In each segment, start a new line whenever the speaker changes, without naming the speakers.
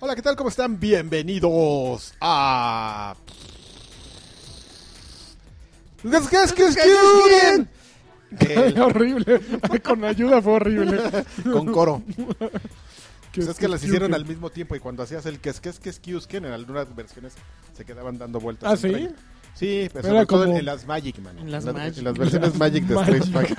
Hola, ¿qué tal? ¿Cómo están? Bienvenidos a... ¿Qué es? ¿Qué es? ¿Qué es?
Qué horrible. Ay, Con ayuda fue horrible.
Con coro.
Que-
Pues es que las hicieron al mismo tiempo y cuando hacías el que es que es que es que es que en algunas versiones se quedaban dando vueltas.
¿Ah,
entre
sí?
ellas. Sí, pero
Era
sobre todo en,
como-
en las Magic, man.
En las Magic.
en las versiones
Las
Magic de Space Pack.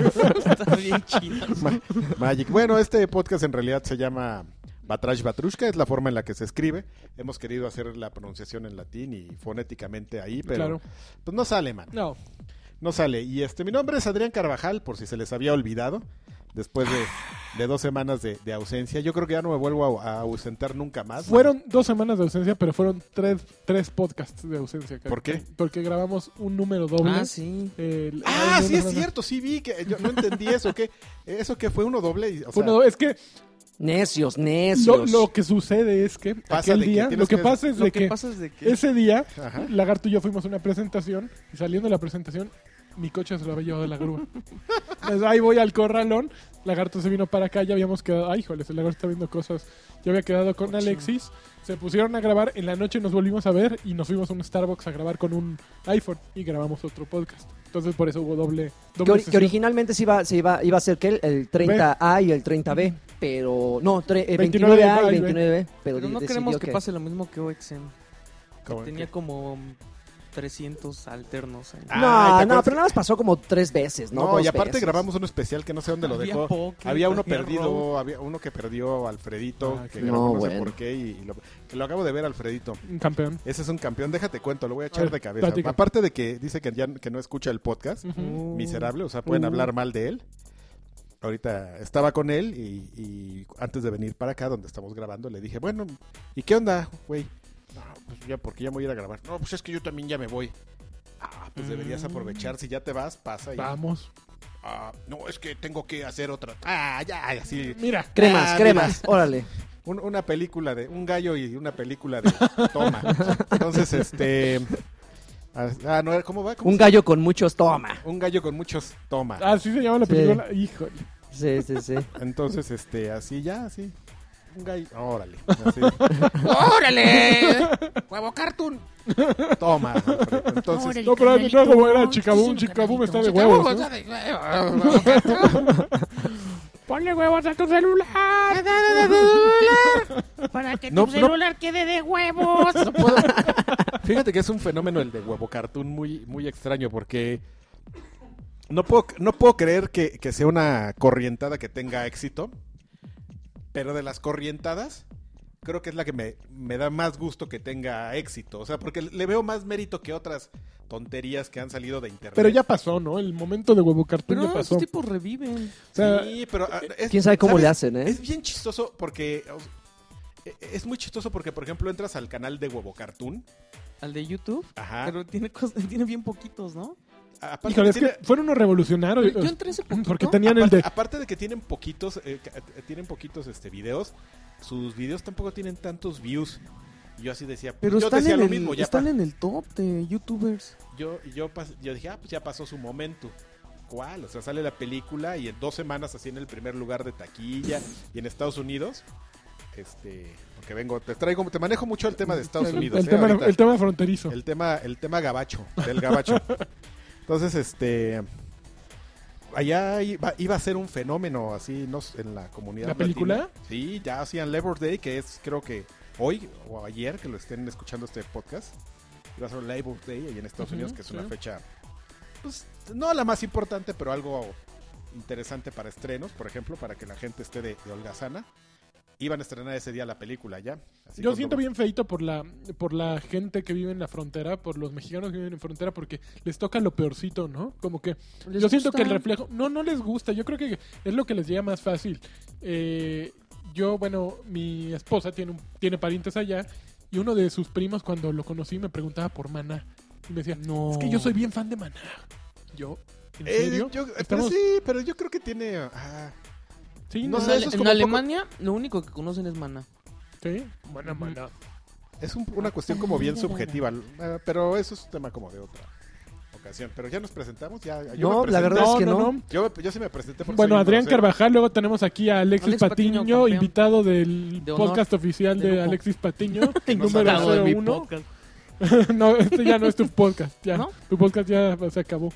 Está bien chido.
Ma- Magic. Bueno, este podcast en realidad se llama Batrash Batrushka, es la forma en la que se escribe. Hemos querido hacer la pronunciación en latín y fonéticamente ahí, pero
Claro.
pues no sale, man.
No.
No sale. Y este, mi nombre es Adrián Carvajal, por si se les había olvidado, después de,
Ah.
de dos semanas de, de ausencia. Yo creo que ya no me vuelvo a, a ausentar nunca más. man.
Fueron dos semanas de ausencia, pero fueron tres, tres podcasts de ausencia. cara.
¿Por qué?
Porque grabamos un número doble.
Ah, sí.
El-
Ah,
Ay, no,
sí
no,
es
no, no.
cierto, sí vi que yo no entendí eso, que eso que fue uno doble, y, o
Fue
sea,
uno doble. es que
Necios,
lo,
necios.
lo que sucede es que
Pasa
aquel
de que
día,
tienes
lo que
que-
pasa es
Lo
de
que
que,
pasa es de que...
ese día,
Ajá.
Lagarto y yo fuimos a una presentación y saliendo de la presentación, mi coche se lo había llevado de la grúa. Entonces, ahí voy al corralón, Lagarto se vino para acá, ya habíamos quedado, ay, híjoles, el Lagarto está viendo cosas. Yo había quedado con Alexis, se pusieron a grabar, en la noche nos volvimos a ver y nos fuimos a un Starbucks a grabar con un iPhone y grabamos otro podcast. Entonces por eso hubo doble,
Que,
doble
ori- que
sesión.
originalmente se iba, se iba, iba a ser que el, el 30A y el 30B, pero no, tre- eh,
29A
29A y
y
29B, pero,
Pero
di-
no
decidió
queremos que, pase lo mismo que OXM. Que
¿Cómo?
tenía como mm, 300 alternos ahí.
Ah, Ay, ¿te
no, no,
acuerdas
pero nada más pasó como tres veces, ¿no?
No,
Dos
y aparte
veces.
grabamos un especial que no sé dónde lo
Había
dejó.
poker,
había uno
había
perdido,
road.
había uno que perdió Alfredito,
Ah,
que
sí.
grabó
No,
no, sé
bueno.
por qué, y, y lo, que lo acabo de ver Alfredito.
Un campeón.
Ese es un campeón, déjate cuento, lo voy a echar
ver,
de cabeza.
platica.
Aparte de que dice que ya que no escucha el podcast, miserable, o sea, pueden
Uh.
hablar mal de él. Ahorita estaba con él y, y antes de venir para acá, donde estamos grabando, le dije, bueno, ¿y qué onda, güey? No, pues ya, porque ya me voy a ir a grabar. No, pues es que yo también ya me voy. Ah, pues
Mm.
deberías aprovechar, si ya te vas, pasa y...
Vamos.
Ah, no, es que tengo que hacer otra... Ah, ya, así...
Mira,
Cremas,
Ah,
cremas, órale.
Un- una película de un gallo y una película de toma. Entonces, este. Ah, no, ¿cómo va? ¿Cómo
Un
se-
gallo con muchos toma.
un gallo con muchos toma.
así se llama la
Sí.
película. Híjole.
Sí, sí, sí.
Entonces, este, así ya, así. Un gallo. Órale. así.
¡Órale! ¡Huevo cartoon!
Toma. Alfredo. Entonces,
No, pero no como era Chicabum, Chicabum está de huevos. ¿no?
Ponle huevos a tu celular. Para que
No,
tu
no.
celular quede de huevos.
no
pues,
puedo- Fíjate que es un fenómeno el de huevo cartoon muy, muy extraño porque. No puedo, no puedo creer que, que sea una corrientada que tenga éxito, pero de las corrientadas, creo que es la que me, me da más gusto que tenga éxito. O sea, porque le veo más mérito que otras tonterías que han salido de internet.
Pero ya pasó, ¿no? El momento de huevo cartón
Pero
ya
no,
este
pasó.
los tipos reviven.
O sea,
Sí, pero ah, es-
¿Quién sabe cómo
¿sabes?
le hacen, eh?
Es bien chistoso porque o sea, e- es muy chistoso porque por ejemplo entras al canal de Huevo Cartoon,
Al de YouTube.
ajá.
Pero tiene, cosas- tiene bien poquitos, ¿no?
aparte
Híjole, es
tiene-
que fueron unos revolucionarios.
Yo entré hace poquito.
Porque tenían el
aparte,
de.
aparte de que tienen poquitos eh, ca- eh, tienen poquitos este videos, sus videos tampoco tienen tantos views. Y Yo así decía,
Pero
yo
están,
decía
en
lo
el,
mismo, ya
están
pa-
en el top de YouTubers.
yo yo pas- yo dije, ah, pues ya pasó su momento. ¿Cuál? O sea, sale la película y en dos semanas así en el primer lugar de taquilla y en Estados Unidos este, porque vengo, te traigo, te manejo mucho el tema de Estados
el-
Unidos.
el,
eh,
tema,
ahorita.
el tema fronterizo.
El tema, el tema gabacho, del gabacho. Entonces, este. Allá iba, iba a ser un fenómeno así no sé, en la comunidad.
¿La
latina.
película?
Sí, ya hacían Labor Day, que es creo que hoy o ayer que lo estén escuchando este podcast. Iba a ser Labor Day ahí en Estados
Ujú,
Unidos, que es una
sí.
fecha, pues no la más importante, pero algo interesante para estrenos, por ejemplo, para que la gente esté de, de holgazana. Iban a estrenar ese día la película ya. Así
Yo
cuando-
siento bien feito por la, por la gente que vive en la frontera, por los mexicanos que viven en frontera, porque les toca lo peorcito, ¿no? Como que. Yo siento que el reflejo. No, no les gusta. Yo creo que es lo que les llega más fácil. Eh, yo, bueno, mi esposa tiene, un- tiene parientes allá. Y uno de sus primos, cuando lo conocí, me preguntaba por Maná. Y me decía,
No.
es que yo soy bien fan de Maná. Yo, ¿en
Eh,
serio?
yo- pero
Estamos-
sí, pero yo creo que tiene. ah,
Sí,
no
no,
sé,
en
Pues eso es
Ale- Ah,
como
en
un poco-
Alemania, lo único que conocen es Mana.
Sí. Maná, maná.
ah, es un- una cuestión como bien subjetiva. eh, Pero eso es tema como de otra. ocasión. Pero ya nos presentamos, ya. Yo,
No,
me
la
presenté.
verdad es que no.
Yo, me- yo sí me presenté porque soy
Bueno,
un
Adrián
grosero.
Carvajal, luego tenemos aquí a Alexis,
Alex Patiño,
Patiño,
campeón.
invitado del
De honor.
podcast oficial de,
De lujo.
Alexis Patiño,
Que no sabe.
número
Invitado en mi
01.
podcast.
no, este ya no es tu podcast, ya.
¿No?
Tu podcast ya se acabó.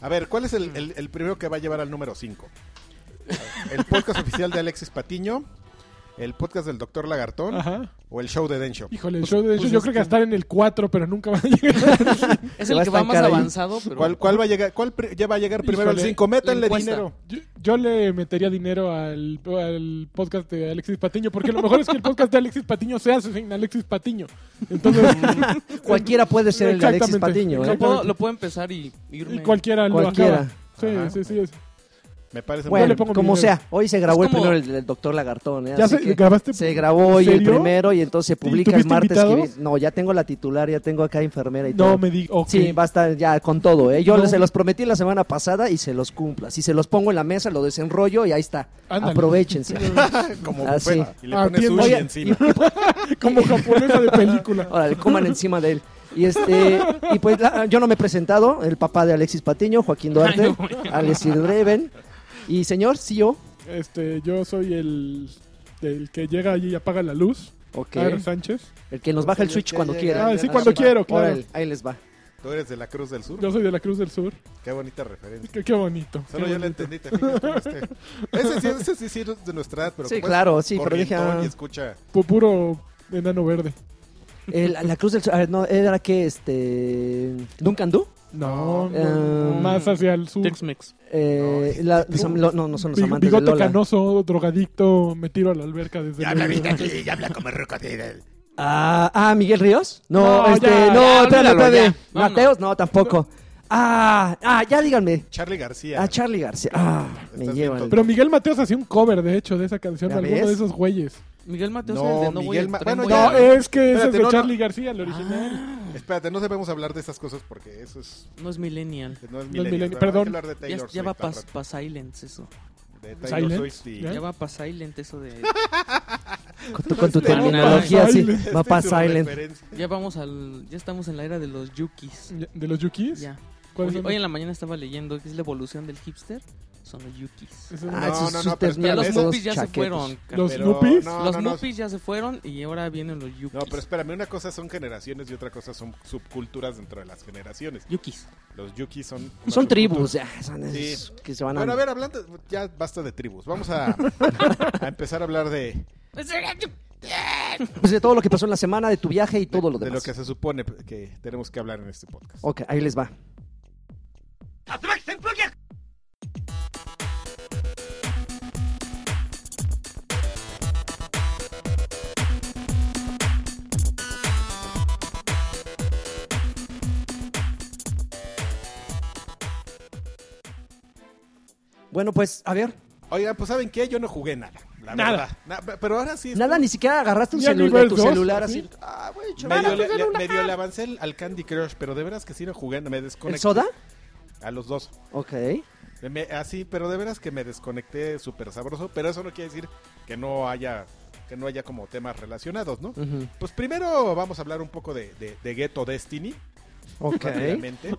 A ver, ¿cuál es el, el- el primero que va a llevar al número 5? ¿El podcast oficial de Alexis Patiño? ¿El podcast del Doctor Lagartón?
Ajá.
¿O el show de Dencho?
Híjole, el show de hecho
pues
yo
es
creo que va a
que-
estar en el 4, pero nunca va a llegar.
Es
Se
el
va a
que va más
estancar ahí.
avanzado, pero.
¿Cuál, cuál va a llegar? ¿Cuál pri- ya va a llegar primero al
Híjole,
5? Métanle
la encuesta.
dinero.
Yo, yo le metería dinero al, al podcast de Alexis Patiño, porque lo mejor es que el podcast de Alexis Patiño se hace sin Alexis Patiño. Entonces,
Cualquiera puede ser el de Alexis
Exactamente.
Patiño,
No
¿eh?
Lo puedo, lo puedo empezar y irme.
y cualquiera lo
Cualquiera.
acaba. Sí,
Ajá.
sí, sí. es-
Me parece
Yo
Bueno,
le pongo mi
como
dinero.
sea, hoy se grabó
Es
el
como-
primero el del Doctor Lagartón, ¿eh?
¿Ya
Así
se,
que
grabaste?
se grabó hoy
¿En
el
serio?
primero y entonces se publica el
tuviste
martes que
invitado?
viene. No, ya tengo la titular, ya tengo acá enfermera y todo.
No, me di. ok.
Sí, va a estar ya con todo, ¿eh? Yo
No.
se los prometí la semana pasada y se los cumpla. Si se los pongo en la mesa, lo desenrollo y ahí está.
Ándale.
Aprovechense.
como
Ah,
buffet.
sí.
Y le
Ah,
pones
entiendo.
sushi
Oye,
encima.
Como japonesa de película.
Órale, coman encima de él. Y este y pues la- yo no me he presentado, el papá de Alexis Patiño, Joaquín Duarte, Alexis Dreven y señor E CEO.
Este, yo soy el, el que llega allí y apaga la luz.
Ok.
Claro, Sánchez.
El que nos baja el switch cuando quiera.
Ah, sí, cuando
Así va.
quiero, claro.
Órale, ahí les va.
Tú eres de la Cruz del Sur.
Yo soy de la Cruz del Sur.
Qué bonita referencia.
Qué, qué bonito.
Solo
qué
yo lo
bonito.
entendí. te fijas cómo es que- Ese sí, ese sí, sí es de nuestra edad, pero
Sí,
como es
claro, sí, pero dije,
corrientón
ah.
y escucha.
Pu- Puro enano verde.
El- la Cruz del Sur, a ver, no, era que este Duncan Du.
No, no,
Eh,
más hacia el sur.
Tex-Mex.
Eh, la- los am- lo- no, no son los
Bi-
amantes de
bigote
Lola.
canoso, drogadicto, me tiro a la alberca desde
Ya
el-
habla bien aquí, ya habla como rucotidel.
Ah, ah, Miguel Ríos? No,
No,
este,
ya,
no,
ya,
espérame,
olvídalo,
espérame.
ya.
Mateos, no, tampoco. Ah, ah, ya díganme.
Charlie García.
Ah, Charlie García. Ah, me
Estás
llevan.
bien
Pero Miguel Mateos hacía un cover, de hecho, de esa canción de
¿Ya
alguno
ves?
de esos güeyes.
Miguel Mateos
No,
es el de No
Miguel
voy al
Ma-
tren,
bueno,
voy
ya.
No,
al-
es que ese es
Espérate,
de
no, no.
Charlie García, el original.
Espérate, no debemos hablar de estas cosas porque eso es.
No es Millennial.
No es
millennial,
milenio.
perdón.
hablar de
Ya,
Taylor
ya va
Swift al
para pa Silence eso.
rato, de Taylor
Silent,
Swift y-
¿ya?
Ya va para Silent eso de.
Con tu, con tu
Este,
no,
terminología
pa'
así.
silent.
Va
Este
para
es su
Silent.
referencia.
Ya vamos al. Ya estamos en la era de los Yukis.
Ah.
Ya, ¿De los Yukis?
Ya.
¿Cuáles
Hoy,
son?
hoy en la mañana estaba leyendo que es la evolución del hipster. Son los Yukis.
Esos-
Ah,
No,
esos
no, no,
sus
pero
Ya
Claro,
los
esos
terminologías
Muppies ya se
chaquetos.
fueron. ca-
Los
Pero-
Nupis.
no,
los
no, no.
Nuppies ya se fueron y ahora vienen los Yukis.
No, pero espérame, una cosa son generaciones y otra cosa son subculturas dentro de las generaciones.
Yukis.
Los yukis son. una
Son
subcultura.
tribus, ya. Son
Sí.
esos que se van
Bueno, a
a.
ver, hablando. Ya basta de tribus. Vamos a, a empezar a hablar de,
Pues de todo lo que pasó en la semana, de tu viaje y todo lo
de lo
demás.
que se supone que tenemos que hablar en este podcast.
Ok, ahí les va. Bueno, pues, a ver,
Oigan, pues ¿saben qué? Yo no jugué nada. La
Nada.
verdad. Na- pero ahora sí. es-
nada, ni siquiera agarraste un
Ni
celu-
Angry
tu
Birds 2,
celular así.
¿sí?
Ah, güey,
Nada,
medio, le,
pues,
le- medio le avancé al- al Candy Crush, pero de veras que sí no jugué. Me desconecté.
¿El soda?
A los dos.
Ok.
Me- así, pero de veras que me desconecté súper sabroso. Pero eso no quiere decir que no haya que no haya como temas relacionados, ¿no?
Ujú.
Pues primero vamos a hablar un poco de, de, de Ghetto Destiny,
Ok.
rápidamente,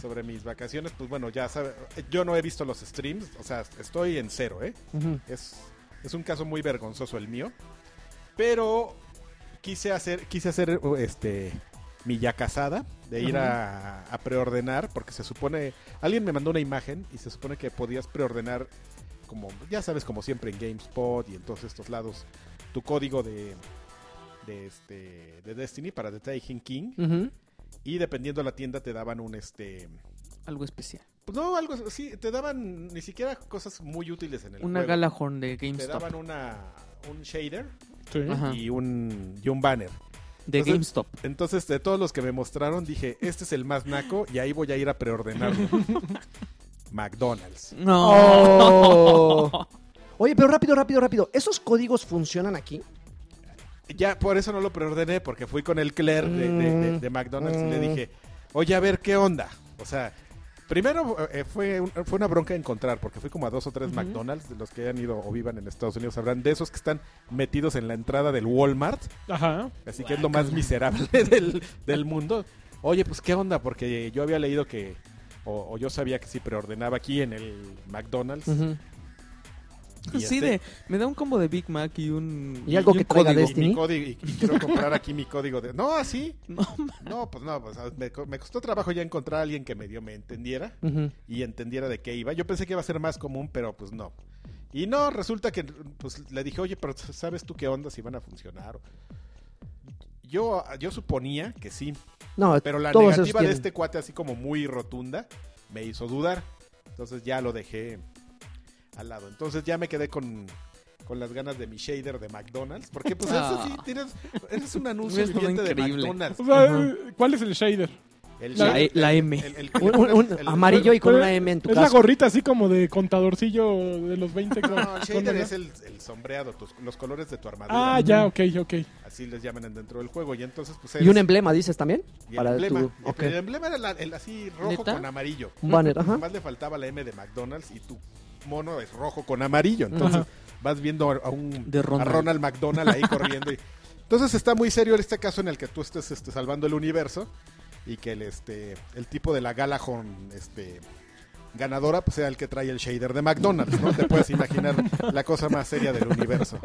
sobre mis vacaciones. Pues bueno, ya saben, yo no he visto los streams, o sea, estoy en cero, ¿eh?
Ujú.
Es, es un caso muy vergonzoso el mío. Pero quise hacer, quise hacer uh, este mi ya casada de ir a, a preordenar. Porque se supone. Alguien me mandó una imagen y se supone que podías preordenar. Como, ya sabes, como siempre en GameSpot y en todos estos lados. Tu código de. De, este, de Destiny para The Taking King.
Ujú.
Y dependiendo de la tienda te daban un este.
Algo especial.
pues no, algo así. Te daban ni siquiera cosas muy útiles en el
Una
juego
Galahorn de
te
GameStop.
daban una un shader
Sí.
Ajá.
y un y un banner.
De
Entonces-
GameStop.
Entonces, de todos los que me mostraron, dije, este es el más naco y ahí voy a ir a preordenarlo. McDonald's.
Oh. Oye, pero rápido, rápido, rápido. ¿Esos códigos funcionan aquí?
Ya por eso no lo preordené, porque fui con el Claire de, de- de- de McDonald's y le dije, oye, a ver, ¿qué onda? O sea, primero eh, fue, un- fue una bronca encontrar, porque fui como a dos o tres McDonald's, de los que hayan ido o vivan en Estados Unidos sabrán, de esos que están metidos en la entrada del Walmart,
Ajá.
Así que es lo más miserable del, del mundo. Oye, pues qué onda, porque yo había leído que o, o yo sabía que si preordenaba aquí en el McDonald's.
Ujú.
y
Sí,
este-
de, me da un combo de Big Mac y un.
Y algo
un
que traiga
código.
y
Destiny.
mi código y, y quiero comprar aquí mi código de no así
No,
no pues no pues, ah, me, co- me costó trabajo ya encontrar a alguien que medio me entendiera
Ujú.
y entendiera de qué iba yo pensé que iba a ser más común pero pues no y no resulta que pues le dije oye pero sabes tú qué onda si van a funcionar yo yo suponía que sí
No,
pero la
todos esos
negativa de
tienen.
este cuate así como muy rotunda me hizo dudar entonces ya lo dejé al lado entonces ya me quedé con con las ganas de mi shader de McDonald's, porque pues eso
Ah.
sí, tienes, eres un anuncio
Es todo
viviente de
increíble.
McDonald's.
O sea,
Ajá.
¿cuál es el shader?
El
La, E,
shader-
la M.
el- el-
Un- un- un
el-
amarillo y con
Pero
una M en tu
Es la
caso.
gorrita así como de contadorcillo de los 20. con-
No, el shader
con-
es el, el sombreado, tus- los colores de tu armadura.
Ah, ya, ok, ok.
Así les llaman dentro del juego. Y entonces, pues
Y un
eres-
emblema, dices también.
y el
para
emblema.
tu-
Y el-
ok.
El emblema era la- el así rojo
¿Neta?
con amarillo.
Un banner, ajá.
Más le faltaba la M de McDonald's y tu mono es rojo con amarillo. Entonces
Ajá.
vas viendo a, a un
De Ronald.
a Ronald McDonald ahí corriendo. y- entonces está muy serio este caso en el que tú estés este, salvando el universo y que el este el tipo de la Galahorn este ganadora pues sea el que trae el shader de McDonald's, ¿no? Te puedes imaginar la cosa más seria del universo.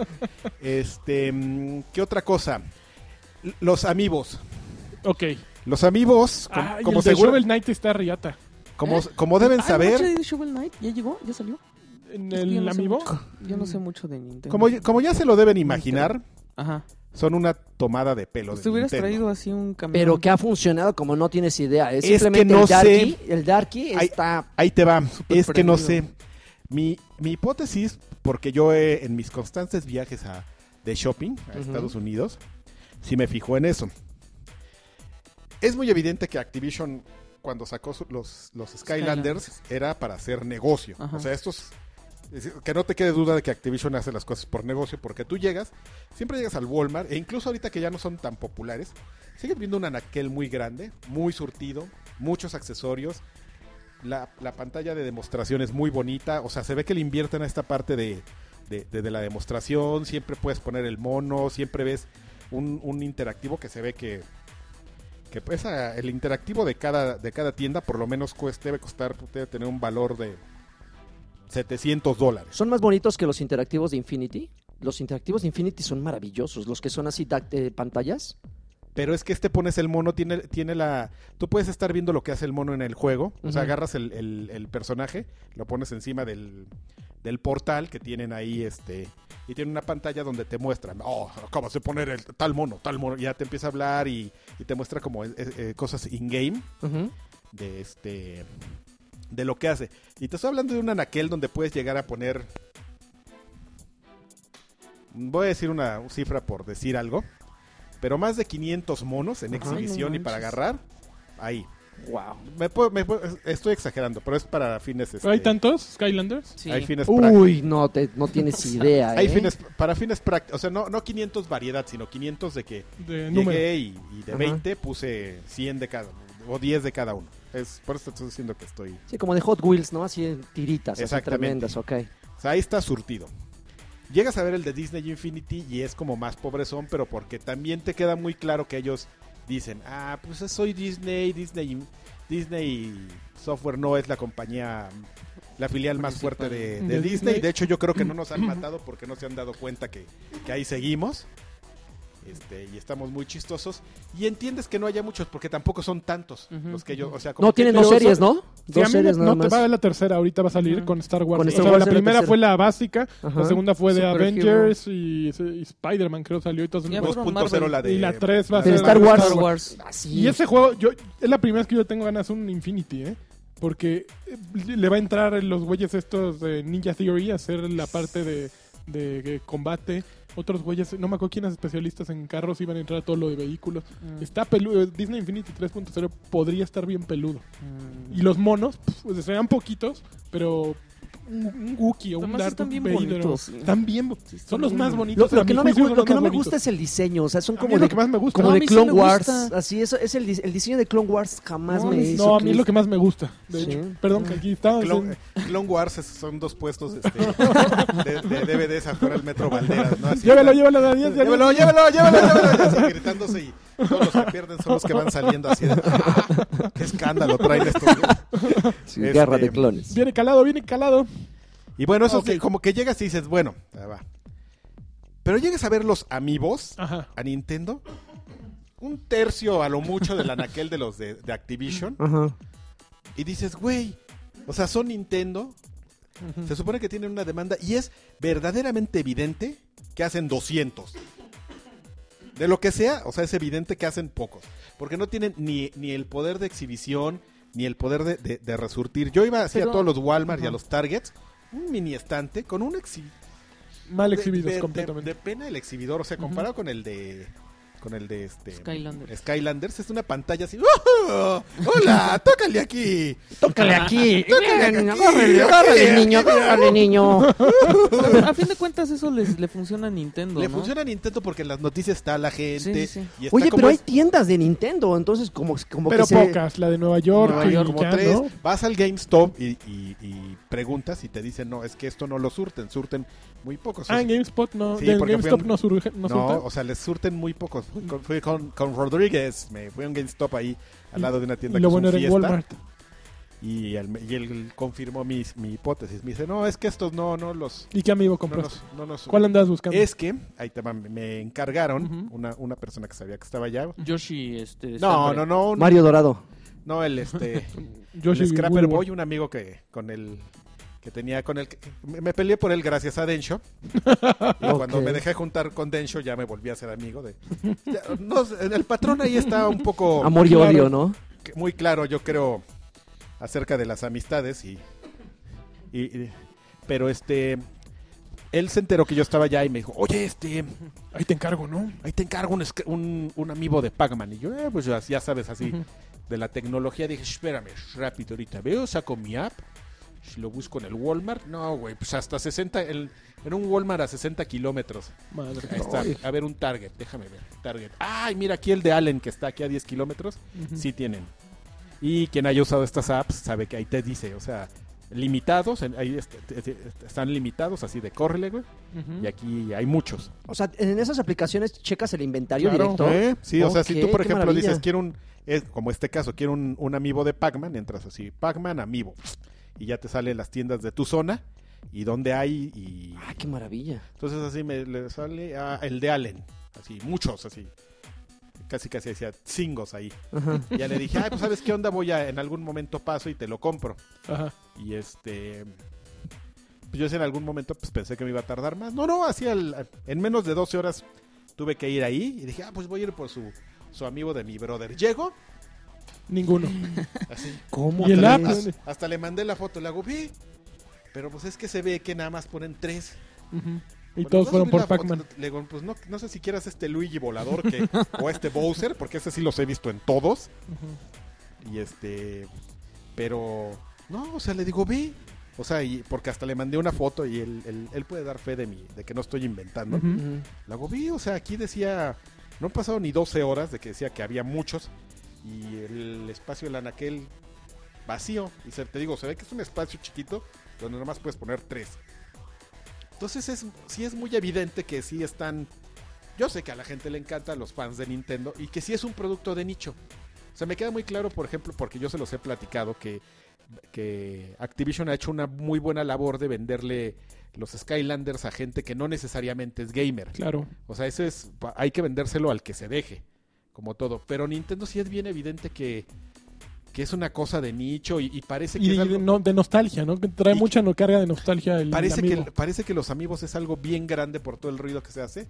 Este, mm, ¿qué otra cosa? L- Los amigos.
Ok.
Los amigos, com-
Ah, y
como,
el de
seguro-
Shovel Knight está riata.
como, como deben
Ah, ¿no,
saber,
Jedi Shovel Knight? ¿Ya llegó? ¿Ya salió?
En
Es que yo
el
no sé
amiibo.
mucho- Yo no sé mucho de Nintendo.
Como, ya- como ya se lo deben imaginar,
Ajá.
son una tomada de pelo.
Pues
de
te hubieras
Nintendo.
traído así un camión.
Pero que ha funcionado como no tienes idea. Es,
Es que
simplemente
no
el Darky.
sé.
El Darky
Ay.
está.
Ahí te va.
Súper
Es que no sé.
prendido.
Mi, mi hipótesis, porque yo eh, en mis constantes viajes a, de shopping a
Ujú.
Estados Unidos, sí me fijo en eso. Es muy evidente que Activision, cuando sacó su- los, los Skylanders,
Skylanders.
era para hacer negocio.
Ajá.
O sea, estos... es decir, Que no te quede duda de que Activision hace las cosas por negocio, porque tú llegas, siempre llegas al Walmart, e incluso ahorita que ya no son tan populares, sigues viendo un anaquel muy grande, muy surtido, muchos accesorios, la, la pantalla de demostración es muy bonita. O sea, se ve que le invierten a esta parte de, de- de- de la demostración. Siempre puedes poner el mono, siempre ves un, un interactivo que se ve que. Que pues, ah, el interactivo de cada, de cada tienda por lo menos cuesta- debe costar, debe tener un valor de 700 dólares.
Son más bonitos que los interactivos de Infinity. Los interactivos de Infinity son maravillosos. Los que son así dac- eh, pantallas.
Pero es que este pones el mono, tiene, tiene la... Tú puedes estar viendo lo que hace el mono en el juego. O sea,
Ujú.
agarras el, el- el personaje, lo pones encima del, del portal que tienen ahí, este... Y tiene una pantalla donde te muestran, oh, acabas de poner el tal mono, tal mono. Ya te empieza a hablar y, y te muestra como eh, eh, cosas in-game
Ujú.
de este de lo que hace. Y te estoy hablando de un anaquel donde puedes llegar a poner voy a decir una cifra por decir algo, pero más de 500 monos en
Ajá.
exhibición
Ay,
y
no
para
manches.
agarrar ahí. Wow. Me puedo- me puedo- estoy exagerando, pero es para fines este,
¿Pero hay tantos Skylanders?
Sí.
hay fines prácticos.
Uy, no, te, no tienes idea.
Hay
¿eh?
fines para fines prácticos, o sea, no no 500 variedad, sino 500 de que
De número.
Llegué y, y de
Ajá.
20 puse 100 de cada o 10 de cada uno. Es, por eso te estoy diciendo que estoy.
Sí, como de Hot Wheels, ¿no? Así en tiritas, así
Exactamente.
tremendas, ok.
O sea, ahí está surtido. Llegas a ver el de Disney Infinity y es como más pobrezón, pero porque también te queda muy claro que ellos dicen, ah, pues soy Disney, Disney, Disney Software no es la compañía, la filial más fuerte de,
Principal.
de
De
Disney.
Disney.
De hecho, yo creo que no nos han matado porque no se han dado cuenta que, que ahí seguimos. Este, y estamos muy chistosos. Y entiendes que no haya muchos porque tampoco son tantos
Ujú.
los que ellos, o sea, como
No,
que-
tienen
pero
dos series, ¿no?
Si a
Dos
mí
series
no
nada
te
más.
va a ver la tercera, ahorita va a salir
Ajá.
con Star Wars.
Con
o
Star
sea,
Wars
la
es la
primera
tercera.
fue la básica,
Ajá.
la segunda fue de
Superhero.
Avengers y, y Spider-Man, creo salió. Y, todas-
Ya,
Pues,
pero-
2.0 la de
y la 3 va a
de
ser
Star Wars.
Star Wars.
Así.
Y ese juego, yo es la primera vez que yo tengo ganas de un Infinity, ¿eh? Porque eh, le va a entrar los güeyes estos de Ninja Theory a hacer la parte de, de- de combate. Otros güeyes, no me acuerdo quiénes especialistas en carros iban a entrar a todo lo de vehículos.
Mm,
Está peludo. Disney Infinity 3.0 podría estar bien peludo.
mm.
Y los monos, pues serán poquitos, pero un, un Wookiee o un
Además
Darth
están bien
Vader,
bonitos,
o-
sí.
Están bien. bo-
Sí, están
son los
bien
más
bonitos.
bonitos.
Lo, lo
a
que
mi
no me,
juicio,
gu-
son
lo que
los
no me
más
gusta
bonitos.
es el diseño, o sea,
A
son
mí
como
es
de,
lo que más me gusta.
como
No, a
de
mí sí
Clone
me
Wars.
gusta.
Así, eso es el, dis- el diseño de Clone Wars jamás
No,
me
no,
hizo.
No, a mí es lo
clic.
que más me gusta. de
Sí.
hecho. Perdón, que aquí estaba.
Clone,
en-
eh, Clone Wars es- son dos puestos este, de, de DVDs afuera del Metro Valderas, ¿no? Así,
Llévalo, llévalo, Daniel.
llévelo, llévelo, llévelo, llévelo, así, gritándose y Todos los que pierden son los que van saliendo así de. "Ah, ¡Qué escándalo traen estos! güeyes".
Sí,
Este-
Guerra de clones.
Viene calado, viene calado.
Y bueno, eso es
Ok.
que como que llegas y dices, bueno, ahí va. Pero llegas a ver los amigos
Ajá.
a Nintendo. Un tercio a lo mucho del anaquel de los de, de Activision.
Ajá.
Y dices, güey, o sea, son Nintendo. Se supone que tienen una demanda y es verdaderamente evidente que hacen 200. De lo que sea, o sea, es evidente que hacen pocos. Porque no tienen ni, ni el poder de exhibición, ni el poder de, de- de resurtir. Yo iba así a
Pero-
todos los Walmart y a
Ajá.
los Targets, un mini estante con un exhi-
Mal
de-
exhibidos
de- de-
completamente.
De, pena el exhibidor, o sea, comparado con el de... Con el de este...
Skylanders.
Skylanders es una pantalla así. ¡Oh! ¡Hola! ¡Tócale aquí!
Tócale aquí.
Tócale aquí.
Agárrale, agárrale,
Aquí,
niño,
aquí.
agárrale, niño.
Pero a fin de cuentas eso les, le funciona a Nintendo,
Le
¿no?
funciona a Nintendo porque en las noticias está la gente.
Sí, sí, sí.
Y está
Oye,
como
pero hay
es-
tiendas de Nintendo, entonces como, como
Pero
que se-
pocas, la de Nueva York,
Nueva
y
York, como
ya,
tres.
¿no?
Vas al GameStop y, y- y preguntas y te dicen, no, es que esto no lo surten, surten muy pocos.
Ah, en GameSpot no.
Sí,
de en
porque
GameStop
fui a-
no surge.
no,
No, surta.
o sea, les surten muy pocos. Fui con, fui con- con Rodríguez, me fui a un GameStop ahí al lado de una tienda
Y
que
lo
es un
bueno era en
fiesta,
Walmart.
Y, el- y él confirmó mis- mi, hipótesis. Me dice, no, es que estos no, no los...
¿Y qué amigo
No
compraste?
los, no los-
¿Cuál andabas buscando?
Es que, ahí te va, me encargaron
Ujú.
una, una persona que sabía que estaba allá.
Yoshi, este...
No,
Stamper.
no, no, no,
Mario Dorado.
no, el este...
Yoshi
el Scrapper
Woolworth.
Boy, un amigo que con el que tenía con el que- me, me peleé por él gracias a Densho. y cuando
Ok.
me dejé juntar con Densho ya me volví a ser amigo de ya, no sé, el patrón ahí está un poco
Amor y
claro.
odio, ¿no?
que- muy claro, yo creo acerca de las amistades y, y- y- pero este él se enteró que yo estaba allá y me dijo, "Oye, este,
Ahí te encargo, ¿no?
ahí te encargo un, escr- un, un amigo de Pac-Man." Y yo, "Eh, pues ya, ya sabes así
Ujú.
de la tecnología dije, espérame, rápido ahorita veo, saco mi app, si lo busco en el Walmart, no, güey, pues hasta 60, el- en un Walmart a 60 kilómetros.
Madre.
Ahí está, a ver un Target, déjame ver, Target. Ay, mira aquí el de Allen que está aquí a 10 kilómetros,
Ujú.
sí tienen. Y quien haya usado estas apps sabe que ahí te dice, o sea, limitados, en- ahí est- est- est- están limitados, así de córrele, güey,
Ujú.
y aquí hay muchos.
O sea, en esas aplicaciones checas el inventario
Claro.
directo.
¿Eh? Sí, o sea,
Ok,
si tú, por
qué
ejemplo,
maravilla.
dices, quiero un, es, como este caso, quiero un, un amiibo de Pac-Man, entras así, Pac-Man amiibo, y ya te salen las tiendas de tu zona y donde hay, y
Ah, qué maravilla.
entonces así me le sale ah, el de Allen, así, muchos, así, casi casi decía, cingos ahí.
Ajá.
Y Ya le dije, ay, pues sabes qué onda, voy a, en algún momento paso y te lo compro.
Ajá.
Y este... Pues yo en algún momento pues, pensé que me iba a tardar más. No, no, así al- en menos de 12 horas tuve que ir ahí. Y dije, ah, pues voy a ir por su, su amigo de mi brother. Llego,
Ninguno.
así.
¿Cómo?
Y el app.
crees?
Hasta, hasta le mandé la foto, le hago, vi. Pero pues es que se ve que nada más ponen tres.
Ujú. Y
Bueno,
todos
¿no
fueron
subí
por
la foto?
Pac-Man.
Le digo, pues no, no sé si quieras este Luigi volador que, o este Bowser, porque ese sí los he visto en todos. Y este. Pero. No, o sea, le digo, ve. O sea, y porque hasta le mandé una foto y él, él- él puede dar fe de mí, de que no estoy inventando.
Ujú.
Ujú.
La hago, vi, o sea, aquí decía. No han pasado ni 12 horas de que decía que había muchos. Y el espacio del anaquel vacío. Y se, te digo, se ve que es un espacio chiquito donde nomás puedes poner tres. Entonces es, sí es muy evidente que sí están. Yo sé que a la gente le encanta a los fans de Nintendo y que sí es un producto de nicho. O sea, me queda muy claro, por ejemplo, porque yo se los he platicado que, que Activision ha hecho una muy buena labor de venderle los Skylanders a gente que no necesariamente es gamer.
Claro.
O sea, eso es. pa- Hay que vendérselo al que se deje. Como todo. Pero Nintendo sí es bien evidente que. Que es una cosa de nicho y, y parece este, que
Y
es
de,
algo-
no- de nostalgia, ¿no? Que trae
Y-
mucha no, carga de nostalgia el
parece, que,
amigo.
el- parece que los amigos es algo bien grande por todo el ruido que se hace.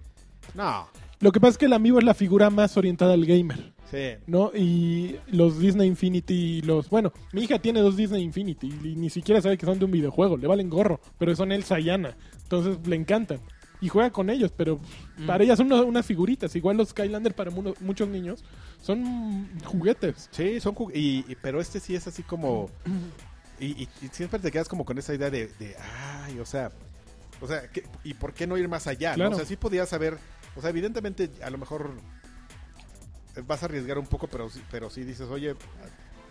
No,
Lo que pasa es que el amigo es la figura más orientada al gamer,
sí.
¿no? Y los Disney Infinity y los... Bueno, mi hija tiene dos Disney Infinity y ni siquiera sabe que son de un videojuego. Le valen gorro, pero son Elsa y Anna. Entonces le encantan. Y juega con ellos, pero
Mm.
para ellas son uno- unas figuritas. Igual los Skylander para mu- muchos niños son juguetes.
Sí, son jug- y, y- Pero este sí es así como. Y, y- y siempre te quedas como con esa idea de. de, ay, o sea. O sea, ¿qué- ¿y por qué no ir más allá? no?
Claro.
O sea, sí podías saber. O sea, evidentemente, a lo mejor. eh, Vas a arriesgar un poco, pero, sí- pero sí dices, oye.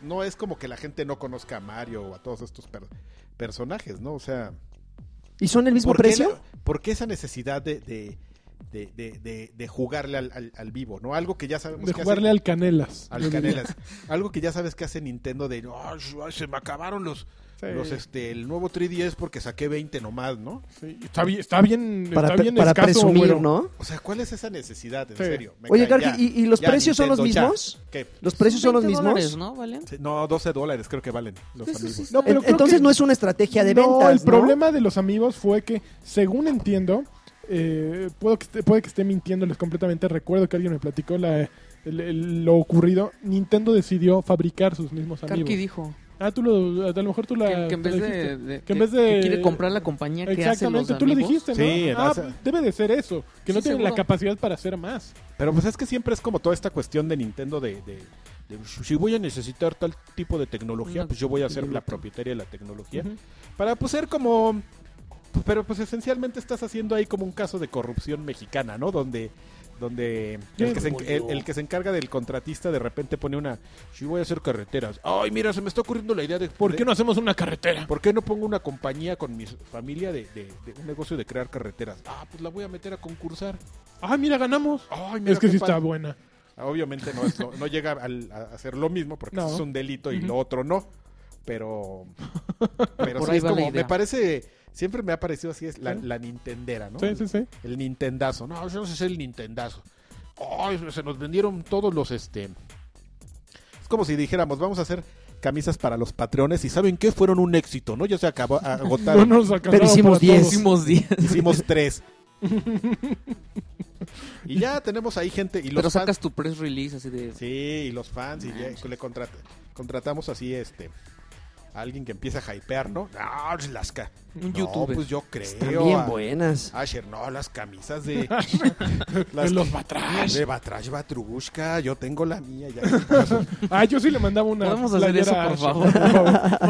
No es como que la gente no conozca a Mario o a todos estos per- personajes, ¿no? O sea.
¿Y son el mismo
¿Por qué
precio?
la- ¿Por qué esa necesidad de, de- de, de- de- de jugarle al, al- al vivo, ¿no? Algo que ya sabemos
De
que
jugarle
hace,
al Canelas.
al
yo diría.
Canelas. Algo que ya sabes que hace Nintendo de, "Ay, ay, se me acabaron los,
Sí,
los este, el nuevo 3DS porque saqué 20 nomás, ¿no?
sí. Está bien, está bien,
Para,
está bien
para
escaso,
presumir,
güero.
¿no?
O sea, ¿cuál es esa necesidad? En
Sí.
serio. Me
Oye,
cae,
Karki,
ya,
¿y, y los
ya,
precios son los
Nintendo, ya.
mismos?
¿Qué?
¿Los precios son los
20
mismos?
dólares, ¿no? ¿Valen?
Sí, No, 12 dólares creo que valen los
Eso sí
amigos.
está-
No, pero
En-
creo
Entonces
que-
no es una estrategia de ventas,
No, el
¿no?
problema de los amigos fue que, según entiendo, eh, puedo que esté- puede que esté mintiéndoles completamente. Recuerdo que alguien me platicó la- el- el- lo ocurrido. Nintendo decidió fabricar sus mismos amigos.
Karki dijo
Ah, tú lo, a lo mejor tú la.
que, que en
te
vez
la
de,
dijiste.
de-
Que en vez de-
que quiere comprar la compañía que hace los
Exactamente, tú lo
amigos.
dijiste, ¿no?
Sí,
Ah,
hace-
debe de ser eso. Que no
Sí,
tienen la
seguro.
capacidad para hacer más.
Pero pues es que siempre es como toda esta cuestión de Nintendo de, de- de, si voy a necesitar tal tipo de tecnología,
No,
pues yo voy a ser
yo
la
no.
propietaria de la tecnología.
Ujú.
Para pues ser como... Pero pues esencialmente estás haciendo ahí como un caso de corrupción mexicana, ¿no? Donde donde el que, se, en- el, el que se encarga del contratista de repente pone una si voy a hacer carreteras ay mira se me está ocurriendo la idea de
¿Por qué no hacemos una carretera?
¿Por qué no pongo una compañía con mi familia de, de- de un negocio de crear carreteras? Ah, pues la voy a meter a concursar.
Ah, mira, ganamos.
Ay, Oh, mira
Es que
qué
sí
padre.
está buena.
Obviamente no, es lo- no llega al- a hacer lo mismo porque
No.
eso es un delito y lo otro no. Pero, pero
Por
sí
ahí
es
va la
como, me
idea.
parece, siempre me ha parecido así, es la,
Sí.
la Nintendera, ¿no?
Sí, sí, sí.
El Nintendazo. No, eso no es el Nintendazo. Ay, se nos vendieron todos los este. Es como si dijéramos, vamos a hacer camisas para los patrones y ¿saben qué? Fueron un éxito, ¿no? Ya se acabó,
No
agotaron.
nos alcanzaron
hicimos
para
diez.
todos.
Hicimos 10.
Hicimos tres. y ya tenemos ahí gente. Y los
Pero
fans-
sacas tu press release así de.
Sí, y los fans, y ya
Manches.
le contrat- contratamos así este a alguien que empieza a hypear, ¿no? Ah, las ca-
Un
no,
youtuber.
pues yo creo.
Están bien
a-
buenas.
Asher, no, las camisas de.
De los batrash.
De Batrash Batrushka, yo tengo la mía ya.
Ah, yo sí le mandaba una.
Podemos hacer eso,
playera
por
a
favor.
Asher,
Por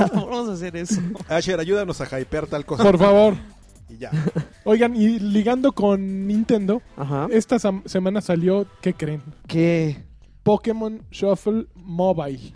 favor, vamos a hacer eso.
Asher, ayúdanos a hypear tal cosa.
Por favor.
Y ya.
Oigan, y ligando con Nintendo,
Ajá.
esta sam- semana salió, ¿qué creen?
¿Qué?
Pokémon Shuffle Mobile.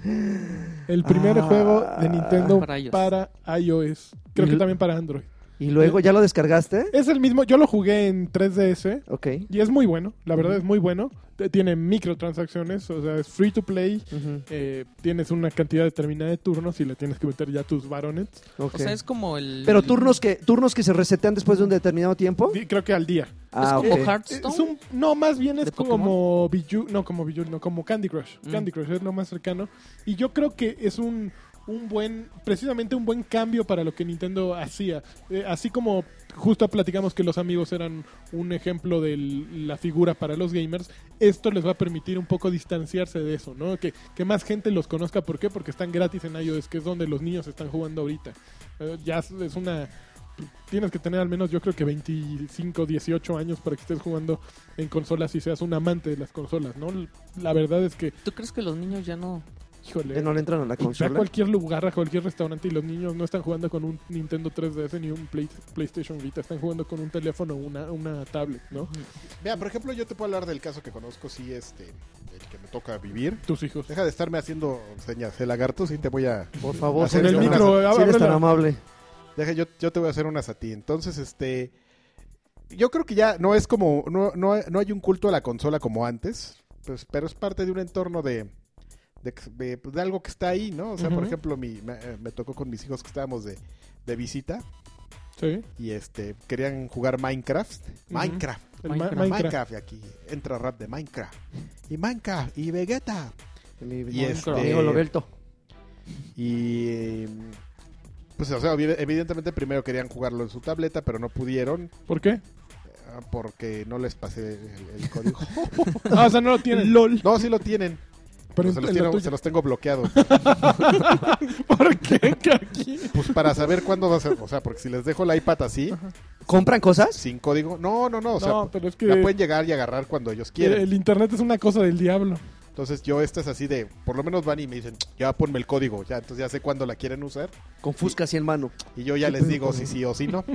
El primer
Ah.
juego de Nintendo
Para iOS.
para iOS. Creo que
Y-
también para Android.
¿Y luego ya lo descargaste?
Es el mismo, yo lo jugué en 3DS
Ok.
y es muy bueno, la verdad es muy bueno. Te- Tiene microtransacciones, o sea, es free to play.
Ujú,
eh, tienes una cantidad determinada de turnos y le tienes que meter ya tus baronets.
ok.
O sea, es como el.
Pero turnos que, turnos que se resetean después de un determinado tiempo.
Di- Creo que al día.
Ah,
como
ok.
Es
Heart- ¿Hearthstone?
un, no, más bien es
¿De
como Biju, no como Biju, no como Candy Crush.
Mm.
Candy Crush es lo más cercano y yo creo que es un un buen, precisamente un buen cambio para lo que Nintendo hacía. Eh, así como justo platicamos que los amigos eran un ejemplo de la figura para los gamers, esto les va a permitir un poco distanciarse de eso, ¿no? Que, que más gente los conozca. ¿Por qué? Porque están gratis en iOS, que es donde los niños están jugando ahorita. Eh, ya es- es una tienes que tener al menos yo creo que 25, 18 años para que estés jugando en consolas y seas un amante de las consolas, ¿no? La verdad es que,
¿Tú crees que los niños ya no.?
Que
híjole,
no le entran a la
ve a
consola.
cualquier lugar, a cualquier restaurante y los niños no están jugando con un Nintendo 3DS ni un Play- PlayStation Vita, están jugando con un teléfono o una, una tablet, ¿no?
Mira, por ejemplo, yo te puedo hablar del caso que conozco, sí, este, el que me toca vivir.
Tus hijos.
Deja de estarme haciendo señas de lagarto, sí te voy a.
Por favor,
Hacer
Con el
una-
micro,
si eres tan
ábrela.
amable.
Deja, yo, yo te voy a hacer unas a ti. Entonces, este. Yo creo que ya no es como. No, no, no hay un culto a la consola como antes. Pues, pero es parte de un entorno de. De, de- pues, de algo que está ahí, ¿no? O sea, por
Ujú.
ejemplo, mi, me, eh, me tocó con mis hijos que estábamos de, de visita
Sí,
y este querían jugar Minecraft. Minecraft.
el ma-
Minecraft.
Minecraft.
Minecraft. Y aquí entra rap de Minecraft. Y Minecraft. Y Vegeta.
Mi,
Y este-
amigo Loberto.
Y. eh, Pues, o sea, evi- evidentemente primero querían jugarlo en su tableta, pero no pudieron.
¿Por qué?
Ah, Porque no les pasé el, el código.
Ah, o sea, no lo tienen. LOL.
No, sí lo tienen.
Pero
Pero se, los
en la
tiene-
tuya.
se los tengo bloqueados.
¿Por qué, Kaki?
Pues para saber cuándo va a ser. O sea, porque si les dejo el iPad así,
¿Compran cosas?
sin código. No, no, no. O sea,
no, pero es que
la pueden llegar y agarrar cuando ellos quieren.
el internet es una cosa del diablo.
Entonces yo esta es así de, por lo menos van y me dicen, ya ponme el código, ya, entonces ya sé cuándo la quieren usar
Con fuscas y en mano.
y yo ya
¿Qué
les
pedo
digo
con
si
eso?
sí o si no,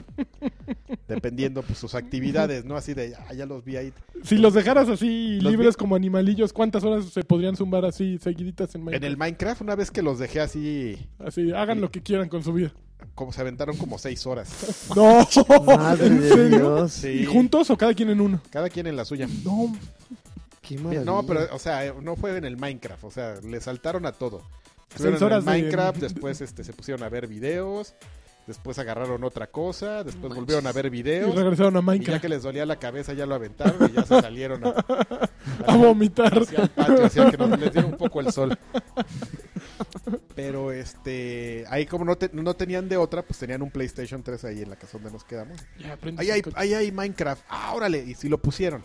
dependiendo pues sus actividades, ¿no? Así de, ah, ya los vi ahí
Si los dejaras así
Los
libres
vi-
como animalillos, ¿cuántas horas se podrían zumbar así seguiditas en
en
Minecraft?
el Minecraft, una vez que los dejé así,
Así, hagan lo que quieran con su vida.
como se aventaron como seis horas.
No.
Madre
¿En
de
serio?
Dios.
Sí.
¿Y juntos o cada quien en uno?
Cada quien en la suya.
No.
Qué maravilla.
No, pero, o sea, eh, no fue en el Minecraft. O sea, le saltaron a todo.
Seis
Estuvieron
horas
en
de-
Minecraft, después este, se pusieron a ver videos, después agarraron otra cosa, después
Manches.
volvieron a ver
Y
videos.
regresaron a
Y ya
Minecraft
que les dolía la cabeza, ya lo aventaron y ya se salieron a,
a vomitar.
hacia el patio, hacia que nos, les diera un poco el sol. Pero este, ahí como no, te- no tenían de otra, pues tenían un PlayStation 3 ahí en la casa donde nos quedamos.
Ya, prende
Ahí
ese
hay,
coche.
ahí hay Minecraft, ah, órale, y sí lo pusieron.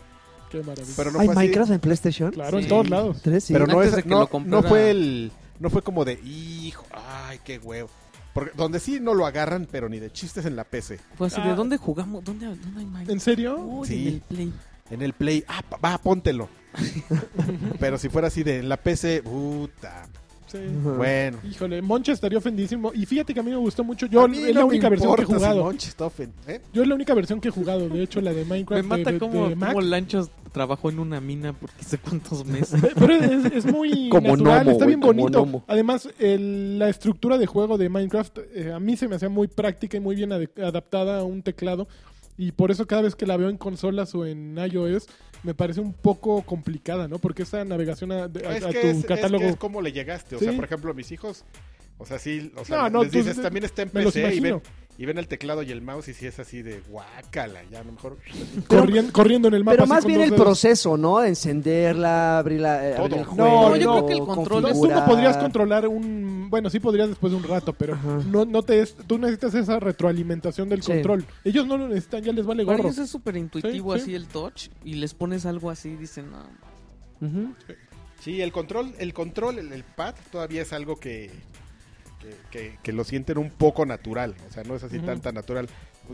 Qué maravilla.
Pero no
¿Hay
fue así-
Minecraft en PlayStation?
claro, en
Sí.
todos lados.
Tres, sí.
Pero no,
Antes
es,
de que
no,
lo
no
comprara.
fue el, no fue como de, hijo, ay, qué huevo. Porque donde sí no lo agarran, pero ni de chistes en la PC.
Fue así,
Ah.
¿de dónde jugamos? ¿Dónde, dónde hay Minecraft?
¿En serio?
Uy,
Sí.
en el Play.
En el Play, ah, pa- va, póntelo. pero si fuera así de en la PC, puta.
Sí.
Ajá.
Bueno.
Híjole, Monche estaría ofendísimo. Y fíjate que a mí me gustó mucho. Yo
A mí no
es la
me
única versión que he
importa si
jugado.
Monch está ofen- ¿eh?
Yo es la única versión que he jugado. De hecho, la de
Me
Minecraft de-
mata
de,
como,
de Mac.
como Lanchos trabajó en una mina por qué sé cuántos meses.
Pero es, es muy
Como
natural,
gnomo,
está
güey,
bien
como
bonito.
gnomo.
Además, el- la estructura de juego de Minecraft eh, a mí se me hacía muy práctica y muy bien ade- adaptada a un teclado. Y por eso cada vez que la veo en consolas o en iOS me parece un poco complicada, ¿no? Porque esa navegación a, de- a-
Es
a
que
tu
es, es
catálogo...
que es como le llegaste. O sea,
Sí.
por ejemplo, mis hijos, o sea, sí, o sea,
No, no,
les
tú-
dices, también está en
me los
PC y ven,
imagino.
y ven el teclado y el mouse y si es así de guácala, ya a lo mejor
Pero-
corriendo, corriendo en el mapa.
Pero
así
más
con
bien
dos
el
dedos.
proceso, ¿no? Encenderla, abrirla, eh,
Todo.
abrir el
No,
juego.
yo creo que el control
No,
es-
tú no
configurar.
podrías controlar un... Bueno, sí podrías después de un rato, pero
Ajá.
no, no te es- tú necesitas esa retroalimentación del
Sí.
control. Ellos no lo necesitan, ya les vale
Para
gorro.
ellos es súper intuitivo
Sí, sí.
así el touch y les pones algo así y dicen, no,
Ujú.
Sí, el control, el control, el, el pad todavía es algo que, que, que- que lo sienten un poco natural. O sea, no es así
Ujú.
tan tan natural.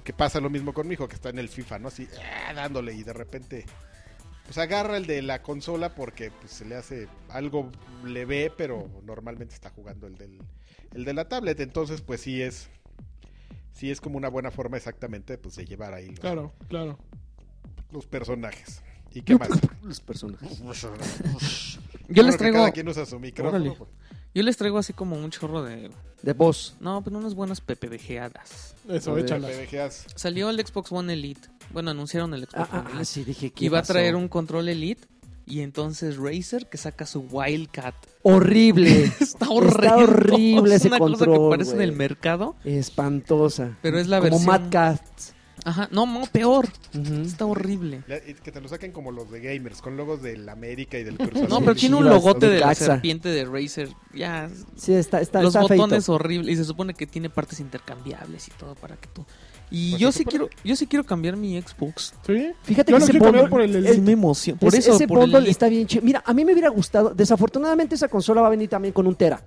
Que pasa lo mismo con mi hijo que está en el FIFA, ¿no? Así ah, dándole y de repente pues agarra el de la consola porque pues, se le hace algo leve, pero normalmente está jugando el del el de la tablet. Entonces, pues sí es sí es como una buena forma exactamente pues de llevar ahí los,
Claro, claro.
los personajes. ¿Y qué más?
Los personajes.
Yo
Bueno,
les
que
traigo,
Cada quien usa su micrófono.
Órale.
pues.
yo les traigo así como un chorro de,
De voz.
no, pero unas buenas pepevejeadas.
Eso,
A ver.
échalas.
PBGAs.
Salió el Xbox One Elite. Bueno, anunciaron el Xbox
Ah,
One
ah, ah,
Elite.
sí, dije que
Y va a traer un control Elite. Y entonces Razer que saca su Wildcat.
Horrible.
Está horrible.
horrible
es
ese
una cosa que
control,
parece
güey.
en el mercado.
Espantosa.
Pero es la
Como
versión-
Mad Cat.
Ajá, no, no, peor.
Ujú.
Está horrible.
La- y Que te lo saquen como los de gamers, con logos del América y del Cruz Azul.
No, pero tiene un
Chivas,
logote de la
Necaxa.
serpiente de Razer. Ya,
Sí, está, está,
los
está feito.
botones horribles y se supone que tiene partes intercambiables y todo para que tú y
Pues
yo
se
sí
supone.
quiero yo sí quiero cambiar mi Xbox
¿Sí?
Fíjate
Yo
que
lo
ese
quiero cambiar
bundle,
por el Elite.
es-
sí me emociona por
ese-
eso
ese
por el
bundle
Elite.
está bien chido. Mira, a mí me hubiera gustado. Desafortunadamente, esa consola va a venir también con un tera.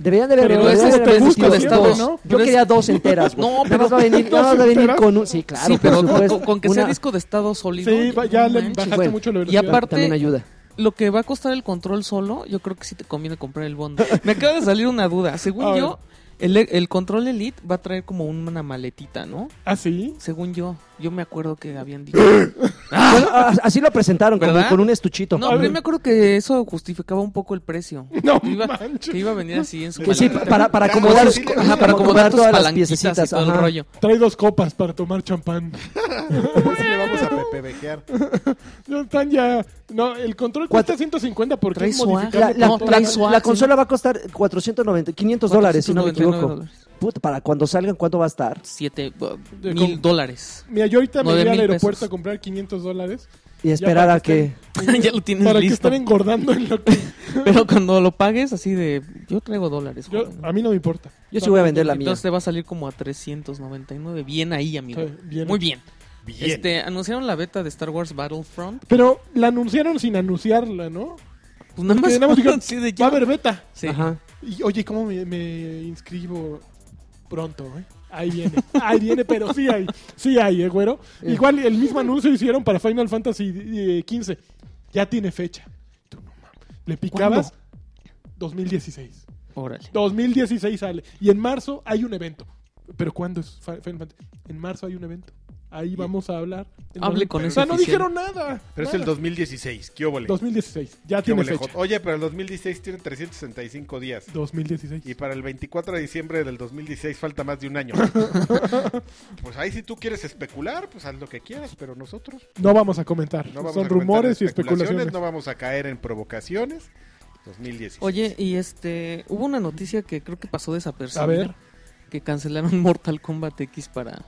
Deberían de haber
Pero
deberían
ese
de
este
te
haber
gusta
metido
siempre,
dos.
¿no?
Yo
Pero es-
quería dos enteras. güey.
No,
nada
pero-
más va a venir, nada más va a venir con un. Sí, claro.
sí pero
por
con-
supuesto.
con, con que sea
Una-
disco de estado sólido
Sí, va- ya
no
le
manches.
bajaste
bueno.
mucho la
Y
velocidad.
aparte-
También ayuda.
lo que va a costar el control solo yo creo que sí te conviene comprar el bundle me acaba de salir una duda
A
según
ver.
yo el, el control Elite va a traer como una maletita no
¿Ah, sí?
según yo yo me acuerdo que habían dicho
Bueno, a- Ah, así lo presentaron, como
¿Verdad?
con un estuchito.
no pero yo me acuerdo que eso justificaba un poco el precio
No
que iba,
manches.
que iba a venir así en su
que sí,
maletita.
para, para
Ajá,
acomodar,
sí, sí,
Ajá, para acomodar tus
todas las
palanquitas y
piececitas.
todo el
ajá.
rollo.
Trae dos copas para tomar champán.
Por eso le vamos a PBGear.
Ya Están ya... No, el control
Cuatro-
cuesta 150 porque
Trae
es
su-
La,
modificable.
la-
No,
por-
la-
trae su-
la consola va a costar 490, 500 dólares, si no me
499
equivoco.
dólares.
Puta, para cuando salgan, ¿cuánto va a estar?
Siete uh,
De
mil
com-
dólares.
Mira, yo ahorita me
nueve
voy al
mil
aeropuerto
pesos.
a comprar 500 dólares.
Y esperar
para
a
que
que...
ya lo tienes
Para que
listo.
estén engordando en lo que...
Pero cuando lo pagues, así de. Yo traigo dólares.
Yo, ah,
joven.
a mí no me importa.
Yo sí voy a vender la mía.
Entonces te va a salir como a 399. Bien ahí, amigo.
Sí, bien.
Muy bien.
Bien.
Este, anunciaron la beta de Star Wars Battlefront.
Pero la anunciaron sin anunciarla, ¿no?
Pues nada más.
Porque nada más dijeron,
así
Va
de
a
ya.
haber beta.
Sí.
Ajá.
Y, oye, ¿cómo me, me inscribo pronto? eh? Ahí viene, ahí viene, pero sí hay, sí hay, eh, güero.
Eh.
Igual el mismo anuncio hicieron para Final Fantasy XV. Ya tiene fecha. Tú, no mames. Le picabas 2016.
Órale.
2016 sale. Y en marzo hay un evento. ¿Pero cuándo es Fi- Final Fantasy? En marzo hay un evento. Ahí vamos a hablar.
Hable con
O
ese
sea, no
oficial.
dijeron nada.
Pero es el 2016, ¿qué óvole?
2016. Ya
¿Qué
tiene
óvole,
fecha.
Jot? Oye, pero el 2016 tiene 365 días.
2016.
Y para el 24 de diciembre del 2016 falta más de un año. pues ahí si tú quieres especular, pues haz lo que quieras, pero nosotros
No vamos a comentar.
no vamos
Pues Son
a comentar
rumores y especulaciones.
No vamos a caer en provocaciones. 2016.
Oye, y este, hubo una noticia que creo que pasó
Pues,
desapercibida.
A ver.
Que cancelaron Mortal Kombat X para...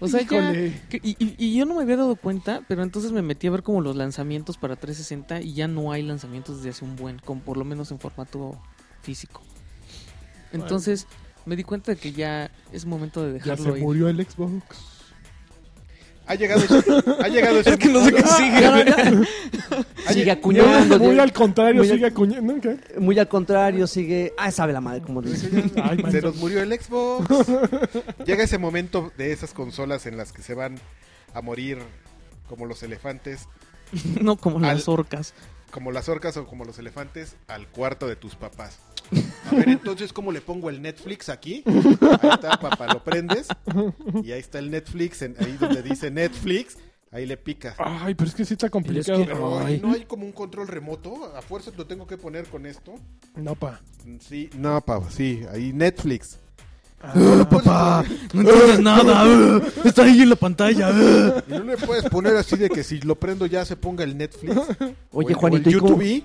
O sea, ya-
Híjole.
que- y, y- y yo no me había dado cuenta, pero entonces me metí a ver como los lanzamientos para 360 y ya no hay lanzamientos desde hace un buen, como por lo menos en formato físico. Entonces me di cuenta de que ya es momento de
Ya se
dejarlo ir.
murió el Xbox.
Ha llegado ese- ha llegado ese-
Es que no sé qué sigue.
Ya, ya,
ha
Sigue
lle-
acuñando.
muy
ya-
al contrario,
muy al-
sigue acuñando. ¿no? ¿Qué?
Muy al contrario, sigue. Ah, sabe la madre, como dice.
Ay, man.
Se nos murió el Xbox. Llega ese momento de esas consolas en las que se van a morir como los elefantes,
No como
Al-
las orcas.
como las orcas o como los elefantes, al cuarto de tus papás. A ver, entonces, ¿cómo le pongo el Netflix aquí? Ahí está, papá, lo prendes. Y ahí está el Netflix, en- ahí donde dice Netflix, ahí le picas.
Ay, pero es que sí está complicado.
Pero
Ay.
no hay como un control remoto, a fuerza lo tengo que poner con esto.
No, pa.
Sí, no, papá, sí, ahí Netflix. Ah,
papá, no entiendes nada. está ahí en la pantalla.
Y no le puedes poner así de que si lo prendo ya se ponga el Netflix.
Oye,
O el- o el
Juanito, ¿y, cómo-
YouTube.
y,
y-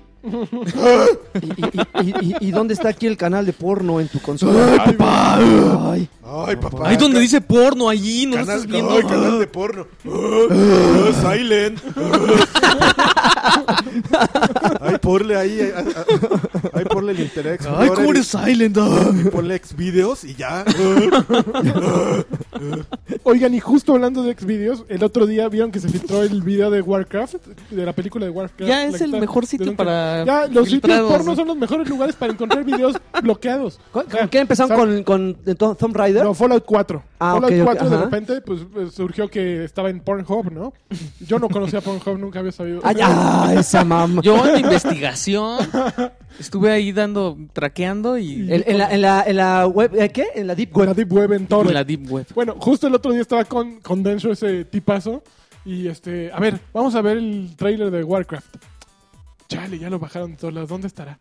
y- y- y- y dónde está aquí el canal de porno en tu consola? Ay, Ay,
Ay, papá.
Ahí donde dice porno, allí, no
canal,
estás viendo.
ay, canal de porno. Ah, ah, silent. Ah. ay, ponle ahí. ah, ah, Ay, ponle el Interex.
Ay, cómo eres silent. ah.
Ponle ex videos y ya.
Oigan, y justo hablando de Xvideos, el otro día vieron que se filtró el video de Warcraft, de la película de Warcraft.
Ya
la
es
que
el
está-
mejor sitio
de un-
para
Ya, los sitios
filtrados,
porno
¿no?
son los mejores lugares para encontrar videos bloqueados.
¿Con,
O sea,
con qué empezaron
¿sabes?
con, con de Tom- Tomb Raider?
No, Fallout 4.
Ah,
Fallout
ok, ok,
4 de
ajá.
repente pues, pues, surgió que estaba en Pornhub, ¿no? Yo no conocía Pornhub, nunca había sabido.
Ay, ah, esa mamá.
Yo en la investigación estuve ahí dando, traqueando y
En, en la, en, la, en la web, ¿eh, ¿qué? En la Deep
Buena
Web.
Deep Web en
en
torre.
la deep web.
Bueno, justo el otro día estaba con, con Denso ese tipazo. Y este, a ver, vamos a ver el trailer de Warcraft. Chale, ya lo bajaron de todos lados. ¿Dónde estará?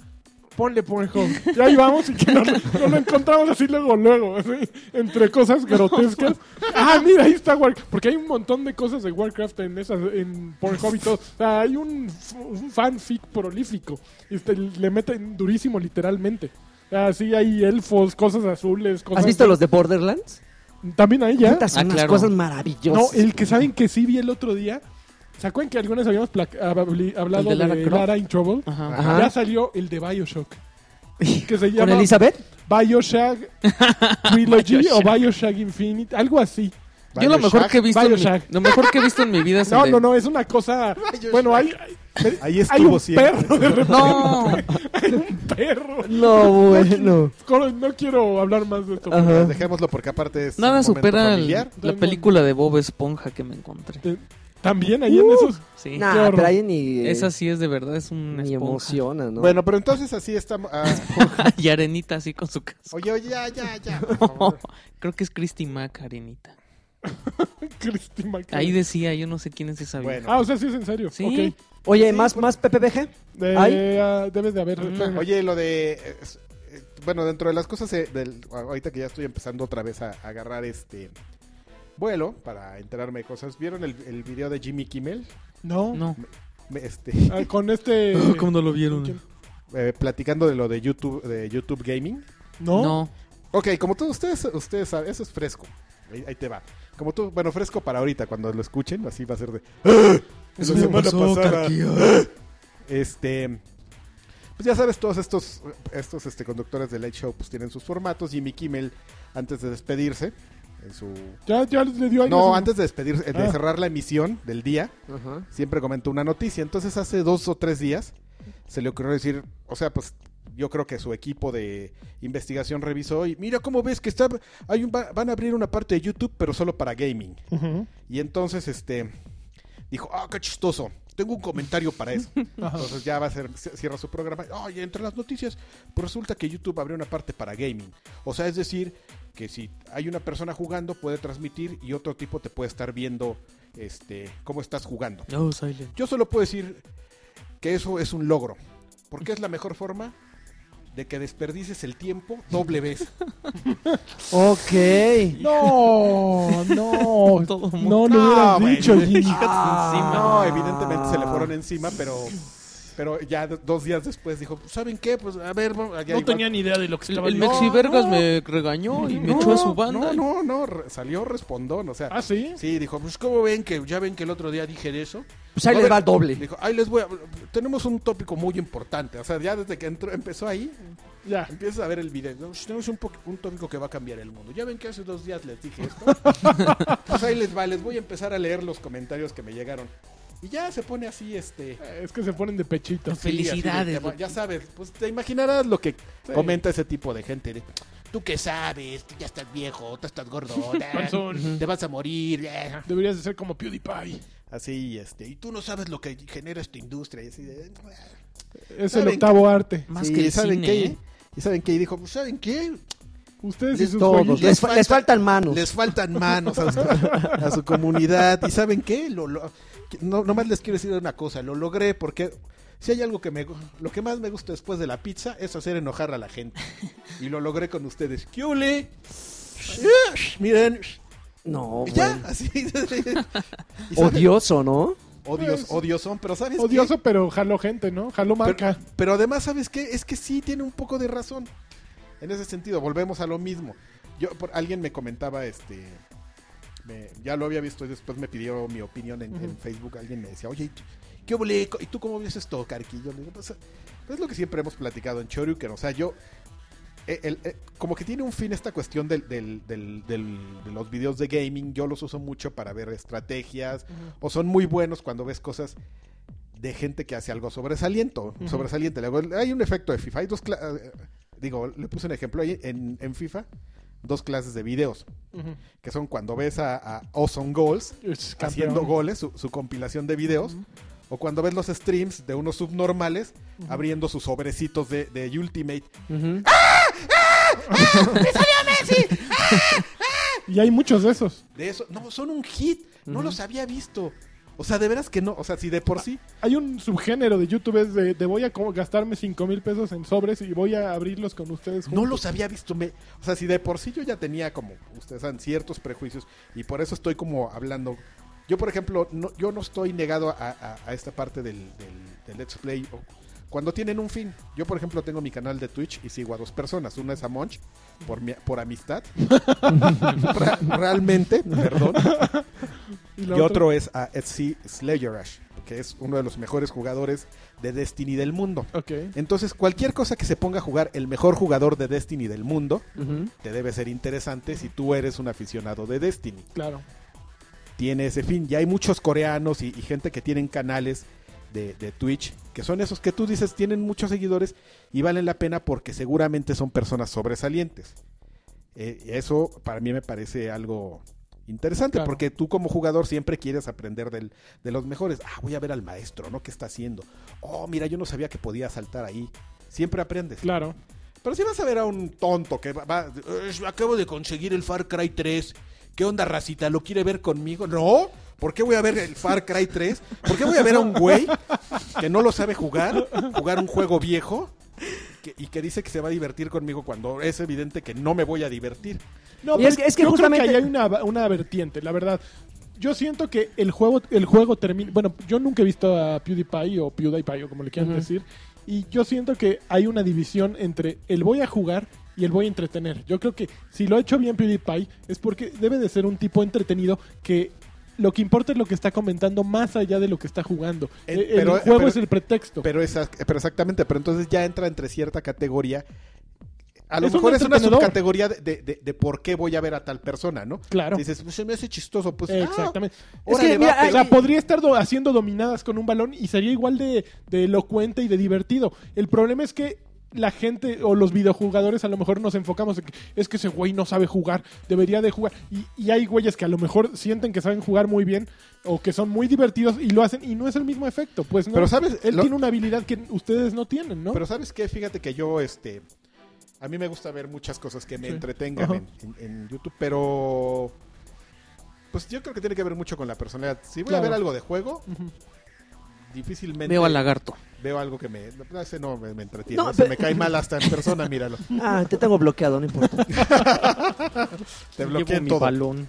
Ponle Pornhub. Ya ahí vamos y que no, no lo encontramos así luego, luego. así, entre cosas grotescas. Ah, mira, ahí está Warcraft. Porque hay un montón de cosas de Warcraft en, esas, en Pornhub y todo. O sea, hay un, f- un fanfic prolífico. Y este, le meten durísimo, literalmente. Así hay elfos, cosas azules, cosas...
¿Has visto los de Borderlands?
También hay ya.
Puta, son
Ah,
unas
claro.
cosas maravillosas.
No, el que saben que sí vi el otro día. ¿Se acuerdan que algunas habíamos pla- habli- hablado
¿El de
de
Lara
Lara,
Croft?
in Trouble?
Ajá.
Ajá.
Ya salió el de Bioshock. Que se
¿Con
llama
Elizabeth?
Bioshock Trilogy o Bioshock Infinite, algo así.
Yo lo mejor que he visto, en mi,
Bioshock.
lo mejor que he visto en mi vida es el
No,
de-
no, no, es una cosa. Bueno, hay,
Ahí
hay un
estuvo siempre.
perro de repente,
No,
un perro.
No, bueno.
Coro- No quiero hablar más de esto.
Ajá.
Dejémoslo porque aparte es
nada
un momento
supera el-
familiar.
la película de Bob Esponja que me encontré.
Eh, También ahí
Uh.
en esos.
Sí.
Nah,
Qué horror.
pero ahí ni,
Esa sí es de verdad, es una
ni
esponja.
emociona, ¿no?
Bueno, pero entonces así estamos. ah,
y Arenita así con su casa.
oye, oye, ya, ya, ya. por favor.
Creo que es Christy Mack, Arenita.
Christy McCall.
Ahí decía, yo no sé quién es esa vieja.
Bueno.
Ah, o sea, sí es en serio.
Sí.
Ok.
Oye,
Sí,
¿más,
por-
¿más PPBG?
Eh,
Ay.
ah, debe de haber.
Mm.
Oye, lo de. eh, s- eh, Bueno, dentro de las cosas. eh, del- ahorita que ya estoy empezando otra vez a, a agarrar este vuelo para enterarme de cosas. ¿Vieron el, el video de Jimmy Kimmel?
No.
No.
Me- Este,
Ah, con este.
¿Cómo no lo
¿Quién?
vieron?
eh, platicando de lo de YouTube, de YouTube Gaming.
No.
No.
Ok, como todos ustedes, ustedes saben, eso es fresco. Ahí, ahí te va. Como tú, bueno, fresco para ahorita, cuando lo escuchen, así va a ser de. "Ah, La
me
semana
pasó,
pasada.
Carqui,
ah". Este. Pues ya sabes, todos estos, estos este, conductores de Late Show pues tienen sus formatos. Jimmy Kimmel, antes de despedirse, en su.
Ya, ya le dio ahí.
No,
sé.
antes de despedirse, de
Ah.
cerrar la emisión del día,
Ajá.
siempre comentó una noticia. Entonces hace dos o tres días se le ocurrió decir, o sea, pues yo creo que su equipo de investigación revisó y mira cómo ves que está, hay un- va- van a abrir una parte de YouTube pero solo para gaming.
Ujú.
Y entonces este dijo, ah, qué chistoso. Tengo un comentario para eso. Entonces ya va a ser, c- cierra su programa. Oye, entre las noticias, pues resulta que YouTube abrió una parte para gaming. O sea, es decir, que si hay una persona jugando puede transmitir y otro tipo te puede estar viendo este cómo estás jugando.
No, Silent.
Yo solo puedo decir que eso es un logro, porque es la mejor forma de que desperdices el tiempo doble vez.
Ok.
No, no.
Todo el
No lo
mundo.
No,
hubieras
güey.
dicho, Jimmy.
Ah.
No, evidentemente se le fueron encima, pero pero ya do- dos días después dijo, ¿saben qué? Pues a ver, vamos, allá
No
iba-
tenía ni idea de lo que
El,
estaba
el
No,
Mexi Vergas
no.
me regañó y me
No,
echó a su
No,
banda.
no, no, re- salió respondón, o sea.
¿Ah, sí?
Sí, dijo, pues ¿cómo ven que ya ven que el otro día dije de eso?
Pues ahí
A
les
ver,
va el doble.
Dijo, ahí les voy a... Tenemos un tópico muy importante, o sea, ya desde que entró, empezó ahí,
Ya.
empiezas a ver el video. ¿no? Pues, Tenemos un, po- un tópico que va a cambiar el mundo. Ya ven que hace dos días les dije esto. pues ahí les va, les voy a empezar a leer los comentarios que me llegaron. Y ya se pone así, este...
Es que se ponen de pechitos.
Sí, así de
Felicidades,
tema.
Lupita.
ya sabes, pues te imaginarás lo que comenta ese tipo de gente. de, Tú qué sabes, tú ya estás viejo, tú estás gordo,
Panzón.
te vas a morir. eh".
Deberías de ser como PewDiePie.
Así, este, y tú no sabes lo que genera esta industria. Y así de,
Es el
¿Saben
octavo arte.
Más
Sí,
que el
¿saben
cine,
qué?
¿eh?
Y saben qué, y dijo, pues ¿saben qué?
Ustedes y
Les-
sus
Todos.
joyillas.
Les, fa- les faltan manos.
Les faltan manos a su, a su comunidad. ¿Y saben qué? Lo, lo- no, nomás les quiero decir una cosa, lo logré porque si hay algo que me... gu- Lo que más me gusta después de la pizza es hacer enojar a la gente. Y lo logré con ustedes. ¿Qué ole? Miren,
No,
y
güey.
ya, así. ¿Y saben?
Odioso, ¿no?
Odios, odiosón, pero ¿sabes qué?
Odioso, pero jaló gente, ¿no? Jaló marca.
Pero, pero además, ¿sabes qué? Es que sí tiene un poco de razón. En ese sentido, volvemos a lo mismo. Yo, por- alguien me comentaba, este, me- ya lo había visto y después me pidió mi opinión en, en Facebook. Alguien me decía, oye, ¿y tú- ¿qué obole? ¿Y tú cómo ves esto, Carquillo? Le digo, pues, pues es lo que siempre hemos platicado en Choryuken. O sea, yo, eh, el- eh, como que tiene un fin esta cuestión del- del- del- del- de los videos de gaming. Yo los uso mucho para ver estrategias. O son muy buenos cuando ves cosas de gente que hace algo sobresaliente. sobresaliente. Luego, Hay un efecto de FIFA. Hay dos cla- eh, Digo, le puse un ejemplo ahí en, en FIFA. Dos clases de videos.
Ujú.
Que son cuando ves a, a Awesome Goals
Es campeón.
haciendo goles, su, su compilación de videos. O cuando ves los streams de unos subnormales abriendo sus sobrecitos de, de Ultimate.
Y hay muchos de esos.
De eso, no, son un hit. No los había visto. O sea, de veras que no. O sea, si de por sí.
Hay un subgénero de YouTube es de, de voy a co- gastarme 5 mil pesos en sobres y voy a abrirlos con ustedes.
No
juntos.
los había visto. Me, o sea, si de por sí yo ya tenía como, ustedes saben, ciertos prejuicios y por eso estoy como hablando. Yo, por ejemplo, no, yo no estoy negado a, a- a esta parte del, del- del Let's Play. o- Cuando tienen un fin. Yo, por ejemplo, tengo mi canal de Twitch y sigo a dos personas. Una es a Monch, por, mi- por amistad. Ra- realmente, perdón.
Y,
Y
la
otro,
otra-
es a Etsy Slayerash, que es uno de los mejores jugadores de Destiny del mundo.
Ok.
Entonces, cualquier cosa que se ponga a jugar el mejor jugador de Destiny del mundo,
Ujú.
te debe ser interesante si tú eres un aficionado de Destiny.
Claro.
Tiene ese fin. Ya hay muchos coreanos y, y gente que tienen canales de, de Twitch, que son esos que tú dices tienen muchos seguidores y valen la pena porque seguramente son personas sobresalientes. Eh, eso para mí me parece algo interesante
Claro.
porque tú como jugador siempre quieres aprender del- de los mejores. Ah, voy a ver al maestro, ¿no? ¿Qué está haciendo? Oh, mira, yo no sabía que podía saltar ahí. Siempre aprendes.
Claro.
Pero si vas a ver a un tonto que va, va- "Eh, acabo de conseguir el Far Cry 3. ¿Qué onda, racita? ¿Lo quiere ver conmigo? No. ¿Por qué voy a ver el Far Cry 3? ¿Por qué voy a ver a un güey que no lo sabe jugar, jugar un juego viejo que- y que dice que se va a divertir conmigo cuando es evidente que no me voy a divertir?
No,
Y es
pues,
que- es que
yo creo
justamente-
que ahí hay una, una vertiente, la verdad. Yo siento que el juego, el juego termina... Bueno, yo nunca he visto a PewDiePie o PewDiePie o como le quieran
Ujú.
decir. Y yo siento que hay una división entre el voy a jugar y el voy a entretener. Yo creo que si lo ha hecho bien PewDiePie es porque debe de ser un tipo entretenido que... Lo que importa es lo que está comentando más allá de lo que está jugando.
El-
El,
pero-
juego
pero-
es el pretexto.
Pero, esa- pero exactamente, pero entonces ya entra entre cierta categoría. A lo
Es un
mejor es una
entretenedor.
subcategoría de, de- de- de por qué voy a ver a tal persona, ¿no?
Claro.
Dices, pues se me hace chistoso, pues. ah,
Exactamente.
Es que,
Órale,
mira,
va,
hay-
O sea, podría estar do- haciendo dominadas con un balón y sería igual de, de elocuente y de divertido. El problema es que la gente o los videojugadores a lo mejor nos enfocamos en que es que ese güey no sabe jugar, debería de jugar. Y, y hay güeyes que a lo mejor sienten que saben jugar muy bien o que son muy divertidos y lo hacen y no es el mismo efecto. Pues no.
Pero, ¿sabes?
Él
Lo-
tiene una habilidad que ustedes no tienen, ¿no?
Pero ¿sabes qué? Fíjate que yo, este... A mí me gusta ver muchas cosas que me
Sí.
entretengan
Ajá.
en, en- en YouTube, pero. Pues yo creo que tiene que ver mucho con la personalidad. Si voy a
Claro.
ver algo de juego,
Ujú.
difícilmente
Veo al lagarto.
veo algo que me. no, Ese no me, me entretiene.
No,
se
pero-
me cae mal hasta en persona, míralo.
Ah, te tengo bloqueado, no importa.
Te
Llevo
bloquean
mi
todo.
balón.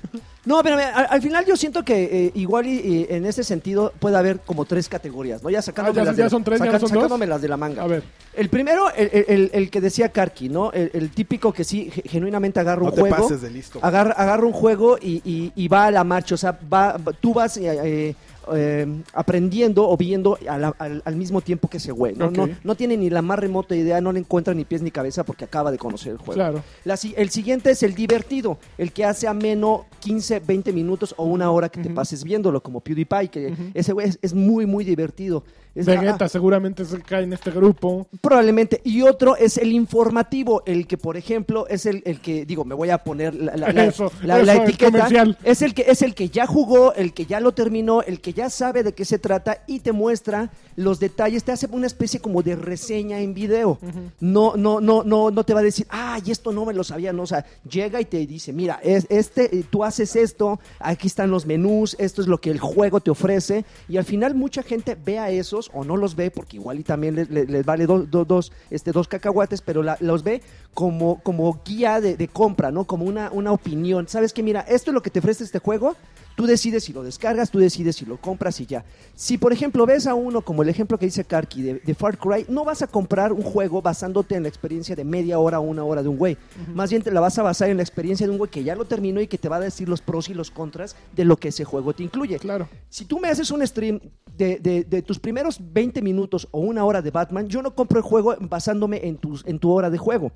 No, pero mira, al, al final yo siento que eh, igual y, y en ese sentido puede haber como tres categorías, ¿no? Ya sacándome,
Ah, ya-
las,
ya
de la,
son tres, ya
saca-
son dos.
sacándome las de la manga.
A ver,
El primero, el, el- el- el que decía Karki, ¿no? El, el típico que sí, ge- genuinamente agarra un
No te
juego.
pases de listo.
Ah,
agarra, agarra un juego y, y- y va a la marcha. O sea, va, va- tú vas eh, eh, eh, aprendiendo o viendo a la- al, al mismo tiempo que ese güey. ¿no?
Ok.
No, no tiene ni la más remota idea, no le encuentra ni pies ni cabeza porque acaba de conocer el juego.
claro.
La si- el siguiente es el divertido, el que hace ameno 15, 20 minutos o una hora que te
Ujú.
pases viéndolo, como PewDiePie, que
Ujú.
ese güey es, es muy, muy divertido. Es,
Vegeta
ah,
seguramente se cae en este grupo.
Probablemente. Y otro es el informativo, el que, por ejemplo, es el, el que, digo, me voy a poner la, la- la-
Eso,
la- la
eso, el
etiqueta.
comercial.
Es el, que, es el que ya jugó, el que ya lo terminó, el que ya sabe de qué se trata y te muestra los detalles, te hace una especie como de reseña en video. No, no, no, no, no te va a decir, ay, esto no me lo sabía, no, o sea, llega y te dice, mira, es, este, eh, tú haces esto, aquí están los menús, esto es lo que el juego te ofrece, y al final mucha gente ve a esos o no los ve, porque igual y también les, les- les vale dos- dos- dos, este, dos cacahuates, pero la- los ve como, como guía de, de compra, ¿no? Como una, una opinión. ¿Sabes que Mira, esto es lo que te ofrece este juego, Tú decides si lo descargas, tú decides si lo compras y ya. Si, por ejemplo, ves a uno como el ejemplo que dice Karki de, de Far Cry, no vas a comprar un juego basándote en la experiencia de media hora o una hora de un güey. Más bien te la vas a basar en la experiencia de un güey que ya lo terminó y que te va a decir los pros y los contras de lo que ese juego te incluye.
Claro.
Si tú me haces un stream de, de- de tus primeros 20 minutos o una hora de Batman, yo no compro el juego basándome en, tus, en tu hora de juego.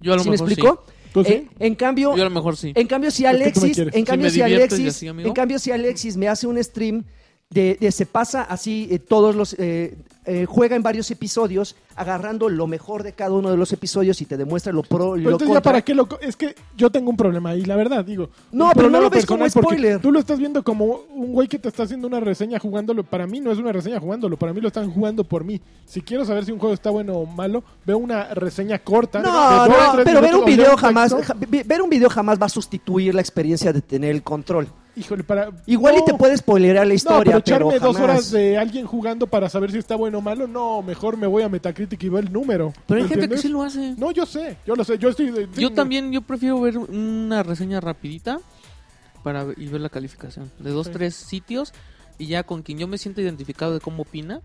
Yo a lo
¿Sí me
mejor
explico? Eh,
¿Tú sí?
En, en cambio,
sí. Yo a lo mejor sí.
en cambio, si
Es que tú me
Alexis,
quieres.
en cambio,
me
si
diviertes y
Alexis,
así, amigo.
en cambio, si Alexis me hace un stream de, de se pasa así eh, todos los eh, eh, juega en varios episodios, agarrando lo mejor de cada uno de los episodios y te demuestra lo pro y
Pero
lo
Pues entonces ya
contra.
para qué lo co- es que yo tengo un problema ahí, la verdad, digo.
No,
Un
pero no
problema
lo ves como
personal porque
spoiler.
Tú lo estás viendo como un güey que te está haciendo una reseña jugándolo. Para mí no es una reseña jugándolo, para mí lo están jugando por mí. Si quiero saber si un juego está bueno o malo, veo una reseña corta.
No,
de dos,
no,
tres
pero ver
minutos,
un
o leo
video
texto.
jamás, ja- vi- ver un video jamás va a sustituir la experiencia de tener el control.
Híjole, para
Igual
no.
y te puede spoilear la
No,
historia,
pero
pero,
echarme dos
jamás.
horas de alguien jugando para saber si está bueno o malo, no, mejor me voy a Metacritic y veo el número.
Pero hay gente que
¿entiendes?
sí lo hace.
No, yo sé, yo lo sé, yo estoy... de-
Yo
de-
también, yo prefiero ver una reseña rapidita para ver- y ver la calificación de dos,
Sí.
tres sitios y ya con quien yo me siento identificado de cómo opina,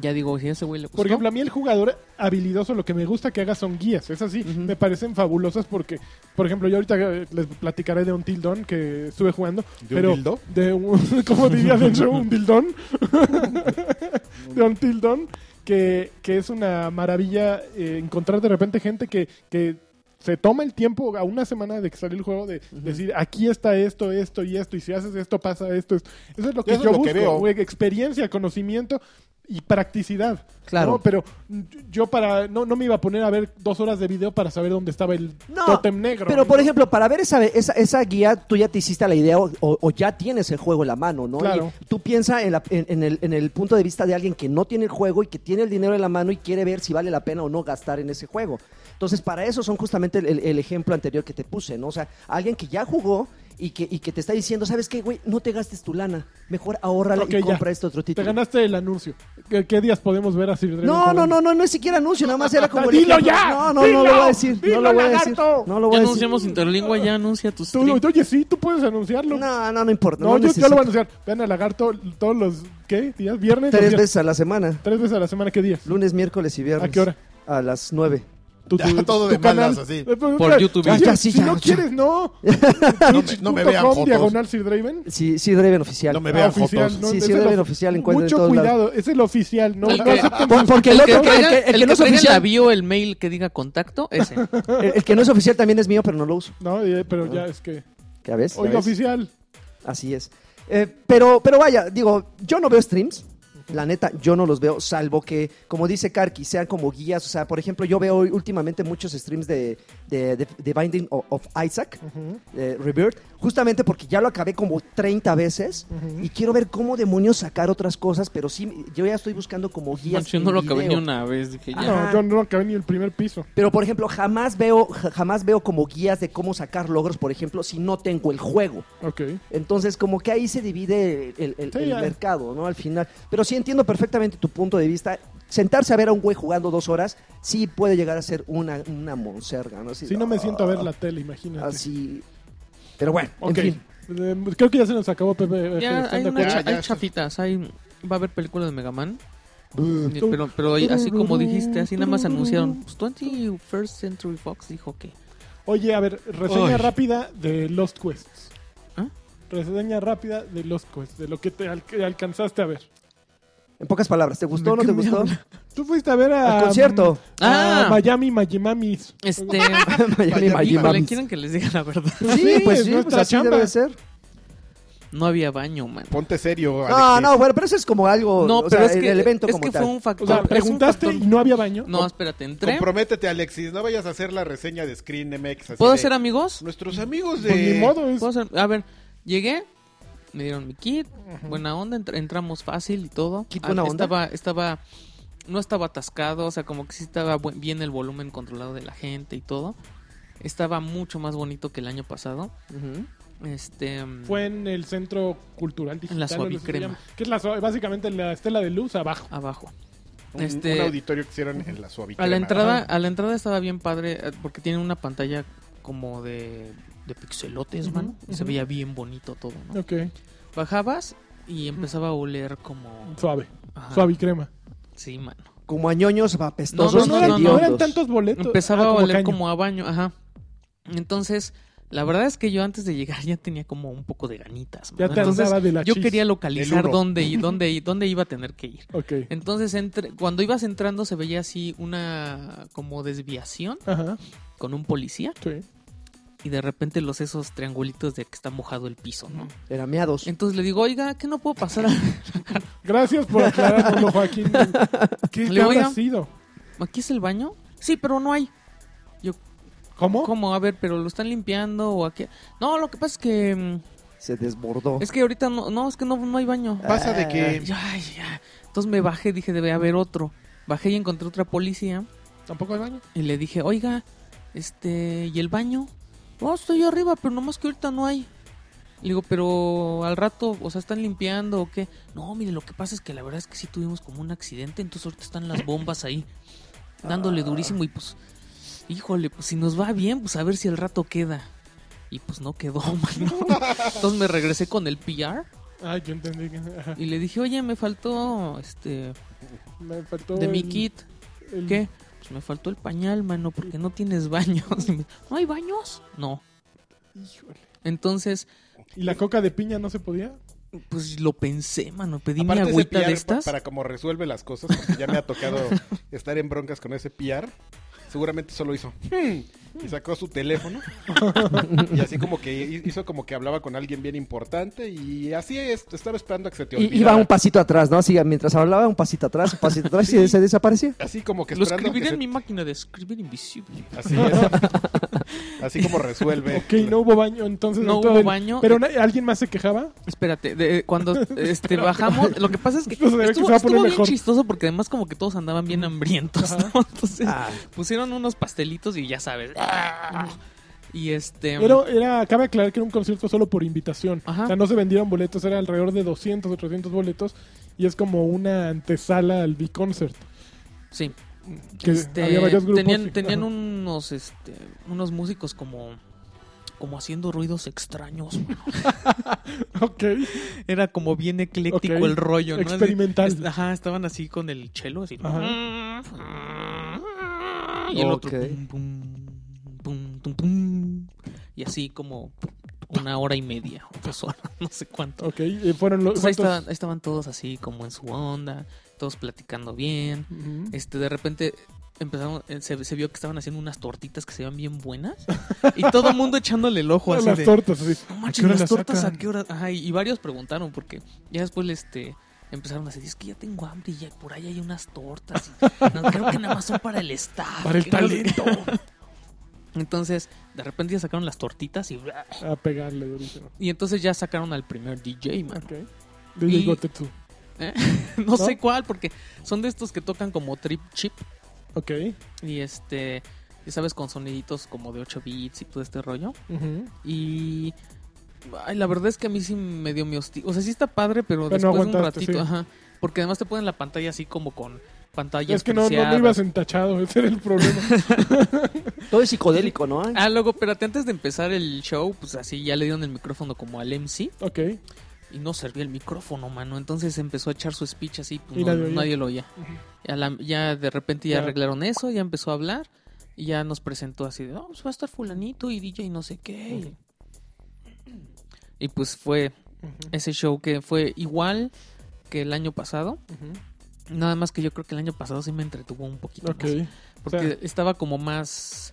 ya digo, si a ese güey le gustó.
Por ejemplo, a mí el jugador habilidoso lo que me gusta que haga son guías, es así,
Ujú.
me parecen fabulosas porque, por ejemplo, yo ahorita eh, les platicaré de un tildón que estuve jugando,
¿De un
pero
dildo?
de un, ¿cómo diría Dencho? Un tildón, de un tildón que, que es una maravilla eh, encontrar de repente gente que, que se toma el tiempo a una semana de que salió el juego de decir aquí está esto, esto y esto, y si haces esto pasa esto. esto". Eso es lo que
Eso es
yo
lo que
busco,
veo.
güey, experiencia, conocimiento y practicidad.
Claro.
¿no? Pero mm, yo para no, no me iba a poner a ver dos horas de video para saber dónde estaba el
No,
tótem negro.
Pero, por ejemplo, para ver esa, esa, esa guía, tú ya te hiciste la idea o, o- o ya tienes el juego en la mano, ¿no?
Claro.
Y tú piensas en, la- en- en el, en el punto de vista de alguien que no tiene el juego y que tiene el dinero en la mano y quiere ver si vale la pena o no gastar en ese juego. Entonces, para eso son justamente el, el- el ejemplo anterior que te puse, ¿no? O sea, alguien que ya jugó y que, y que te está diciendo, ¿sabes qué, güey? No te gastes tu lana. Mejor ahórrala
Ok,
y
ya.
compra este otro
Te
título.
ganaste el anuncio. ¿Qué, qué días podemos ver así?
No, no, no, no, no es siquiera anuncio, nada más era como. el
¡Dilo
ejemplo.
ya!
No, no, no lo voy a decir.
¡Dilo,
no lo voy a decir.
lagarto!
No lo voy
ya
a decir.
anunciamos Interlingua, ya anuncia tus
Tú- oye, sí, tú puedes anunciarlo. No,
No, no, no importa. No,
yo, yo
necesito.
lo voy a anunciar. Vean a Lagarto todos los, ¿qué? ¿Días? ¿Viernes?
Tres
¿Los días?
veces a la semana.
Tres veces a la semana, ¿qué días?
Lunes, miércoles y viernes.
¿A qué hora?
A las nueve.
Tu- tu-
Ya, todo
tu
de malas, así.
Eh, pues,
Por
claro,
YouTube.
si-
Ya, ya, sí,
si
ya,
no
ya.
quieres, no.
No me, no me vean
Twitch.com,
fotos.
diagonal Sir Draven.
Sí, sí, Draven oficial.
No me
Ah,
vean
oficial,
fotos.
¿no?
Sí,
Es
sí,
el
debe el
of-
oficial, encuentren en
Mucho
todos Ah,
cuidado, es el oficial, no,
El
no
que-
acepten
Por- porque el,
El que,
otro, el,
traiga-
que, el
el
que no
que
es
traiga en la
oficial,
bio el mail que diga contacto, ese.
el, el que no es oficial también es mío, pero no lo uso.
No, eh, pero ya es que.
¿Ya ves?
Oiga,
¿Ya ves?
oficial.
Así es. Eh, pero, pero vaya, digo, yo no veo streams. La neta, yo no los veo, salvo que, como dice Karki, sean como guías. O sea, por ejemplo, yo veo últimamente muchos streams de, de, de- de Binding o- of Isaac, de eh, Rebirth, justamente porque ya lo acabé como 30 veces y quiero ver cómo demonios sacar otras cosas, pero sí, yo ya estoy buscando como guías.
Yo
en
no lo acabé
video.
ni una vez. Dije, ya.
Ajá.
No, yo no acabé ni el primer piso.
Pero por ejemplo, jamás veo, ja- jamás veo como guías de cómo sacar logros, por ejemplo, si no tengo el juego.
Ok.
Entonces, como que ahí se divide el, el-
Sí,
el
ya.
mercado, ¿no? Al final. Pero sí entiendo perfectamente tu punto de vista. Sentarse a ver a un güey jugando dos horas, sí puede llegar a ser una, una monserga, ¿no? Así,
Si no me
ah,
siento a ver la tele, imagínate.
Así. Pero bueno,
Ok.
Ah, en fin.
Eh, creo que ya se nos acabó, Pepe. eh,
Ya,
¿están
hay,
de
una
acuerdo?
cha-
Ya, ya.
hay chafitas. Hay, va a haber película de Mega Man.
Uh,
Pero, pero ahí, así como dijiste, así nada más anunciaron. Pues 21st Century Fox dijo que.
Oye, a ver, reseña
Ay.
rápida de Lost Quests.
¿Ah?
Reseña rápida de Lost Quests, de lo que te al- que alcanzaste a ver.
En pocas palabras, ¿te gustó o no
¿De
te
qué me
gustó?
habla?
Tú fuiste a ver a. mm,
Al concierto.
a
Ah.
Miami, Miami Mamis.
Este.
Miami, Miami,
híjole,
Miami.
quieren que les diga la verdad.
Sí, pues sí,
nuestra
pues así
chamba.
debe de ser.
No había baño, man.
Ponte serio,
No,
Alexis.
Ah, no, bueno, pero eso es como algo.
No,
o
pero
sea,
es que.
el evento
es
como
que
tal.
fue un factor.
O sea,
es un
preguntaste
factor-
y no había baño.
No, espérate, entré.
Comprométete, Alexis. No vayas a hacer la reseña de Screen MX. así
¿Puedo
de,
hacer amigos?
Nuestros amigos de...
Pues ni modo, es.
¿Puedo hacer- A ver, llegué, me dieron mi kit, buena onda, entr- entramos fácil y todo.
¿Kit
Ah,
buena onda?
estaba, Estaba, no estaba atascado, o sea, como que sí estaba buen- bien el volumen controlado de la gente y todo. Estaba mucho más bonito que el año pasado.
Ujú.
Este, mm,
Fue en el centro cultural digital.
En la
o no sé si se
Suavicrema.
llama. Que es la, suave- básicamente la estela de luz abajo.
abajo.
Un,
Este-
un auditorio que hicieron en la suavita.
A la entrada, a la entrada estaba bien padre eh, porque tiene una pantalla como de, de pixelotes,
Ujú,
mano. y Se
ujú.
veía bien bonito todo, ¿no?
Ok.
Bajabas y empezaba a oler como
Suave.
Ajá.
Suave y crema.
Sí, mano.
Como a ñoños apestosos.
No, no,
no,
eran,
no,
no
no.
eran
hediondos.
tantos boletos. Ah,
Empezaba a
como
oler
caño.
como a baño, ajá. Entonces, la verdad es que yo antes de llegar ya tenía como un poco de ganitas.
Ya
mano.
te
Entonces,
andaba de la
yo
chis.
quería localizar
Del uno.
dónde, y- dónde, y- dónde iba a tener que ir.
Ok.
Entonces, entre, cuando ibas entrando se veía así una como desviación
Ajá.
con un policía
Sí.
y de repente los esos triangulitos de que está mojado el piso,
Mm.
¿no?
Eran miados.
Entonces le digo, oiga, ¿qué no puedo pasar? a-
Gracias por aclararlo, Joaquín. ¿Qué,
Le
qué
voy
habrá
a-
sido?
¿Aquí es el baño? Sí, pero no hay.
¿Cómo?
¿Cómo? A ver, pero lo están limpiando o aquí. No, lo que pasa es que mm,
Se
Oh.
desbordó.
Es que ahorita no, no, es que no, no hay baño.
Pasa de
Y
que...
yo, ay, ya. Entonces me bajé, dije, debe haber otro. Bajé y encontré otra policía
¿Tampoco hay baño?
y le dije, oiga, este, ¿y el baño? No, estoy arriba, pero nomás que ahorita no hay. Le digo, pero al rato, o sea, ¿están limpiando o qué? No, mire, lo que pasa es que la verdad es que sí tuvimos como un accidente, entonces ahorita están las bombas ahí, dándole durísimo y pues, híjole, pues si nos va bien, pues a ver si el rato queda. Y pues no quedó, mano. Entonces me regresé con el PR
Ah, yo entendí. que- ajá.
y le dije, oye, me faltó este
Me faltó.
de mi
el-
kit.
el-
¿Qué? Pues me faltó el pañal, mano, porque no tienes baños. Y me, ¿No hay baños? No.
Híjole.
Entonces,
¿Y la coca de piña no se podía?
pues lo pensé, mano. Pedí
aparte
mi
ese
agüita
PR
de estas.
Para como resuelve las cosas, porque ya me ha tocado estar en broncas con ese PR. Seguramente solo hizo... "Hmm", Y sacó su teléfono. y así como que hizo como que hablaba con alguien bien importante. Y así es, estaba esperando a que se te
Y, iba
olvidara.
un pasito atrás, ¿no? Así, mientras hablaba, un pasito atrás, un pasito atrás y se desaparecía.
Así como que
Lo
esperando a que
escribiré
se-
en mi máquina de escribir invisible.
Así es. Así como resuelve.
Ok, no hubo baño, entonces.
No
en todo
hubo
el-
baño.
¿Pero na- alguien más se quejaba?
Espérate, de- cuando este, bajamos, lo que pasa es que
Esto se ve que
estuvo,
se va a
estuvo
poner
bien
mejor.
chistoso porque además como que todos andaban bien hambrientos,
Ajá.
¿no? Entonces
Ah.
pusieron unos pastelitos y ya sabes. Y este...
Ah. Pero era, cabe aclarar que era un concierto solo por invitación.
Ajá.
O sea, no se vendieron boletos, era alrededor de 200 o 300 boletos. Y es como una antesala al B-Concert.
Sí.
Que
Este,
había varios grupos.
Tenían,
y-
tenían
ajá.
unos, este, unos músicos como, como haciendo ruidos extraños. mano.
Ok.
Era como bien ecléctico
Ok.
el rollo, ¿no?
Experimental.
Es- ajá, estaban así con el chelo, así. Y el otro.
Ok.
pum, pum, pum, tum, pum. y así como una hora y media, o dos horas, no sé cuánto.
Ok, eh, fueron los.
Entonces Pues ahí
¿cuántos?
estaban, ahí estaban todos así como en su onda, todos platicando bien.
Ujú.
Este, de repente empezaron, eh, se, se vio que estaban haciendo unas tortitas que se veían bien buenas. Y todo el mundo echándole el ojo
Ah,
así
las
de,
tortas, así.
"No
¿A qué
manches,
hora
las
las
tortas
sacan?"
a qué hora. Ajá, y, y varios preguntaron porque ya después este empezaron a decir, es que ya tengo hambre y ya por ahí hay unas tortas. y no, creo que nada más son para el staff.
Para el
que no sé qué".
talento.
Entonces, de repente ya sacaron las tortitas y...
A pegarle durísimo.
Y entonces ya sacaron al primer DJ, man.
Ok. DJ
Y-
Gotetsu.
No, sé cuál, porque son de estos que tocan como trip chip
Ok.
y este, ya sabes, con soniditos como de 8 bits y todo este rollo.
Ujú.
Y ay, la verdad es que a mí sí me dio mi hosti... O sea, sí está padre,
Pero no
pero después de un
aguantaste,
ratito,
sí.
ajá. Porque además te ponen la pantalla así como con pantallas
Es que no, no, no
preciadas.
ibas entachado, ese era el problema.
Todo es psicodélico, ¿no?
Ah, luego, espérate, antes de empezar el show, pues así ya le dieron el micrófono como al MC
ok.
y no servía el micrófono, mano. Entonces empezó a echar su speech así, pues
Y
no-
nadie oía.
nadie lo oía. Ya, la- ya de repente ya
Ya.
arreglaron eso, ya empezó a hablar y ya nos presentó así de, "No, pues va a estar fulanito y DJ no sé qué. Y pues fue ese show que fue igual que el año pasado. Nada más que yo creo que el año pasado sí me entretuvo un poquito
Ok.
más. Porque
O sea-
estaba como más...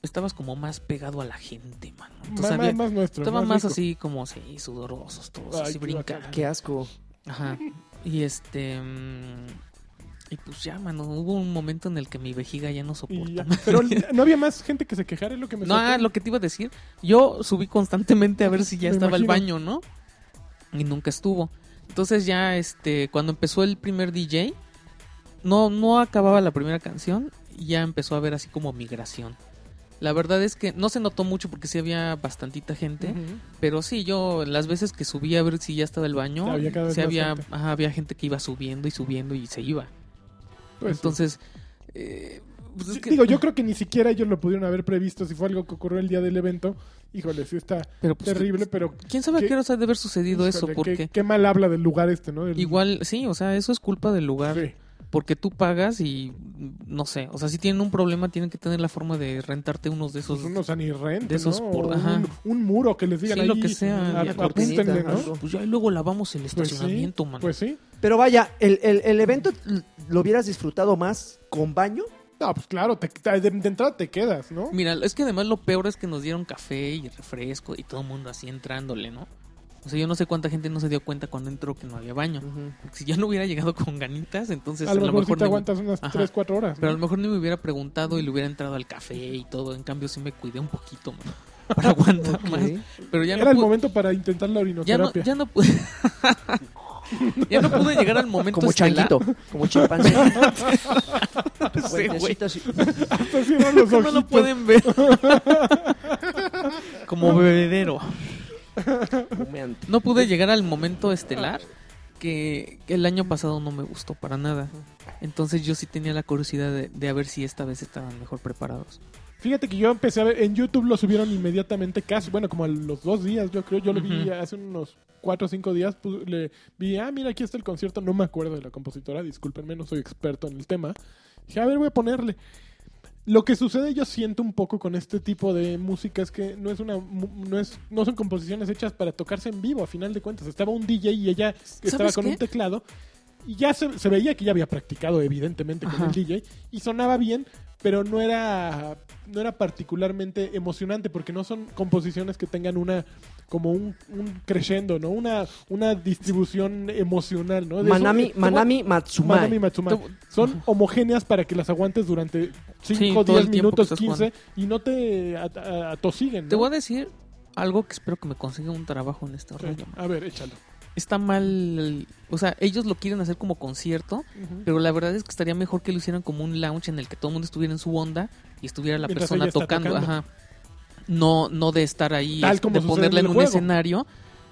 Estabas como más pegado a la gente, mano. Entonces
Más,
había-
más, más nuestro.
estaban más,
rico.
así como sí, sudorosos todos,
Ay,
así
qué
brincando.
bacán.
Qué asco.
Ajá. Y este. mm, Y pues ya, mano, hubo un momento en el que mi vejiga ya no
Y
soporta.
ya. Pero no había más gente que se quejara, es lo que me
No, ah,
sorprende.
lo que te iba a decir, yo subí constantemente a ver si ya
Me
estaba el
imagino.
baño, ¿no? Y nunca estuvo. Entonces ya, este, cuando empezó el primer DJ, no, no acababa la primera canción y ya empezó a haber así como migración. La verdad es que no se notó mucho porque sí había bastantita gente,
Ujú.
pero sí, yo las veces que subí a ver si ya estaba el baño,
Ya había cada vez
sí
más
había,
gente.
ajá, había gente que iba subiendo y subiendo y se iba.
Pues sí.
Entonces, eh, pues es
Sí,
que-
Digo, yo creo que ni siquiera ellos lo pudieron haber previsto si fue algo que ocurrió el día del evento. Híjole, sí está
pero pues,
terrible, pero...
¿Quién sabe a
¿Qué?
qué hora ha de haber sucedido eso?
híjole,
Porque
qué, qué mal habla del lugar este, ¿no? Del-
igual, pues, sí, o sea, eso es culpa del lugar.
Sí.
Porque tú pagas y mm, no sé, o sea, si tienen un problema, tienen que tener la forma de rentarte unos de esos.
Pues unos anirrentes,
de esos
¿no?
por-
O
ajá.
un, un muro que les digan
Sí,
ahí,
lo que sea,
a-
ya,
apúntenle,
cortinita,
¿no?
algo.
Pues ya, y luego lavamos el
Pues sí,
estacionamiento, man.
Pues sí.
Pero vaya, el, el- el evento lo hubieras disfrutado más con baño.
No, pues claro, te- te- de, de entrada te quedas, ¿no?
Mira, es que además lo peor es que nos dieron café y refresco y todo el mundo así entrándole, ¿no? O sea, yo no sé cuánta gente no se dio cuenta cuando entró que no había baño. Porque si yo no hubiera llegado con ganitas, entonces
a lo mejor, si te
ni-
aguantas unas
Ajá.
3, 4 horas.
Pero a lo
¿no?
mejor ni me hubiera preguntado y le hubiera entrado al café y todo. En cambio, sí me cuidé un poquito man, para aguantar más. Pero ya
Era
no
el
pude-
momento para intentar la
ya no,
orinoterapia.
ya no pude. ya no pude llegar al momento
Como
estelar.
changuito, como chimpancé.
Ese güey,
Puentecito así.
Hasta cierran los
no lo
ojitos.
pueden ver. Como bebedero.
Humeante.
No pude llegar al momento estelar
Ah.
que que el año pasado no me gustó para nada. Entonces yo sí tenía la curiosidad de, de a ver si esta vez estaban mejor preparados.
Fíjate que yo empecé a ver, en YouTube lo subieron inmediatamente, casi, bueno, como a los dos días, yo creo, yo lo vi
Ujú.
hace unos cuatro o cinco días, pu- le vi, ah, mira, aquí está el concierto, no me acuerdo de la compositora, discúlpenme, no soy experto en el tema. Dije, a ver, voy a ponerle. Lo que sucede, yo siento un poco con este tipo de música es que no es una, mu- no es, no son composiciones hechas para tocarse en vivo. A final de cuentas, estaba un DJ y ella estaba
¿Sabes
con
qué?
un teclado y ya se, se veía que ya había practicado evidentemente con
Ajá.
el DJ y sonaba bien, pero no era no era particularmente emocionante porque no son composiciones que tengan una como un, un crescendo, ¿no? Una una distribución emocional, ¿no? De eso-
Manami,
como-
Manami Matsumai.
Manami Matsumai.
Te-
Son homogéneas para que las aguantes durante 5,
todo
10
el tiempo que
minutos,
estás
15 y no te at- a- atosiguen. ¿no?
Te voy a decir algo que espero que me consiga un trabajo en esta
Sí.
radio.
A ver, échalo.
Está mal, o sea, ellos lo quieren hacer como concierto, pero la verdad es que estaría mejor que lo hicieran como un lounge en el que todo el mundo estuviera en su onda y estuviera la
Mientras ella
persona
está
tocando,
tocando.
ajá. No, no de estar ahí,
Tal
es-
como
de
sucede
ponerla
en el
en, un
juego.
escenario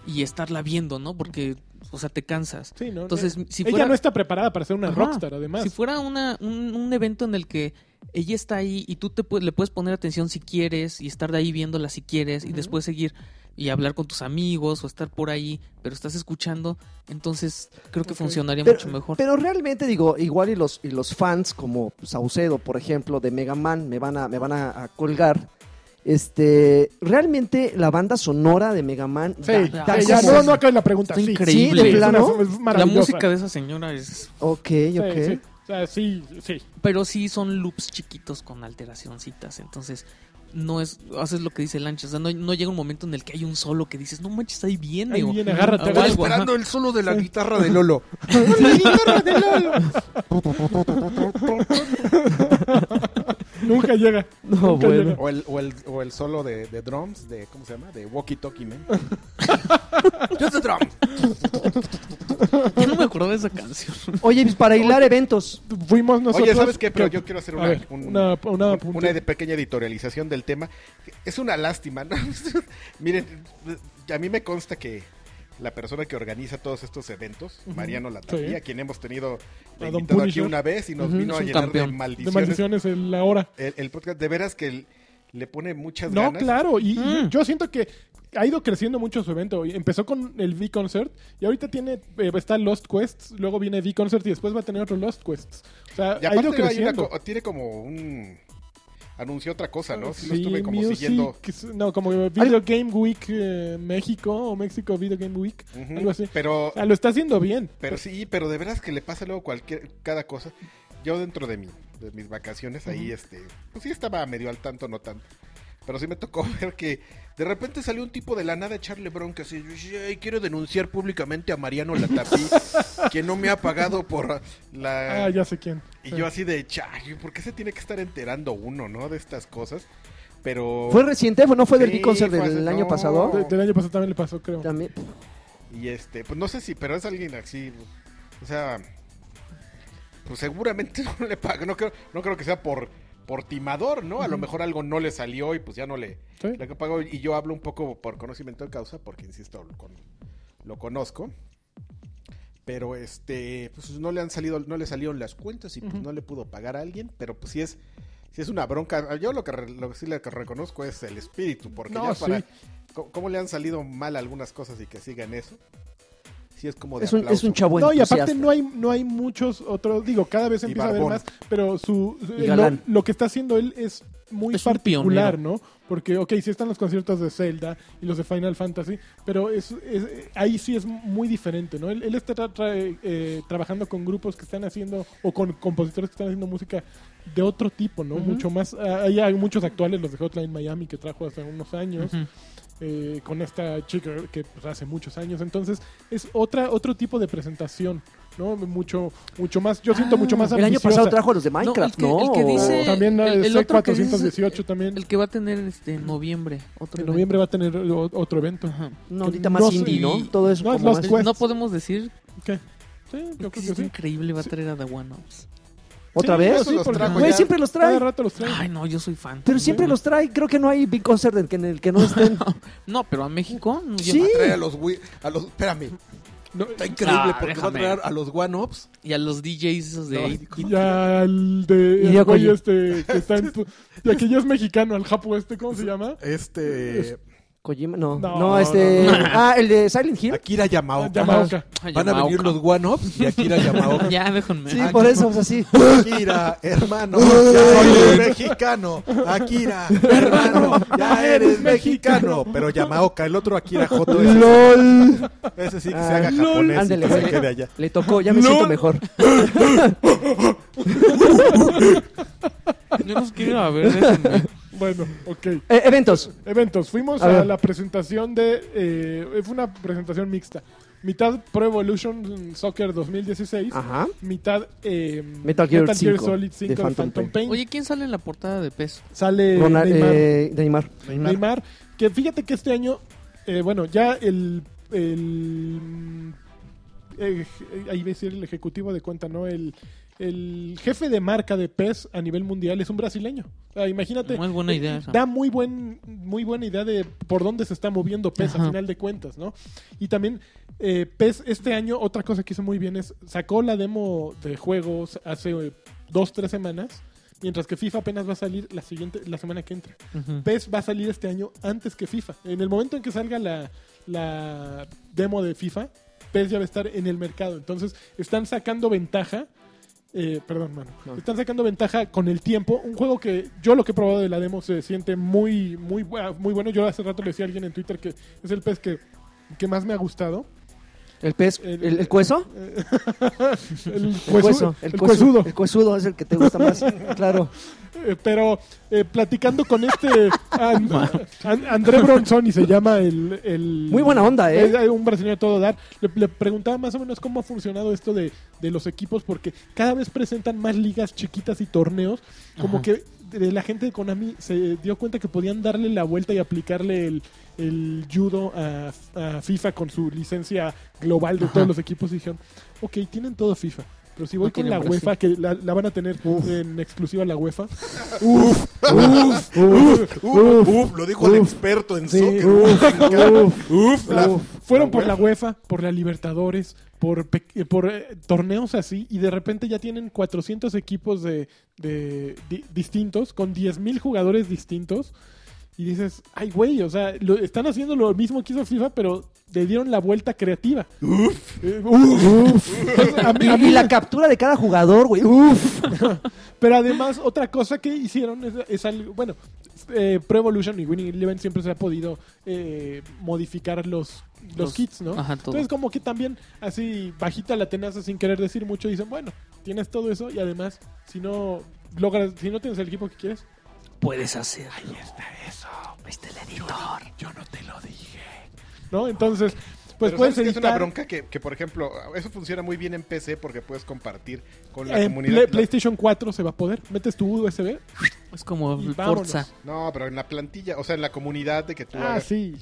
y estarla viendo, ¿no? Porque, o sea, te cansas.
Sí, ¿no?
Entonces,
Eh,
si
ella
fuera-
no está preparada para ser una
Ajá.
rockstar, además.
Si fuera una, un, un evento en el que ella está ahí y tú te pu- le puedes poner atención si quieres y estar de ahí viéndola si quieres y después seguir y hablar con tus amigos o estar por ahí, pero estás escuchando, entonces creo que
Ok.
funcionaría mucho mejor.
pero realmente digo, igual y los, y los fans como pues, Saucedo, por ejemplo, de Mega Man, me van a, me van a, a colgar. Este, realmente la banda sonora de Mega Man
Sí,
da-
sí,
da
ya,
como-
no, no acaba la pregunta.
Está
sí, Sí,
increíble.
Sí, de
es una-
plano.
es
la
maravillosa.
música de esa señora es...
Ok,
Sí,
ok.
sí. O sea, sí, sí.
Pero sí son loops chiquitos con alteracioncitas, entonces no es, haces lo que dice Lancha. O sea, no, no llega un momento en el que hay un solo que dices, no manches, ahí viene.
Ahí
o-
viene, agárrate,
o
agárrate.
algo, ajá.
el solo de la guitarra de Lolo.
Nunca llega.
No,
nunca
bueno.
llega.
O el, o el, o el solo de, de drums, de, ¿cómo se llama? De Walkie Talkie Man. Just the drum.
Yo no me acuerdo de esa canción.
Oye, pues, para hilar eventos.
Fuimos nosotros.
Oye, ¿sabes qué? Pero
que-
yo quiero hacer
A
una,
ver,
un-
una- una
un-
punta.
una de pequeña editorialización del tema. Es una lástima. ¿no? Miren, a mí me consta que la persona que organiza todos estos eventos, Mariano Latavía,
Sí.
a quien hemos tenido
A
de
Don
invitado aquí
Punisher.
una vez y nos
Ujú,
vino
es
a
un
llenar de
campeón.
de
maldiciones.
maldiciones en la hora.
El, el podcast, de veras que le pone muchas
No,
ganas.
claro, y y
Mm.
yo siento que ha ido creciendo mucho su evento. Y Empezó con el V-Concert y ahorita tiene eh, está Lost Quests, luego viene V-Concert y después va a tener otro Lost Quests. O sea,
Y
ha ido
aparte hay una
creciendo. Ah,
co- tiene como un... Anunció otra cosa, ¿no? Sí, lo
Sí,
estuve como
Music,
siguiendo.
No, como Video Game Week eh, México o México Video Game Week,
Ujú,
algo así. Ah,
Pero
O sea, lo está haciendo bien.
Pero sí, pero de veras que le pasa luego cualquier, cada cosa. Yo dentro de, mi, de mis vacaciones ahí, este, pues sí estaba medio al tanto, no tanto. Pero sí me tocó ver que de repente salió un tipo de la nada echarle bronca así, "Ay, quiero denunciar públicamente a Mariano Latapí, que no me ha pagado por la...
Ah, ya sé quién.
Eh, Y yo así de, chay, ¿por qué se tiene que estar enterando uno, no? De estas cosas. Pero...
¿Fue reciente? ¿No fue del
Sí,
V-Concert
fue
del
hace-
año
no.
De-
pasado?
del año pasado también le pasó, creo.
También.
Y este, pues no sé si, pero es alguien así, o sea, pues seguramente no le paga, no creo, no creo que sea por, por timador, ¿no? A lo mejor algo no le salió y pues ya no le,
Sí.
le pagó. Y yo hablo un poco por conocimiento de causa, porque insisto, lo, con- lo conozco. Pero este, pues no le han salido, no le salieron las cuentas y pues no le pudo pagar a alguien, pero pues sí es, sí es una bronca. Yo lo que, re- lo que sí le reconozco es el espíritu, porque
No,
ya para,
sí.
¿Cómo, cómo le han salido mal algunas cosas y que sigan eso? Sí, es como de
Es un, es
aplauso.
un chavo
No, y
entusiasta.
aparte no hay, no hay muchos otros, digo, cada vez
Y
empieza a haber
barbón.
más, pero su,
Y
eh, lo,
galán.
lo que está haciendo él es muy
Es un
particular,
pionero.
¿no? Porque, ok, sí están los conciertos de Zelda y los de Final Fantasy, pero es, es- eh, ahí sí es muy diferente, ¿no? Él, él está tra- tra- eh, trabajando con grupos que están haciendo, o con compositores que están haciendo música de otro tipo, ¿no? Mucho más, ah, hay, hay muchos actuales, los de Hotline Miami que trajo hace unos años,
Ujú.
eh, con esta chica que pues, hace muchos años. Entonces, es otra otro tipo de presentación, ¿no? Mucho mucho más, yo siento mucho más
Ah, El año
ambiciosa.
pasado trajo a los de
No,
Minecraft,
el que-
¿no?
el que dice-
O también
el-
el,
el otro que dices,
418 también.
El que va a tener este, en noviembre. Otro
en noviembre va a tener o- otro evento.
evento. Ajá.
No,
que
ahorita
no
más
sé-
indie, ¿no?
y-
Todo es
no,
como
los
más-
Pues-
no podemos decir
¿Qué? Sí, yo creo
que
que
es
sí.
increíble, va a
Sí.
traer a Dawanops.
¿Otra
Sí,
vez?
eso los
porque- pues
trajo
Güey,
ya.
siempre los
Cada
trae.
rato los trae.
Ay, no, yo soy fan.
Pero siempre los trae. Creo que no hay Big Concert en que- en el que no estén.
No, pero a México. no, yo-
Sí.
Trae a los, wi- a los. Espérame.
No,
Está increíble
Ah,
porque
déjame.
va a traer a los One Ups.
Y a los DJs esos de ahí.
ya el de
Hideo
el güey
Kojima.
este que está en tu- ya que ya es mexicano, al japo este, ¿cómo se llama?
Este.
Kojima, no.
No,
No, este.
no,
Ah, el de Silent Hill.
Akira Yamaoka.
Yamaoka.
Ay,
Van a venir
Yamaoka.
los One Ups y Akira Yamaoka.
Ya, déjenme.
Sí, por eso, pues así.
Akira, hermano, ya eres mexicano. Akira, hermano, ya eres mexicano. Pero Yamaoka, el otro Akira Joto,
Pues,
ese,
LOL.
ese sí que se
Ah,
haga japonés y
Ándele,
que se
güey.
quede allá.
Le tocó, ya me siento mejor.
Yo los quiero a ver, déjenme.
Bueno, ok.
Eh, eventos.
Eventos. Fuimos
A
a,
ver.
la presentación de. eh, fue una presentación mixta. Mitad Pro Evolution Soccer 2016.
Ajá.
Mitad eh,
Metal Gear 5
Solid 5 de Phantom, Pain.
Oye, ¿quién sale en la portada de peso?
Sale
Ronald,
Neymar,
eh, Neymar.
Neymar, Que fíjate que este año. eh, bueno, ya el. el mm, eh, ahí va a decir el ejecutivo de cuenta, ¿no? El. El jefe de marca de PES a nivel mundial es un brasileño. O sea, imagínate,
No es buena idea. esa.
Eh, da muy buen muy buena idea de por dónde se está moviendo PES
Ajá.
a final de cuentas, ¿no? Y también eh, PES este año, otra cosa que hizo muy bien es sacó la demo de juegos hace eh, dos, tres semanas, mientras que FIFA apenas va a salir la siguiente, la semana que entra.
Ujú.
PES va a salir este año antes que FIFA. En el momento en que salga la, la demo de FIFA, PES ya va a estar en el mercado. Entonces, están sacando ventaja. eh, perdón, mano. Están sacando ventaja con el tiempo. Un juego que yo lo que he probado de la demo se siente muy, muy, bua- muy bueno. Yo hace rato le decía a alguien en Twitter que es el PES que, que más me ha gustado.
¿El pez?
El-
¿El, el cueso?
El,
El cueso.
cuesudo. El cuesudo.
El cuesudo es el que te gusta más. claro.
Eh, pero eh, platicando con este An- An- André Bronson y se llama el, el-
Muy buena onda, ¿eh?
Es, eh, un brasileño a todo dar. Le, le preguntaba más o menos cómo ha funcionado esto de, de los equipos porque cada vez presentan más ligas chiquitas y torneos. Como
Ajá.
que de la gente de Konami se dio cuenta que podían darle la vuelta y aplicarle el, el judo a, a FIFA con su licencia global de
Ajá.
todos los equipos y dijeron, ok, tienen todo FIFA. Pero si voy
No
con
tienen
la
Brasil.
UEFA, que la, la van a tener en exclusiva la UEFA,
Uf, uf, uf,
Uf, lo dijo el
uf.
experto en
Sí,
soccer.
uf,
Uf, la-
uf.
fueron por la UEFA, por la Libertadores, por, pe- eh, por eh, torneos así, y de repente ya tienen 400 equipos de, de- di- distintos, con 10.000 jugadores distintos, y dices, ay güey, o sea, lo- están haciendo lo mismo que hizo FIFA, pero le dieron la vuelta creativa. Eh, uf. Entonces, a mí- a mí
Y la captura de cada jugador, güey. Uf.
Pero además, otra cosa que hicieron es, es algo. Bueno, eh, Pro Evolution y Winning Eleven siempre se ha podido eh, modificar los, los,
Los-
kits, ¿no?
ajá, todo.
Entonces, como que también, así bajita la tenaza sin querer decir mucho, dicen, bueno, tienes todo eso y además, si no logras, si no tienes el equipo que quieres,
Puedes hacer. Ahí está
¿no? Entonces, pues
Pero ¿sabes
puedes
qué Es una
editar.
bronca que, que, por ejemplo, eso funciona muy bien en PC porque puedes compartir con la
En
comunidad.
Play-
La-
PlayStation 4 se va a poder. Metes tu USB.
Es como
Y
el
vámonos.
Forza.
No, pero en la plantilla, o sea, en la comunidad de que tú
Ah,
hagas-
sí.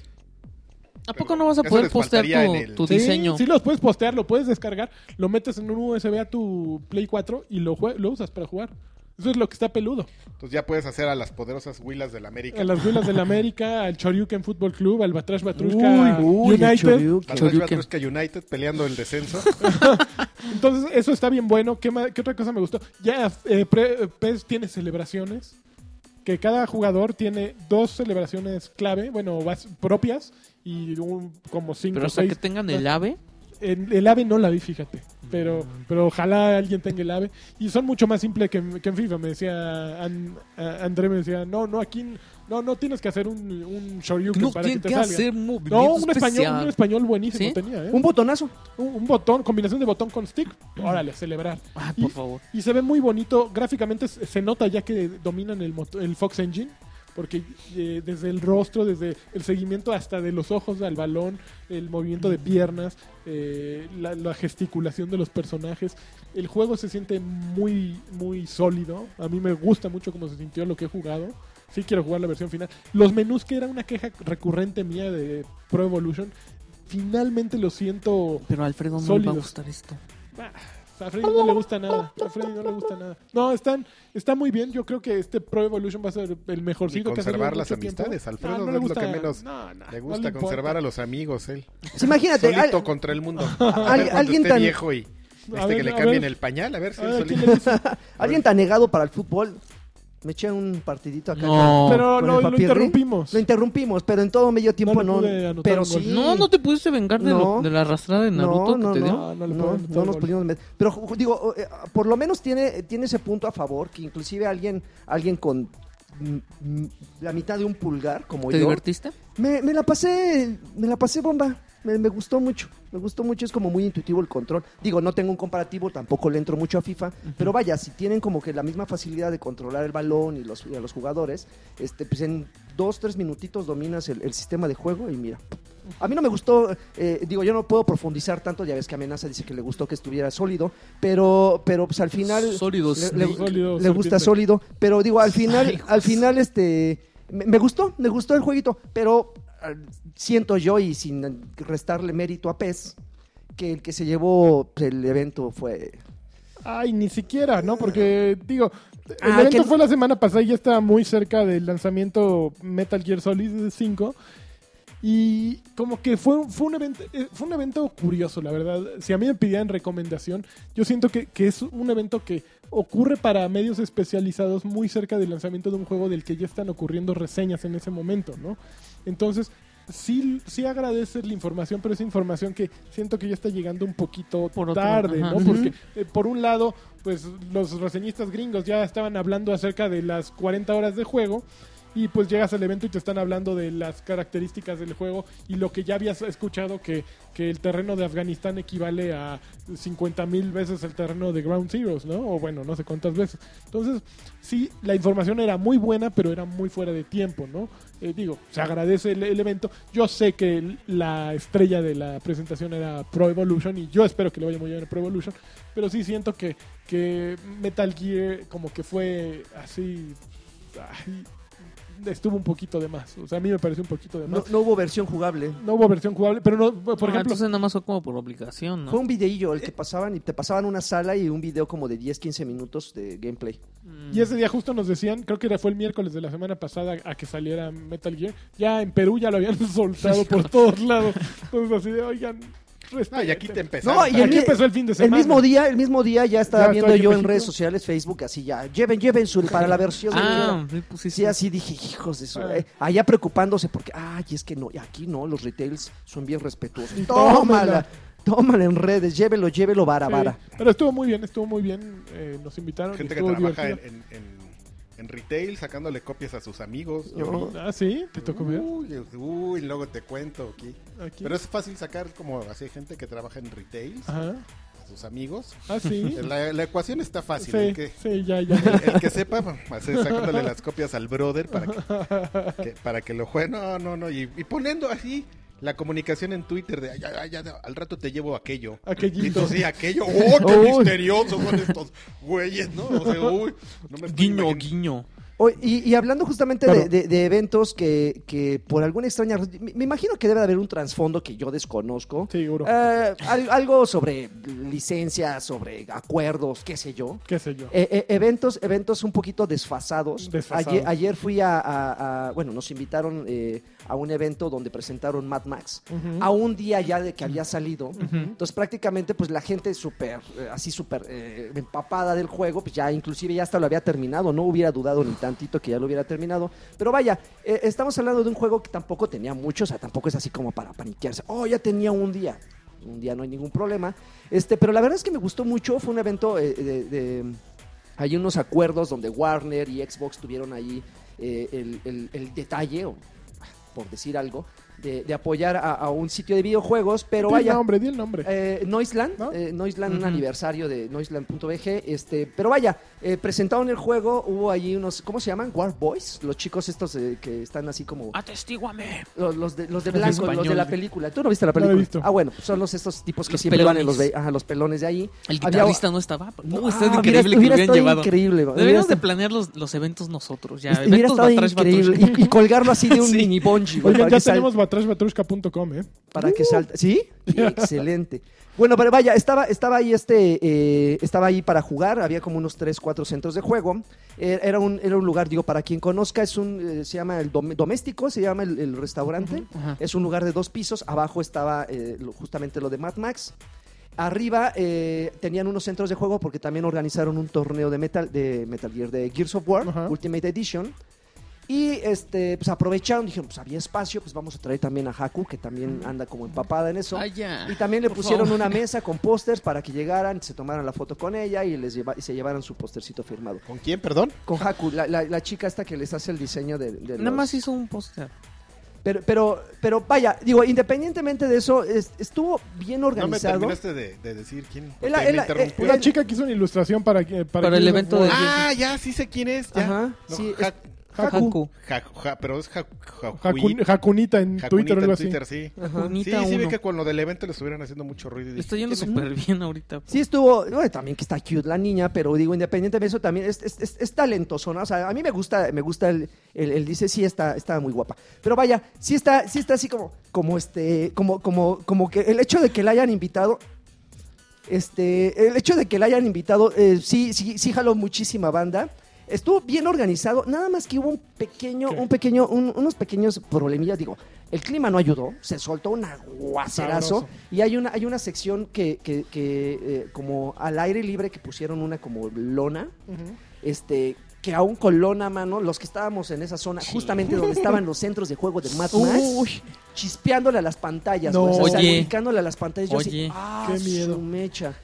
¿A poco no vas a
Eso
poder
les
postear
faltaría
tu,
en el-
tu
Sí,
diseño?
Sí, los puedes postear, lo puedes descargar, lo metes en un USB a tu Play 4 y lo, jue- lo usas para jugar. Eso es lo que está peludo.
Entonces ya puedes hacer a las poderosas huilas del América.
A las Huilas del América, al Choryuken Fútbol Club, al Batrash Batrushka
Uy,
United.
Al
Choriuken.
Rayo
Choryuken.
Batrushka United peleando el descenso.
Entonces, eso está bien bueno. ¿Qué, ma- qué otra cosa me gustó? Ya eh, pre- eh, PES tiene celebraciones. Que cada jugador tiene dos celebraciones clave, bueno, bas- propias y un, como cinco
Pero
o
hasta
seis
que tengan
más.
el ave.
El, el ave no la vi, fíjate. Pero,
Mm.
pero ojalá alguien tenga el ave. Y son mucho más simples que, en- que en FIFA. Me decía An- a- André, me decía, no, no, aquí n- no, no tienes que hacer un, un shoryuken
No
para que
tienen
te
que
salga.
hacer
no,
movimiento
un español, un
especial.
español buenísimo
¿Sí?
tenía, ¿eh?
Un
Un,
botonazo.
un botón, combinación de botón con stick. Órale, celebrar.
Ah,
Y-
por favor.
Y se ve muy bonito. Gráficamente se se nota ya que dominan el, moto- el Fox Engine. Porque eh, desde el rostro, desde el seguimiento hasta de los ojos al balón, el movimiento de piernas, eh, la, la gesticulación de los personajes, el juego se siente muy, muy sólido. A mí me gusta mucho cómo se sintió lo que he jugado. Sí quiero jugar la versión final. Los menús, que era una queja recurrente mía de Pro Evolution, finalmente lo siento...
Pero a Alfredo no le va
Sólidos.
a gustar esto.
A Freddy no le gusta nada. A Freddy no le gusta nada. No, están, está muy bien. Yo creo que este Pro Evolution va a ser el
y
mejorcito que ha salido
conservar
en
las
mucho tiempo.
amistades. Alfredo
Ah,
no
le
es lo
gusta-
que menos
no, no,
le
no
gusta
importa. Ah,
conservar a los amigos él.
Pues imagínate.
Solito
al-
contra el mundo.
al- alguien
alguien
tan-
viejo y este
ver,
que le
a
cambien
ver.
el pañal, a ver si
A
él
ver, ¿quién
solito.
le dice?
Alguien tan negado para el fútbol. Me eché un partidito acá.
No.
Pero
Con
lo,
el
lo
papirri.
interrumpimos.
Lo interrumpimos, pero en todo medio tiempo
le
no.
pude anotar
pero
un gol.
sí.
No, no te pudiste vengar de, lo-
No.
de la arrastrada de Naruto
no,
que te
no,
dio.
No, no
No, no,
le puedo anotar un
nos
gol.
pudimos meter. Pero ju- digo, eh, por lo menos tiene, tiene ese punto a favor que inclusive alguien, alguien con mm, mm, la mitad de un pulgar, como
¿Te
yo,
divertiste?
me, me la pasé, me la pasé bomba. Me, me gustó mucho, me gustó mucho, es como muy intuitivo el control. Digo, no tengo un comparativo, tampoco le entro mucho a FIFA, pero vaya, si tienen como que la misma facilidad de controlar el balón y, los, y a los jugadores, este, pues en dos, tres minutitos dominas el, el sistema de juego y mira. A mí no me gustó, eh, digo, yo no puedo profundizar tanto, ya ves que Amenaza dice que le gustó que estuviera sólido, pero, pero pues al final...
Sólido,
le- le-
Snake.
Sólido,
le
serpiente.
gusta sólido, pero digo, al final,
Ay,
al final, este, me, me gustó, me gustó el jueguito, pero ah, siento yo y sin restarle mérito a PES, que el que se llevó pues, el evento fue...
Ay, ni siquiera, ¿no? Porque, digo, el
Ah,
evento
que-
fue la semana pasada y ya está muy cerca del lanzamiento Metal Gear Solid 5. Y como que fue, fue, un evento, eh, fue un evento curioso, la verdad. Si a mí me pidieran recomendación, yo siento que, que es un evento que ocurre para medios especializados muy cerca del lanzamiento de un juego del que ya están ocurriendo reseñas en ese momento, ¿no? Entonces, sí, sí agradeces la información, pero es información que siento que ya está llegando un poquito
Por otro,
tarde,
ajá.
¿no?
Ujú.
Porque eh, por un lado, pues los reseñistas gringos ya estaban hablando acerca de las 40 horas de juego Y pues llegas al evento y te están hablando de las características del juego y lo que ya habías escuchado que, que el terreno de Afganistán equivale a 50 mil veces el terreno de Ground Zeroes, ¿no? O bueno, no sé cuántas veces. Entonces, sí, la información era muy buena, pero era muy fuera de tiempo, ¿no? Eh, digo, se agradece el, el evento. Yo sé que el- la estrella de la presentación era Pro Evolution y yo espero que le vaya muy bien a Pro Evolution, pero sí siento que, que Metal Gear como que fue así... ay, estuvo un poquito de más. O sea, a mí me pareció un poquito de más.
No,
No,
no hubo versión jugable.
hubo versión jugable, pero no, por
Ah,
ejemplo...
entonces nada más fue como por obligación, ¿no?
Fue un videillo el que pasaban y te pasaban una sala y un video como de 10, 15 minutos de gameplay.
Mm.
Y ese día justo nos decían, creo que era- fue el miércoles de la semana pasada a que saliera Metal Gear. Ya en Perú ya lo habían soltado por todos lados. Entonces así de, oigan,
No, y aquí te
respeten".
empezó.
No, y
Aquí
aquí-
empezó el fin de
El
semana.
mismo día, el mismo día ya estaba
Ya
viendo
estoy en
yo en
México.
redes sociales, Facebook, así ya. Lleven, lleven su, para la versión. de-
Ah, sí, pues sí,
Sí,
sí.
así dije, hijos de su...
Ah.
eh, allá preocupándose porque, ay, es que no, aquí no, los retails son bien respetuosos.
Y tómala.
Tómala, tómala en redes, llévelo, llévelo, vara,
Sí,
vara.
Pero estuvo muy bien, estuvo muy bien. eh, nos invitaron.
Gente que
estuvo
trabaja en,
divertido.
en- en- en retail sacándole copias a sus amigos. Yo
No.
vi.
Ah, sí, te tocó ver.
Uy, uy, luego te cuento aquí.
Aquí.
Uh. Pero es fácil sacar como así hay gente que trabaja en retail
Ajá.
a sus amigos.
Ah, sí.
La, la ecuación está fácil.
sí,
el, que,
sí, ya, ya.
el que sepa, hace- sacándole las copias al brother para que, que- para que lo juegue. No, no, no. Y, y poniendo así la comunicación en Twitter de "Ay, ay, ay, al rato te llevo aquello. Y
Aquellito.
tú sí, aquello. ¡Oh, qué
Uy.
misteriosos son estos güeyes, ¿no? O sea, uy, no me estoy
Guiño,
imaginando.
guiño.
O- y, y hablando justamente
Claro.
de, de- de eventos que, que por alguna extraña... raz- Me, me imagino que debe de haber un trasfondo que yo desconozco.
Seguro.
Eh, al- algo sobre licencias, sobre acuerdos, qué sé yo.
Qué sé yo.
Eh, eh, eventos, eventos un poquito desfasados.
Desfasados.
Ayer, ayer fui a, a- a- bueno, nos invitaron eh, a un evento donde presentaron Mad Max.
Ujú.
A un día ya de que había salido. Entonces prácticamente pues la gente súper, eh, así súper eh, empapada del juego, pues ya inclusive ya hasta lo había terminado. No hubiera dudado ni tantito que ya lo hubiera terminado. Pero vaya, eh, estamos hablando de un juego que tampoco tenía mucho, o sea, tampoco es así como para paniquearse. Oh, ya tenía un día. Un día no hay ningún problema. Este, pero la verdad es que me gustó mucho. Fue un evento eh, de- de hay unos acuerdos donde Warner y Xbox tuvieron ahí eh, el, el- el detalle, o, por decir algo, de, de apoyar a, a un sitio de videojuegos, pero
Di el
vaya.
nombre, di el nombre.
Eh, Noisland,
¿No?
eh, Noisland, un
Ujú.
aniversario de Noisland.bg. Este, pero vaya, eh, presentaron el juego. Hubo ahí unos, ¿cómo se llaman? War Boys, los chicos estos eh, que están así como
Atestíguame.
los, los de, los de
Ah. Los
blanco, los de
españoles.
la película. ¿Tú no viste la
No la he
película?
visto.
Ah, bueno, son los estos tipos que
Los
siempre van en los,
pelones.
ve- ajá, los pelones de ahí.
El
Había-
guitarrista no estaba. No,
Ah,
está
hubiera-
increíble
hubiera
que lo hubieran
estado
llevado.
increíble. este- hubiera
Deberíamos de
estado-
planear los, los eventos nosotros. Ya,
Este, hubiera
eventos
estado
Batrash Batrushka.
increíble. Y, y colgarlo así de un
Sí.
mini bungee, güey,
Oigan,
para,
ya
que sal-
tenemos batrashbatrushka.com, ¿eh?
para que salte. ¿Sí? Excelente. Bueno, pero vaya, estaba, estaba ahí este, eh, estaba ahí para jugar, había como unos 3, 4 centros de juego. Eh, Era un, era un lugar, digo, para quien conozca, es un, eh, se llama el Dom- doméstico, se llama el, el restaurante.
Ajá.
Es un lugar de dos pisos, abajo estaba eh, lo- justamente lo de Mad Max. Arriba eh, tenían unos centros de juego porque también organizaron un torneo de Metal, de Metal Gear, de Gears of War,
Ajá.
Ultimate Edition. Y este, pues aprovecharon, dijeron, pues había espacio, pues vamos a traer también a Haku, que también anda como empapada en eso.
Ay, ya.
Y también le
Por
pusieron
favor.
una mesa con pósters para que llegaran, se tomaran la foto con ella y les lleva- y se llevaran su postercito firmado.
¿Con quién, perdón?
Con Haku, la, la- la chica esta que les hace el diseño de, de
Nada
los-
más hizo un póster.
Pero, pero, pero vaya, digo, independientemente de eso, es- estuvo bien
No me
organizado.
terminaste de, de decir quién. porque
Él-
me
él-
interrumpí.
él-
Una eh, chica que hizo una ilustración para que- para,
Para el
que- "Oh,
evento de-
ah, ya, sí sé quién es. Ya.
Ajá,
No,
sí,
ja-
Haku.
Haku.
ja- ja- pero es ja, ja-
Hakun- Hakunita en
Hakunita
Twitter o
en
algo así.
Twitter, sí. Sí,
Bonita
sí vi
uno.
que con lo del evento le estuvieron haciendo mucho ruido. y
Le
dije,
está yendo
"¿Quién es?".
súper bien ahorita.
Sí estuvo, bueno, también que está cute la niña, pero digo, independientemente de eso, también es, es, es- es talentosona. O sea, a mí me gusta, me gusta el, el- el dice, sí está, está muy guapa. Pero vaya, sí está, sí está así como, como este, como, como, como que el hecho de que la hayan invitado, este, el hecho de que la hayan invitado, eh, sí, sí, sí jaló muchísima banda. Estuvo bien organizado, nada más que hubo un pequeño,
¿Qué?
un pequeño, un- unos pequeños problemillas. Digo, el clima no ayudó, se soltó un
Sabroso.
aguacerazo. Y hay una, hay una sección que, que- que, eh, como al aire libre que pusieron una como lona, este, que aún con lona a mano, los que estábamos en esa zona, justamente donde estaban los centros de juego de Mad Max,
Uy.
chispeándole a las pantallas,
No.
güey, o sea,
Oye.
salpicándole a las pantallas. Yo así,
Oye.
"Ah,
Qué miedo".
su mecha.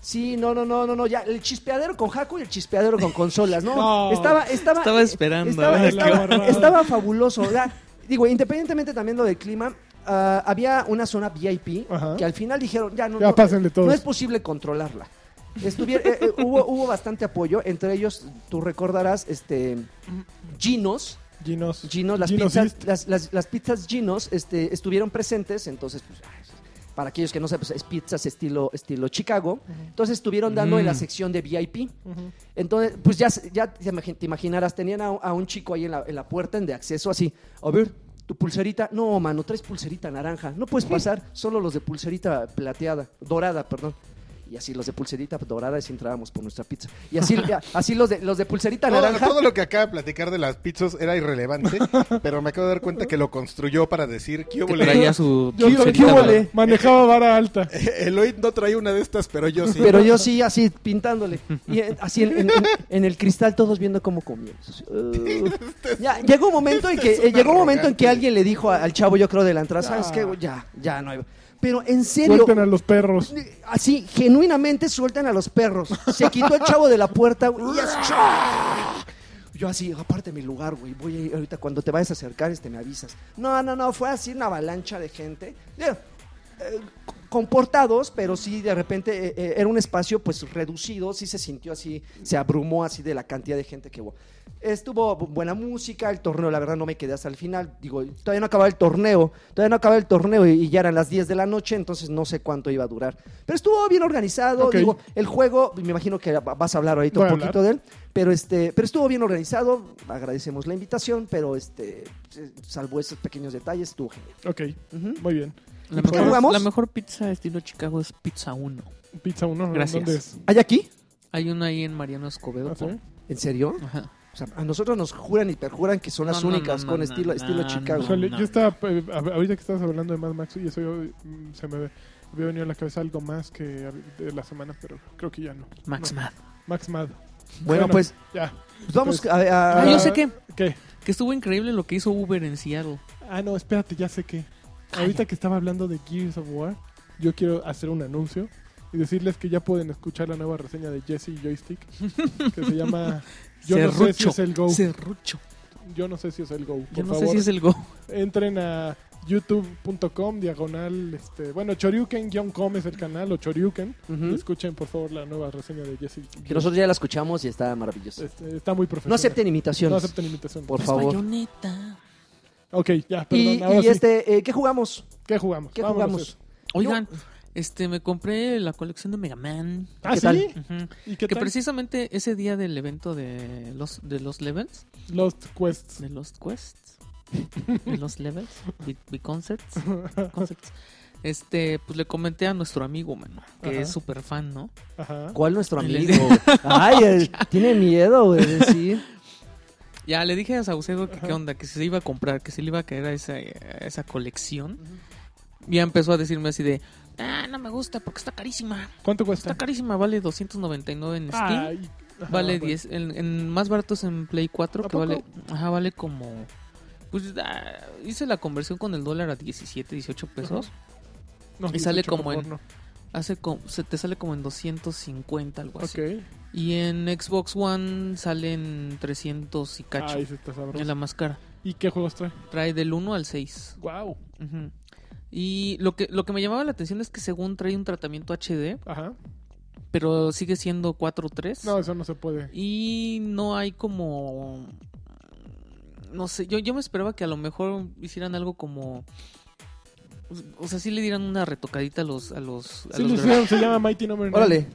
Sí, no, no, no, no, no, ya el chispeadero con Haku y el chispeadero con consolas, ¿no?
No.
Estaba estaba
Estaba esperando, ¿eh?
Estaba,
¿verdad?
estaba-
Qué barbaridad.
estaba fabuloso, ¿verdad? Digo, independientemente también lo del clima, ah, había una zona VIP
Ajá.
que al final dijeron, ya no,
Ya
no,
pásenle todos.
no es posible controlarla. Estuvier- eh, eh, hubo, hubo bastante apoyo, entre ellos, tú recordarás, este, Ginos,
Ginos.
Ginos, las
Ginos
pizzas,
East.
las, las- las pizzas Ginos este, estuvieron presentes, entonces, pues, ay, para aquellos que no saben, pues, es pizzas estilo, estilo Chicago. Entonces estuvieron dando en la
Mm.
sección de VIP.
Ujú.
Entonces, pues ya, se- ya te, imagi- te imaginarás, tenían a, a un chico ahí en la, en la puerta en de acceso, así, a ver, tu pulserita, no, mano, traes pulserita naranja, no puedes pasar, solo los de pulserita plateada, dorada, perdón. Y así los de pulserita dorada, así entrábamos por nuestra pizza. Y así, ya, así los, de, los de pulserita
Todo,
naranja.
todo lo que acaba de platicar de las pizzas era irrelevante, pero me acabo de dar cuenta que lo construyó para decir que
Que traía su...
Yo-
su
yo-
cerita,
yo-
¿verdad?
Manejaba vara alta.
Eloid no traía una de estas, pero yo sí.
Pero yo sí, así pintándole. Y eh, así en, en- en- en el cristal todos viendo cómo comía. Uh, ya, llegó un momento en que
este es
eh, llegó un momento en
arrogante.
que alguien le dijo a- al chavo, yo creo de la entrada, ¿sabes
Ya.
qué? güey? Ya, ya no hay. Pero en serio,
Suelten a los perros.
así genuinamente sueltan a los perros. Se quitó el chavo de la puerta güey, y así, ¡chua! Yo así, aparte mi lugar, güey, voy a ir ahorita cuando te vayas a acercar, este me avisas. No, no, no, fue así una avalancha de gente. Digo, eh, co- comportados, pero sí de repente eh, eh, era un espacio pues reducido, sí se sintió así, se abrumó así de la cantidad de gente que hubo. Estuvo bu- buena música, el torneo, la verdad no me quedé hasta el final, digo, todavía no acababa el torneo, todavía no acababa el torneo y, y ya eran las 10 de la noche, entonces no sé cuánto iba a durar. Pero estuvo bien organizado,
Ok.
digo, el juego, me imagino que va- vas a hablar ahorita
Voy
un
a
poquito de él, pero este, pero estuvo bien organizado, agradecemos la invitación, pero este, eh, salvo esos pequeños detalles, estuvo genial.
Ok,
Ujú.
muy bien.
La
¿Por qué
mejor,
jugamos?
la mejor pizza estilo Chicago es Pizza 1.
Pizza 1.
Gracias.
¿Dónde es?
¿Hay aquí?
Hay una ahí en Mariano Escobedo.
Ah, ¿sí?
por-
¿En serio?
Ajá.
O sea, a nosotros nos juran y perjuran que son las
No, no,
únicas
no,
con
no,
estilo,
no,
estilo
no,
Chicago.
Híjole,
no.
yo estaba. eh, a- ahorita que estabas hablando de Mad Max, y eso yo, mm, se me había venido a la cabeza algo más que hab- de la semana, pero creo que ya no.
Max
No.
Mad.
Max Mad.
Bueno, pues,
Ya.
pues vamos a, a-
Ah, yo sé que,
¿Qué?
que estuvo increíble lo que hizo Uber en Seattle.
Ah, no, espérate, ya sé qué. Ahorita que estaba hablando de Gears of War, yo quiero hacer un anuncio y decirles que ya pueden escuchar la nueva reseña de Jesse y Joystick, que se llama Yo no sé si
Serrucho.
es el Go.
Serrucho.
Yo no sé si es el Go. Por
Yo no
favor,
sé si es el Go.
entren a youtube.com diagonal este bueno choriuken-com es el canal o choriuken
Ujú.
Y escuchen por favor la nueva reseña de Jesse
que nosotros ya la escuchamos y está maravilloso.
Este, está muy profesional
No acepten
no
imitaciones,
acepten imitación
por
Es
favor.
bayoneta.
ok ya perdón
Y,
ahora
y
sí
este, eh, ¿qué jugamos?
¿qué jugamos?
¿Qué
Vámonos,
jugamos?
Ed.
pues, Oigan, este, me compré la colección de Mega Man.
¿ah
¿Qué
sí?
tal?
Ujú.
¿y qué
que
tal?
precisamente ese día del evento de los, de los levels,
Lost Quests
de los quests, de los levels, de, de concepts, concepts, este, pues le comenté a nuestro amigo, mano, que
Ajá.
es súper fan, ¿no?
ajá
¿Cuál nuestro
El-
amigo? Ay, el- tiene miedo, güey, de decir.
Ya le dije a Saucedo que qué onda, que si se iba a comprar, que si le iba a caer a esa, a esa colección. Ya empezó a decirme así de, ah, no me gusta porque está carísima.
¿cuánto cuesta?
Está carísima, vale 299
este
en Steam.
Ah. Ay, ajá,
vale
bueno.
10, en, en más baratos en Play 4
¿A
que vale,
poco?
ajá, vale como pues ah, hice la conversión con el dólar a 17, 18 pesos.
No,
y sale
18, por
como en-
favor,
Hace co- se te sale como en 250 algo
no.
así.
ok
Y en Xbox One salen 300 y cacho.
ay se está sabroso
en la máscara.
¿y qué juegos trae?
Trae del 1 al 6.
wow
Ujú. Y lo que lo que me llamaba la atención es que según trae un tratamiento HD,
ajá
pero sigue siendo 4.3.
no eso no se puede
Y no hay como. No sé, yo, yo me esperaba que a lo mejor hicieran algo como. O sea, sí le dieran una retocadita a los. A los, a
sí
los
lo
gra-
hicieron se llama Mighty Number Nine.
Órale,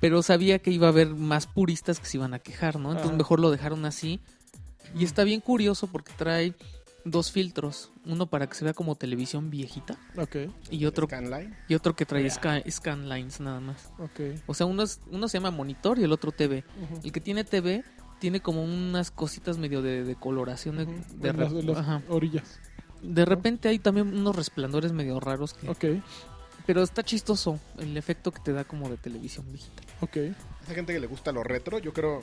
Pero sabía que iba a haber más puristas que se iban a quejar, ¿no? Entonces
Ajá.
mejor lo dejaron así. Y está bien curioso porque trae dos filtros: uno para que se vea como televisión viejita
ok
y otro,
Scanline.
y otro que trae scan, lines nada más.
ok
O sea, uno, es- uno se llama monitor y el otro TV.
Ujú.
El que tiene TV tiene como unas cositas medio de, de coloración. De,
Ujú.
de
En
re-
las, en las
ajá.
orillas.
De repente hay también unos resplandores medio raros. que-
Ok,
Pero está chistoso el efecto que te da como de televisión digital.
ok.
Esa gente que le gusta lo retro, yo creo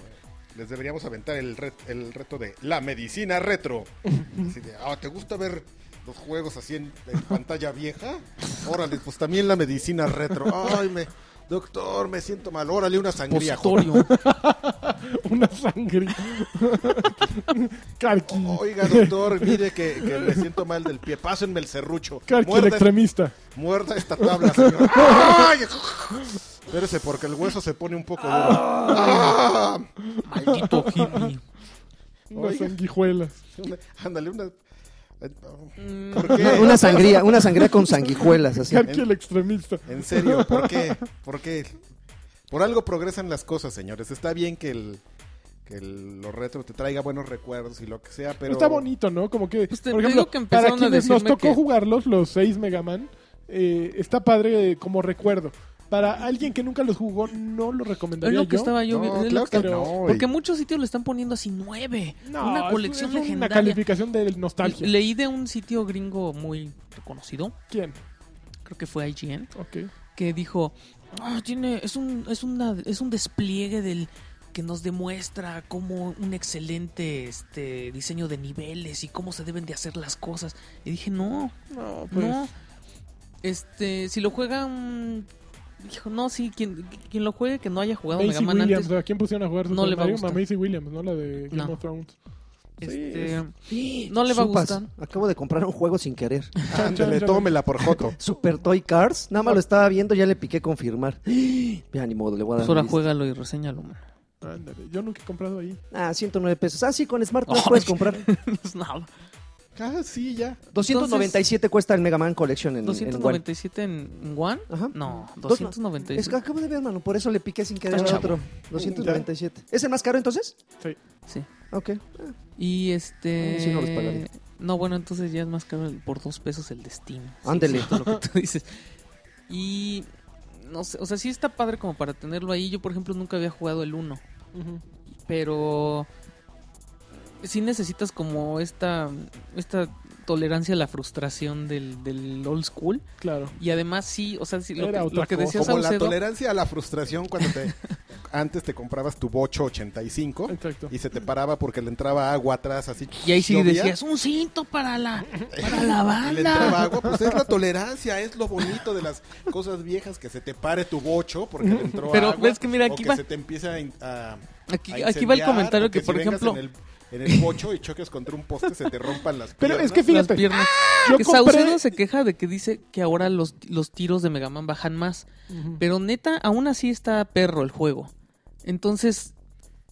les deberíamos aventar el, re- el reto de la medicina retro. Así de, ah, ¿te gusta ver los juegos así en, en pantalla vieja? Órale, pues también la medicina retro. Ay, me,
Doctor, me siento mal. Órale, una sangría. joven.
Positorio.
Una sangre. Carqui.
Oiga, doctor, mire que, que me siento mal del pie. Pásenme el serrucho.
Carqui el
Muerda,
extremista.
muerda esta tabla, señor. ¡Ay! Espérese, porque el hueso se pone un poco duro.
Maldito Jimmy.
Unas
Oiga.
sanguijuelas.
Una- Ándale, una... eh,
Mm,
¿Por qué?
Una sangría, una sangría con sanguijuelas, así.
Carqui el extremista.
En serio, ¿por qué? ¿Por qué? Por algo progresan las cosas, señores. Está bien que el que el- lo retro te traiga buenos recuerdos y lo que sea, pero
Está bonito, ¿no? Como que,
Pues te-
por
te
ejemplo,
digo que
para
empezaron a
quienes nos
decirme
tocó
que-
jugarlos, los 6 Mega Man, eh, está padre eh, como recuerdo. Para alguien que nunca los jugó, no lo
Es
recomendaría
lo que
yo.
estaba yo
No,
viendo. es lo
claro
que
que
estaba-
no,
Porque
y-
muchos sitios le están poniendo así nueve.
No,
una
es-
colección
es Una
legendaria.
calificación de nostalgia.
Leí de un sitio gringo muy reconocido,
¿Quién?
creo que fue IGN,
Ok.
que dijo, "Ah, tiene, es un, es una, es un despliegue del que nos demuestra cómo un excelente este diseño de niveles y cómo se deben de hacer las cosas. Y dije, no,
No, pues.
no. Este, si lo juega un dijo, no, sí, quien, quien lo juegue que no haya jugado Mega
Macy
Man
Williams,
antes.
¿a quién pusieron a jugar?
no
Super
le va a
Mario?
gustar.
Macy Williams, ¿no? La de Game
No.
of Thrones.
este,
Sí.
no le va a
Supas,
gustar.
Acabo de comprar un juego sin querer.
ándale, tómela por joto.
Super Toy Cars. Nada más lo estaba viendo, ya le piqué confirmar. Ya ni modo, le voy a dar.
Pues ahora
lista.
juégalo y reseñalo. man.
Ándale, yo nunca he comprado ahí.
Ah, 109 pesos. Ah, sí, con Smart Plus
Ay.
puedes comprar.
No es nada.
Ah, sí, ya.
297 cuesta el Mega Man Collection en, en One.
297 en One?
Ajá.
No,
Dos-
297.
Es que acabo de ver, mano, por eso le piqué sin querer
Estás
al
chavo.
otro. 297. ¿Es el más caro entonces?
Sí.
Sí.
Ok.
Y este.
Ah, sí, no los pagaría.
No, bueno, entonces ya es más caro el- por dos pesos el destino.
Ándele.
Sí, es cierto lo que tú dices. Y. No sé, o sea, sí está padre como para tenerlo ahí. Yo, por ejemplo, nunca había jugado el 1.
Ujú.
Pero. Sí necesitas como esta. Esta tolerancia a la frustración del, del old school.
Claro.
Y además, sí, o sea, sí, lo,
Era
que,
otra
lo que
cosa.
decía
Como la
Saucedo.
tolerancia a la frustración cuando te antes te comprabas tu bocho 85
Exacto.
y se te paraba porque le entraba agua atrás así.
Y ahí sí
llovía,
decías, un cinto para la, para la
y le entraba
banda.
agua, pues es la tolerancia, es lo bonito de las cosas viejas que se te pare tu bocho porque le entró
Pero
agua,
ves que mira,
o
aquí va-
se te empieza a in- a
Aquí,
a
aquí va el
incendiar,
comentario
o
que,
si
por
vengas
ejemplo,
En el, en el bocho y choques contra un poste, se te rompan las
Pero
piernas.
es que
las
fíjate,
piernas.
Ah,
yo
Que
compré...
Saucedo se queja de que dice que ahora los, los tiros de Mega Man bajan más.
Ujú.
Pero neta, aún así está perro el juego. Entonces,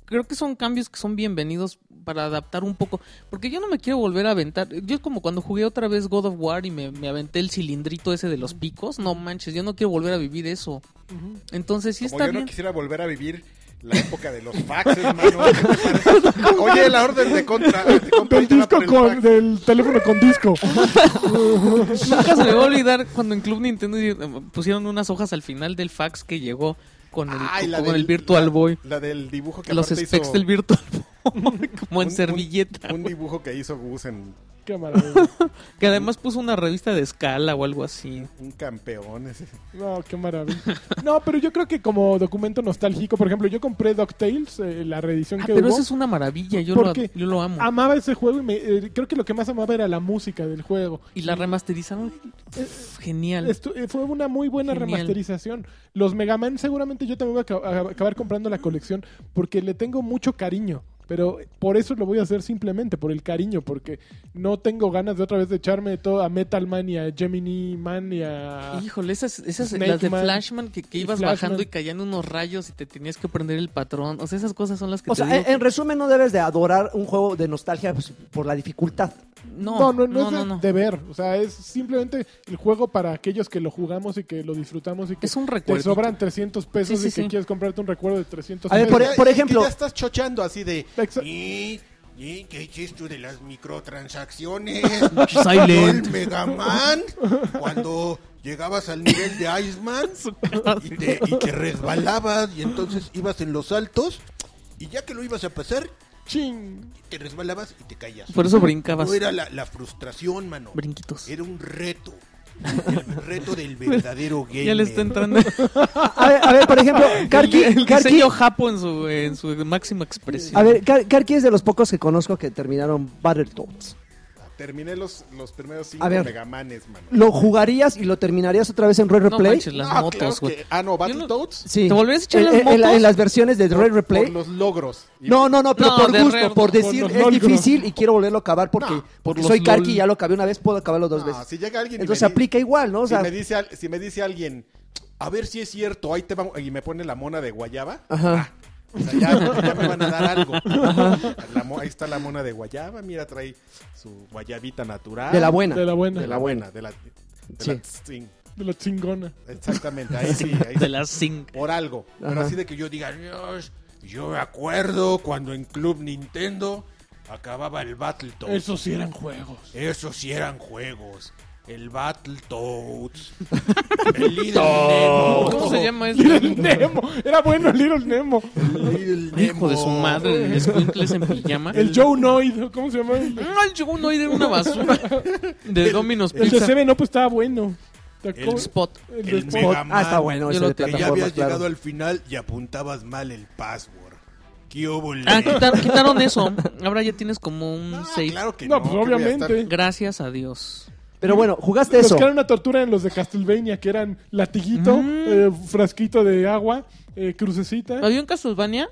creo que son cambios que son bienvenidos para adaptar un poco. Porque yo no me quiero volver a aventar. Yo como cuando jugué otra vez God of War y me, me aventé el cilindrito ese de los picos. No manches, yo no quiero volver a vivir eso.
Ujú.
Entonces sí
Como
está
yo
bien.
no quisiera volver a vivir la época de los faxes, mano.
Pues,
Oye, la orden de contra. De compra
Del
y te va
disco
por el
con...
fax.
Del teléfono con disco.
Nunca se me va a olvidar cuando en Club Nintendo pusieron unas hojas al final del fax que llegó con el,
Ay, la
con
del-
el Virtual
la-
Boy.
La del dibujo que
Los
aparte
specs
hizo
del Virtual Boy, como en
un- un-
servilleta.
Un dibujo que hizo Gus en
Qué maravilla.
Que además puso una revista de escala o algo así.
un campeón. ese.
No, qué maravilla. No, pero yo creo que como documento nostálgico, por ejemplo, yo compré DuckTales, eh, la reedición
Ah,
que
pero
hubo.
eso es una maravilla, yo,
¿Por
lo,
qué? Ah,
yo lo amo.
Amaba ese juego y me, eh, creo que lo que más amaba era la música del juego.
Y la remasterizaron
Eh,
genial.
Esto, eh, fue una muy buena
Genial.
remasterización. Los Mega Man seguramente yo también voy a ca- a acabar comprando la colección porque le tengo mucho cariño. Pero por eso lo voy a hacer simplemente, por el cariño, porque no tengo ganas de otra vez de echarme todo a Metal Man y a Gemini Man y a...
Híjole, esas, esas
Snake
las de
Man.
Flashman que, que
Y
ibas
Flashman.
bajando y caían unos rayos y te tenías que aprender el patrón. O sea, esas cosas son las que
O
te
sea,
digo
en,
eh,
en resumen, no debes de adorar un juego de nostalgia pues, por la dificultad.
que-
No,
No,
no, no, es de-
no, no.
de ver. O sea, es simplemente el juego para aquellos que lo jugamos y que lo disfrutamos y que
Es un
te
recuerdo.
sobran 300 pesos
Sí, sí,
y que
sí.
quieres comprarte un recuerdo de 300
A ver,
pesos.
Ya-
por, por
es Pues que
ejemplo,
ya estás chochando así de.
Exa-
¿Y, y qué hiciste tú de las microtransacciones?
Silent.
Yo, el Mega Man, cuando llegabas al nivel de Iceman y te, y te resbalabas y entonces ibas en los saltos y ya que lo ibas a pasar,
Ching.
te resbalabas y te caías.
Por eso brincabas.
No era la, la frustración, mano.
Brinquitos.
Era un reto. El reto del verdadero gamer.
Ya le está entrando el,
a ver, a ver, por ejemplo, Karki,
el
Karki-
diseño japo en su, en su máxima expresión.
a ver, Kar- Karki es de los pocos que conozco que terminaron Battletoads.
Terminé los, los primeros cinco
A ver.
Megamanes, mano.
¿Lo jugarías y lo terminarías otra vez en Red
No
Replay?
manches, las
Ah, claro
motos, güey.
que- Ah, no, Battletoads.
sí.
¿Te volverías a echar
En-
las
en- en la-
motos?
en las versiones de Red
Por,
Replay.
los logros. Y-
No, no, no, pero
No,
por
de
gusto,
Red-
por
por
decir
los
es
lolgros.
difícil y quiero volverlo a acabar porque,
No, por
porque
los
soy Karki
lol.
y ya lo acabé una vez, puedo acabarlo dos
No,
veces.
si llega alguien y
Entonces
me di-
aplica igual, ¿no? O sea,
si, me dice, al- si me dice alguien, a ver si es cierto, ahí te vamos. Y me pone la mona de Guayaba.
Ajá.
O sea, ya, ya me van a dar algo. La mo- ahí está la mona de Guayaba. Mira, trae su guayabita
Ah,
natural.
de la buena.
De la buena.
De la buena. De la, de la- sí,
De la chingona.
exactamente. Ahí sí. Ahí sí.
De las cinco.
Por algo. Pero
Ajá.
así de que yo diga, Dios, yo me acuerdo cuando en Club Nintendo acababa el Battletoads.
Esos sí eran juegos.
Esos sí eran juegos. El Battletoads. El Little Nemo.
¿Cómo se llama este eso?
Little Nemo. Era bueno Little Nemo.
El Little
Hijo de su
Nemo.
madre, el escuincles en pijama.
El Joe Noid. ¿Cómo se llama? El,
No, el segundo era una basura. De Domino's
el de
Pizza.
Seven Up pues, estaba bueno. ¿Te
El
acuerdas?
Spot.
El de
el
Spot.
Mega
ah,
Man.
está bueno
Yo
ese
lo
de
tengo.
Que ya
plataformas,
habías
claro.
llegado al final y apuntabas mal el password. ¿Qué hubo, le?
Ah, quitar- quitaron eso. Ahora ya tienes como un
Ah,
save.
claro que no.
No, pues
que voy a estar-
obviamente.
Gracias a Dios.
Pero bueno, jugaste
Nos
eso.
quedaron una tortura en los de Castlevania, que eran latiguito,
Mm.
eh, frasquito de agua, eh, crucecita.
Había en Castlevania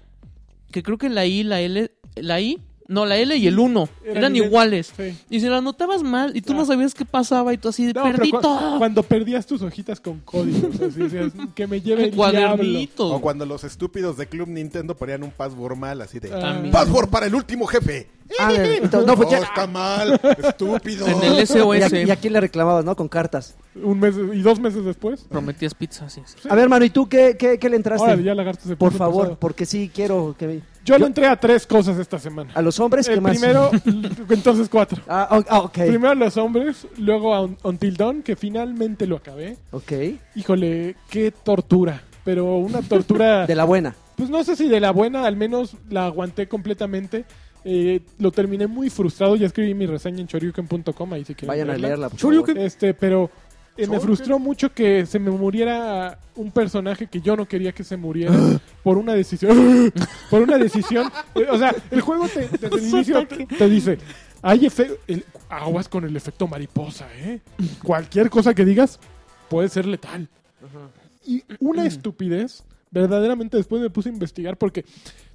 que creo que la I, la L, la I, no, la L y el 1
Eran
eran,
idénticos,
iguales.
sí.
Y se la anotabas mal y tú
Ah.
no sabías qué pasaba y tú así de
No, pero
perdí
cu-
todo.
cuando perdías tus hojitas con código, o sea, si decías, que me lleve
El
el diablo.
cuadernito.
O cuando los estúpidos de Club Nintendo ponían un password mal, así de...
Ah,
También.
¡Password para el último jefe!
Ah, de- entonces, no, pues
Oh,
ya-
está mal, estúpido.
En el
y, a,
SOS
y a quién le reclamabas, ¿no? Con cartas.
un mes y dos meses después.
prometías pizza, sí, sí.
A ver, hermano, ¿y tú qué, qué, qué le entraste?
Órale, ya lagarto se
Por
puso
favor,
pesado.
porque sí quiero que me-
Yo le entré a tres cosas esta semana.
a los hombres
El
que más.
Eh, primero, entonces cuatro.
Ah, o- ah, ok.
Primero a los hombres, luego a Un- Until Dawn, que finalmente lo acabé.
Ok.
Híjole, qué tortura. Pero una tortura.
De la buena.
Pues no sé si de la buena, al menos la aguanté completamente. Eh, lo terminé muy frustrado. Ya escribí mi reseña en choryuken.com. Ahí si quieren
Vayan a
leerla.
leerla. por favor.
Este, pero eh, me frustró mucho que se me muriera un personaje que yo no quería que se muriera por una decisión. por una decisión. Eh, O sea, el juego te, desde el inicio te, te dice, hay efe- el- aguas con el efecto mariposa, ¿eh? Cualquier cosa que digas puede ser letal. Y una estupidez, verdaderamente después me puse a investigar porque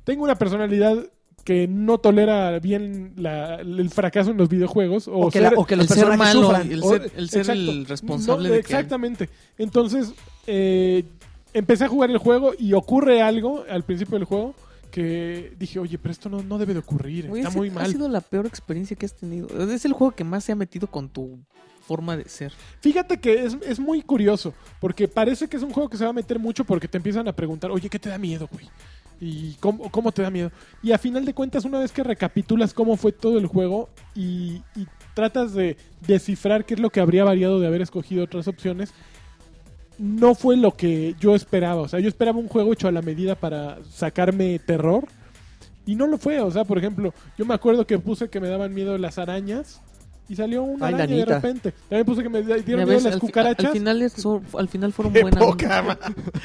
tengo una personalidad que no tolera bien la- el fracaso en los videojuegos o,
O, que
ser-
la- o que
el
los
ser
personajes
malo,
sufran.
el
o-
ser, el, ser el
exacto.
responsable
No,
de que
Exactamente. Entonces, eh, empecé a jugar el juego y ocurre algo al principio del juego que dije, oye, pero esto no, no debe de ocurrir,
Güey,
está
ese-
muy
Ha
mal.
sido la peor experiencia que has tenido. Es el juego que más se ha metido con tu forma de ser.
Fíjate que es, es muy curioso, porque parece que es un juego que se va a meter mucho porque te empiezan a preguntar, oye, ¿qué te da miedo, güey? ¿Y cómo, cómo te da miedo? Y a final de cuentas, una vez que recapitulas cómo fue todo el juego y, y tratas de descifrar qué es lo que habría variado de haber escogido otras opciones, no fue lo que yo esperaba. O sea, yo esperaba un juego hecho a la medida para sacarme terror. Y no lo fue. O sea, por ejemplo, yo me acuerdo que puse que me daban miedo las arañas. Y salió una
Ay,
araña de
nanita.
repente. También puse que me da- dieron
Ya
miedo
ves,
las
al fi-
cucarachas.
Al final, es- al final fueron
¡Qué
buenas.
poca, ma-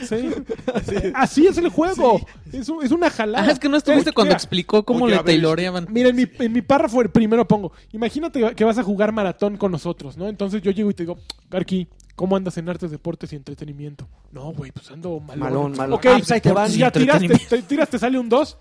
Sí. Así es el juego. Es, un- es una jalada.
Ah, es que no estuviste
Oye,
cuando
mira,
explicó cómo
oye, a
le
ver,
tailoreaban.
Mira, en mi, en mi párrafo el primero pongo, imagínate que vas a jugar maratón con nosotros, ¿no? Entonces yo llego y te digo, Carqui, ¿cómo andas en artes, deportes y entretenimiento? No, güey, pues ando malón.
Malón, malón.
Ok,
Ah, pues ahí te van.
si ya
Y
tiraste,
entretenimiento.
te, tiraste, sale un 2.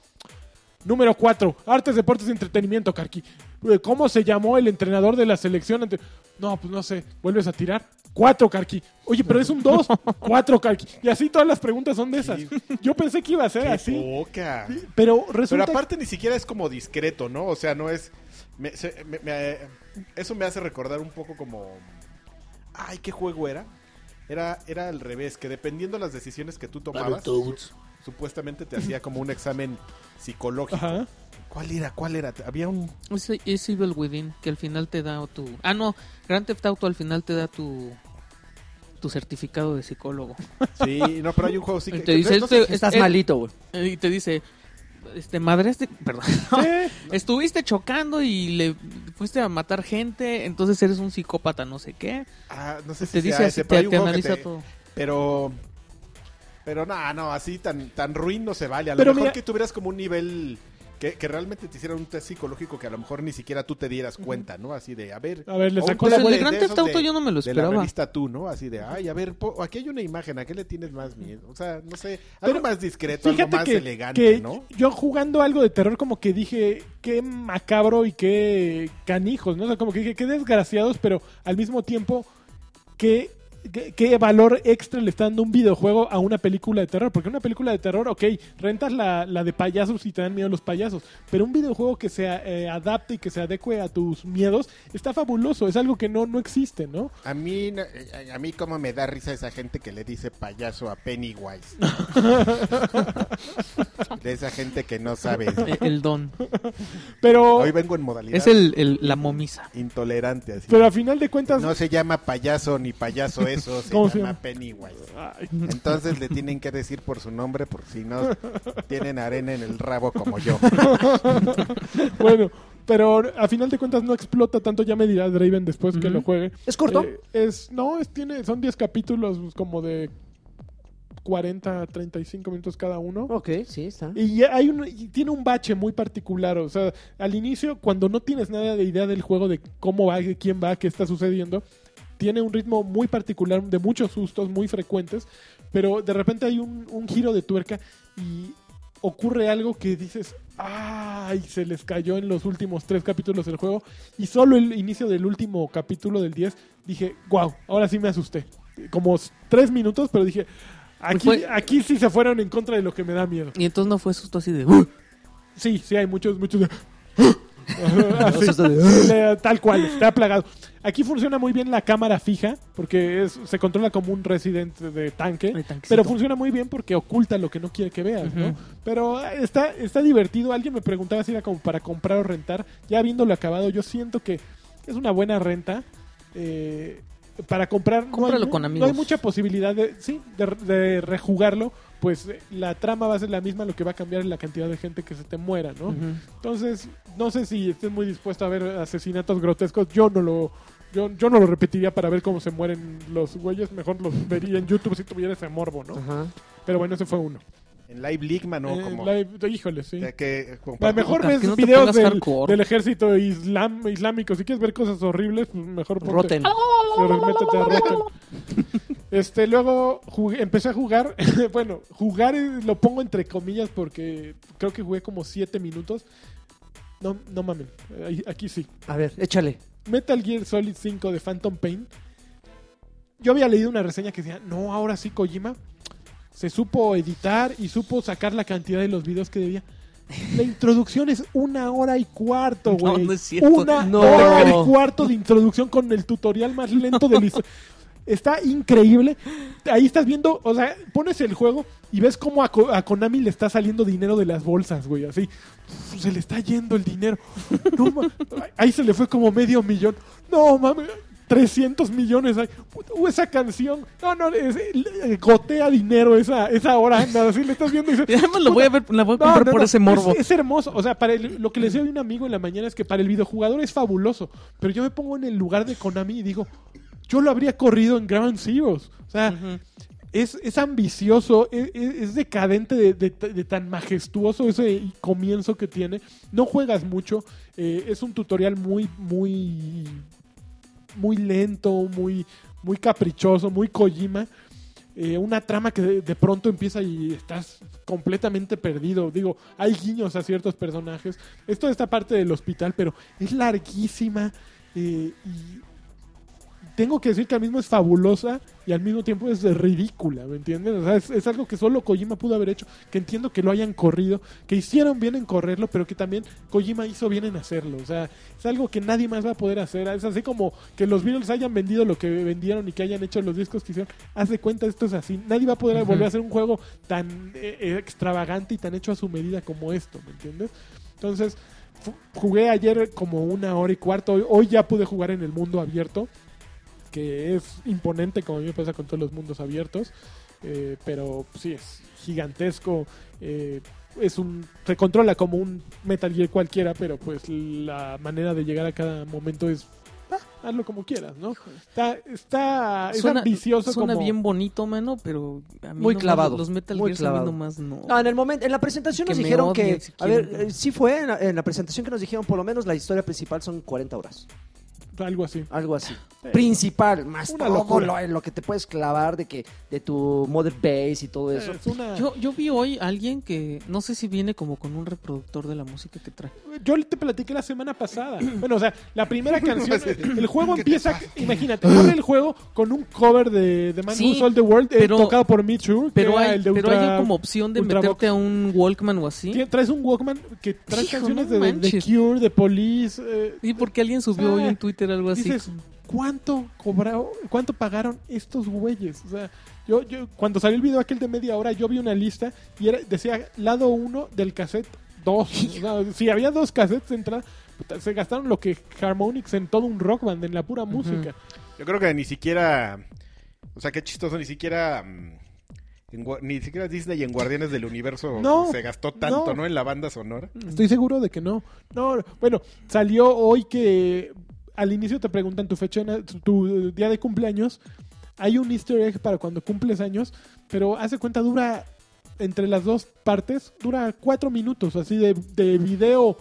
Número 4, artes, deportes y entretenimiento, Carqui. Eh, ¿Cómo se llamó el entrenador de la selección? ante- No, pues no sé, vuelves a tirar. 4, Carqui. Oye, pero es un 2. 4, Carqui. Y así todas las preguntas son de esas. Yo pensé que iba a ser
¡Qué
así,
poca!
pero resulta
Pero aparte ni siquiera es como discreto, ¿no? O sea, no es... me- se- me- me- eso me hace recordar un poco como... Ay, ¿qué juego era? Era, era al revés, que dependiendo las decisiones que tú tomabas, supuestamente te hacía como un examen
que...
psicológico.
Ajá.
¿Cuál era? ¿Cuál era? Había un...
Ese es Evil Within, que al final te da tu... Ah, no, Grand Theft Auto al final te da tu tu certificado de psicólogo.
Sí, no, pero hay un juego sí que...
Y te dice,
que- no sé-
este-
Estás
eh,
malito, güey.
Y te dice, este, madreaste... Perdón.
Sí.
Estuviste chocando y le fuiste a matar gente, entonces eres un psicópata, no sé qué.
ah, no sé si
Te dice
sea
así,
ese, pero
te,
hay un
te
juego que
analiza
te-
todo.
Pero... Pero no, no, así tan, tan ruin no se vale. A lo
Pero
mejor
mira-
que tuvieras como un nivel que, que realmente te hicieran un test psicológico que a lo mejor ni siquiera tú te dieras cuenta, ¿no? Así de, a ver.
A ver, le
o un
sacó
test
la
de-
vuelta.
Pues El Gran
de esos
Theft Auto
de-
yo no me lo
De la
esperaba.
revista tú, ¿no? Así de, ay, a ver, po- aquí hay una imagen, ¿a qué le tienes más miedo? O sea, no sé, algo
Pero
más discreto, algo más elegante,
que
¿no?
yo jugando algo de terror como que dije, qué macabro y qué canijos, ¿no? O sea, como que dije, qué desgraciados, pero al mismo tiempo, qué, qué, qué valor extra le está dando un videojuego a una película de terror. Porque una película de terror, ok, rentas la, la de payasos y te dan miedo los payasos, pero un videojuego que se eh, adapte y que se adecue a tus miedos está fabuloso, es algo que no, no existe, ¿no?
A mí, na- eh, a mí como me da risa esa gente que le dice payaso a Pennywise. de esa gente que no sabe.
Eh, El don.
Pero,
Hoy vengo en modalidad
Es el, el- la momisa.
intolerante, así.
pero a final de cuentas...
No se llama payaso ni payaso eso, se
¿Cómo
llama
se llama?
Pennywise.
Ay,
Entonces le tienen que decir por su nombre, por si no tienen arena en el rabo como yo.
Bueno, pero a final de cuentas no explota tanto, ya me dirá Draven después que
Ujú.
lo juegue.
¿Es corto?
Eh, es, no, es, tiene, son 10 capítulos como de 40, 35 minutos cada uno.
Ok, sí, está.
Y ya hay un, y tiene un bache muy particular, o sea, al inicio, cuando no tienes nada de idea del juego, de cómo va, de quién va, qué está sucediendo, tiene un ritmo muy particular, de muchos sustos, muy frecuentes, pero de repente hay un, un giro de tuerca y ocurre algo que dices, ¡ay! Se les cayó en los últimos tres capítulos del juego y solo el inicio del último capítulo del 10 dije, wow, ahora sí me asusté. Como s- tres minutos, pero dije... Aquí,
Fue-
aquí sí se fueron en contra de lo que me da miedo.
Y entonces no fue susto así de. "Uh".
Sí, sí, hay muchos, muchos de...
O
Así.
sea, está de-
Le- tal cual, está plagado. Aquí funciona muy bien la cámara fija, porque es- se controla como un residente de tanque.
El tanquecito.
Pero funciona muy bien porque oculta lo que no quiere que veas, ¿no?
Ujú.
Pero ah, está, está divertido. Alguien me preguntaba si era como para comprar o rentar. Ya viéndolo acabado, yo siento que es una buena renta. Eh, para comprar, no
Cómpralo
hay,
con
no
amigos.
hay mucha posibilidad de, sí, de, de rejugarlo. Pues eh, la trama va a ser la misma, lo que va a cambiar es la cantidad de gente que se te muera, ¿no?
Ujú.
Entonces, no sé si estés muy dispuesto a ver asesinatos grotescos. Yo no lo yo, yo no lo repetiría para ver cómo se mueren los güeyes. Mejor los vería en YouTube si tuviera ese morbo, ¿no?
Ajá.
Pero bueno, ese fue uno.
En Live League, mano,
Eh,
como...
live- híjole, sí.
o sea, que
La mejor
Puta,
ves
que no te
videos
pongas
del,
hardcore.
del ejército islam, islámico. Si quieres ver cosas horribles, pues mejor ponte-
Roten.
pero métete a Rotten. Este, luego jugué- empecé a jugar. bueno, jugar eh, lo pongo entre comillas porque creo que jugué como 7 minutos. No, no mamen, ahí- aquí sí.
A ver, échale.
Metal Gear Solid 5 de Phantom Pain. Yo había leído una reseña que decía, no, ahora sí Kojima se supo editar y supo sacar la cantidad de los videos que debía. La introducción es una hora y cuarto,
No,
güey.
no es cierto.
Una
No.
hora y cuarto de introducción con el tutorial más lento de la historia. Está increíble. Ahí estás viendo, o sea, pones el juego y ves cómo a, Ko- a Konami le está saliendo dinero de las bolsas, güey, así. Se le está yendo el dinero. No, ma- ahí se le fue como medio millón. No, mames. 300 millones. Ay, puta, uh, esa canción. No, no, es- eh, gotea dinero esa, esa hora. Nada, así le estás viendo y dices,
Y además lo voy a ver, la voy a
no,
comprar
no,
por
no,
ese morbo.
Es, es hermoso. O sea, para el- lo que le decía a un amigo en la mañana es que para el videojugador es fabuloso. Pero yo me pongo en el lugar de Konami y digo, yo lo habría corrido en Ground Zeroes. O sea,
Ujú.
es, es ambicioso, es, es- es decadente de, de- de tan majestuoso ese comienzo que tiene. No juegas mucho. eh, es un tutorial muy, muy, muy lento, muy, muy caprichoso, muy Kojima. Eh, una trama que de, de pronto empieza y estás completamente perdido. Digo, hay guiños a ciertos personajes. Esto esta parte del hospital, pero es larguísima. eh, y tengo que decir que al mismo es fabulosa y al mismo tiempo es ridícula, ¿me entiendes? O sea, es, es algo que solo Kojima pudo haber hecho, que entiendo que lo hayan corrido, que hicieron bien en correrlo, pero que también Kojima hizo bien en hacerlo. O sea, es algo que nadie más va a poder hacer. Es así como que los Beatles hayan vendido lo que vendieron y que hayan hecho los discos que hicieron. Haz de cuenta, esto es así. Nadie va a poder
Ujú.
volver a hacer un juego tan eh, eh, extravagante y tan hecho a su medida como esto, ¿me entiendes? Entonces, fu- jugué ayer como una hora y cuarto. Hoy- hoy ya pude jugar en el mundo abierto que es imponente, como a mí me pasa con todos los mundos abiertos, eh, pero sí es gigantesco. eh, es un se controla como un Metal Gear cualquiera, pero pues la manera de llegar a cada momento es ah, hazlo como quieras, ¿no? Está, está, Ah, es
suena,
ambicioso
suena
como...
bien bonito, mano, pero a mí
Muy
nomás
clavado,
Los Metal
muy
Gear a mí
clavado. Ah,
nomás no.
No, en el momento, en la presentación
Que
nos
me
dijeron
odien
que,
si
a
quieren,
ver,
pero-
eh, sí fue en la, en la presentación que nos dijeron, por lo menos la historia principal son 40 horas,
Algo así.
algo así. Principal, más
Una
todo
locura.
lo, en lo que te puedes clavar de que de tu mother base y todo eso.
Es una- Yo,
Yo, yo vi hoy a alguien que no sé si viene como con un reproductor de la música que trae.
te platiqué la semana pasada. Bueno, o sea, la primera canción, el juego empieza, imagínate, abre el juego con un cover de The Man
Sí,
Who Sold the World eh,
pero-
tocado por Me Too, que
Pero
era
hay,
el de
pero
Ultra-
hay como opción de
Ultravox.
meterte a un Walkman o así.
Tien- Traes un Walkman que trae
Hijo,
canciones
no
de- de The
manches.
Cure, de Police. eh,
Y porque alguien subió hoy en Twitter algo así.
Ah, dices, ¿cuánto cobrao- cuánto pagaron estos güeyes? O sea, yo, yo cuando salió el video aquel de media hora, yo vi una lista y era, decía lado 1 del cassette 2. si había dos cassettes de entrada, puta, se gastaron lo que Harmonix en todo un rock band, en la pura música.
Yo creo que ni siquiera. O sea, qué chistoso, ni siquiera. mm, en Gua- ni siquiera Disney en Guardianes del Universo
No,
se gastó tanto,
no.
¿no? En la banda sonora.
Estoy seguro de que no. No, bueno, salió hoy que al inicio te preguntan tu fecha, de na- tu, tu día de cumpleaños. Hay un Easter egg para cuando cumples años, pero hace cuenta dura entre las dos partes dura cuatro minutos así de, de video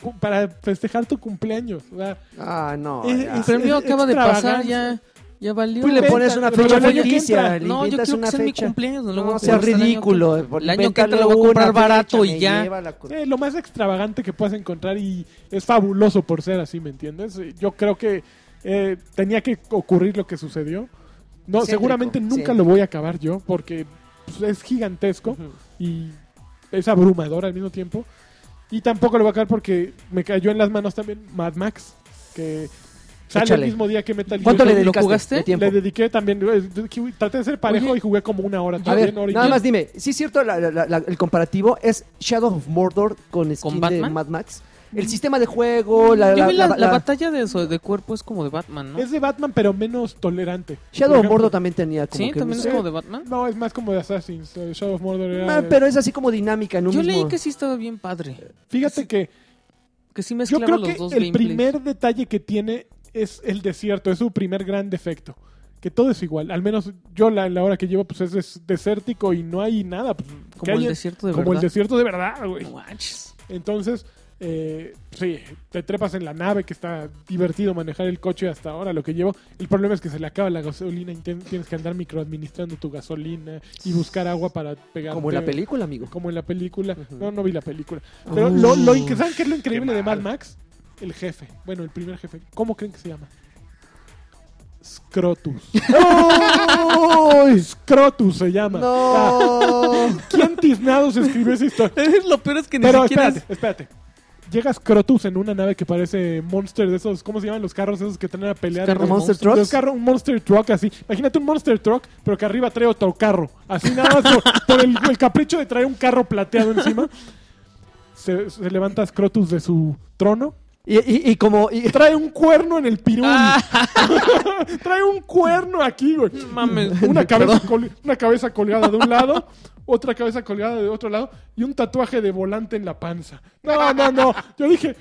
cu- para festejar tu cumpleaños. O sea,
Ah, no.
Es-
ya.
es-
pero el mío acaba de pasar, ya,
extravagancia.
ya valió.
Tú le pones
inventa-
una
pero
fecha
el año que
ficticia,
entra.
No,
le
yo quiero
inventas
que
una
sea mi
fecha.
cumpleaños. No, lo
No,
voy a
sea
comprar hasta el año
ridículo.
que-
por
El año que entra
inventarle
lo voy a comprar
una fecha,
barato
me
y ya.
lleva la cu-
Eh, lo más extravagante que puedes encontrar y es fabuloso por ser así, ¿me entiendes? Eh, Yo creo que eh, tenía que ocurrir lo que sucedió. No,
Céntrico,
seguramente nunca lo voy a acabar yo porque pues, es gigantesco y es abrumador al mismo tiempo. Y tampoco lo voy a acabar porque me cayó en las manos también Mad Max, que sale
Échale.
el mismo día que Metal Gear.
¿Cuánto le
¿Lo
dedicaste
jugaste?
de tiempo?
Le dediqué también, eh, traté de ser parejo
Oye,
y jugué como una hora.
A ver,
también, hora y
nada
media.
más dime, sí es cierto la- la- la- el comparativo, es Shadow of Mordor con skin de
Batman? Mm.
Mad Max. El sistema de juego, la,
Yo
la-
vi la,
la-
la
la-
batalla de, eso, de cuerpo es como de Batman, ¿no?
Es de Batman, pero menos tolerante.
Shadow
Por
of
ejemplo,
Mordor también tenía como
sí,
que...
también es
sí.
como de Batman.
No, es más como de Assassin's. eh, Shadow of Mordor era.
Ah, Pero es así como dinámica en un
Yo
mismo-
leí que sí estaba bien padre.
Fíjate que
Que sí
yo
mezclaba
creo
los
que el
dos gameplays.
primer detalle que tiene es el desierto, es su primer gran defecto. Que todo es igual, al menos yo la, la hora que llevo pues es des- desértico y no hay nada. pues, que
Como el
haya-
desierto de
como el
verdad.
desierto de verdad, güey.
Guaches.
Entonces, eh, sí, te trepas en la nave, que está divertido manejar el coche hasta ahora, lo que llevo. El problema es que se le acaba la gasolina y ten- tienes que andar microadministrando tu gasolina y buscar agua para pegar.
Como en la película, amigo.
Como en la película. No, no vi la película. Pero lo, lo in- ¿saben qué es lo increíble de Mad Max? El jefe. Bueno, el primer jefe. ¿Cómo creen que se llama? Scrotus. Scrotus se llama. O
¡No!
sea, ¿Quién tiznados escribió esa historia?
Lo peor es que ni
Pero
siquiera...
espérate, espérate. Llega Scrotus en una nave que parece Monster de esos, ¿cómo se llaman los carros esos que traen a pelear?
Los carros
Monster
Los
Trucks.
carros, un Monster Truck así. Imagínate un Monster Truck, pero que arriba trae otro carro. Así nada más por, por el, el capricho de traer un carro plateado encima. Se, se levanta Scrotus de su trono.
Y, y- y como... y-
Trae un cuerno en el pirul.
Ah.
trae un cuerno aquí, güey.
Mames.
Una cabeza, col- una cabeza colgada de un lado, otra cabeza colgada de otro lado y un tatuaje de volante en la panza. No, no, no. Yo dije,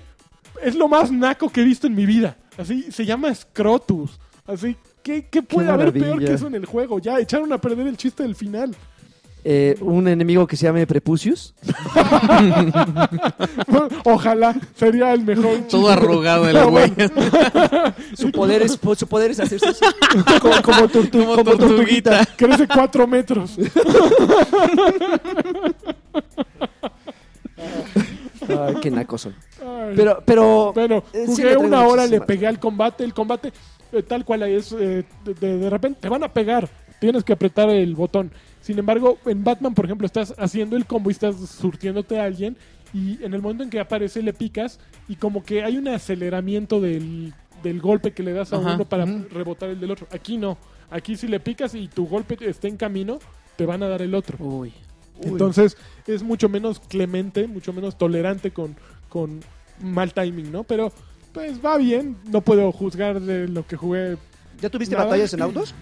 es lo más naco que he visto en mi vida. Así, se llama Scrotus. Así, ¿qué, qué puede haber peor
maravilla.
que eso en el juego? Ya echaron a perder el chiste del final.
eh, un enemigo que se llame Prepucius.
Ojalá sería el mejor. chiste.
Todo arrugado el güey.
Su poder es, su poder es hacerse así. como, como tortu-
Como
como
tortuguita.
tortuguita.
Crece cuatro metros.
Ay, qué naco soy.
Ay.
Pero, pero...
Bueno,
eh, sí
jugué
le traigo
una hora, le
muchísima-
pegué al combate. El combate, eh, tal cual es, eh, de, de- de repente te van a pegar. Tienes que apretar el botón. Sin embargo, en Batman, por ejemplo, estás haciendo el combo y estás surtiéndote a alguien. Y en el momento en que aparece, le picas. Y como que hay un aceleramiento del, del golpe que le das a
Ajá.
uno para rebotar el del otro. Aquí no. Aquí, si le picas y tu golpe está en camino, te van a dar el otro.
Uy.
Entonces es mucho menos clemente, mucho menos tolerante con, con mal timing, ¿no? Pero pues va bien, no puedo juzgar de lo que jugué.
¿Ya tuviste
Nada.
batallas en autos?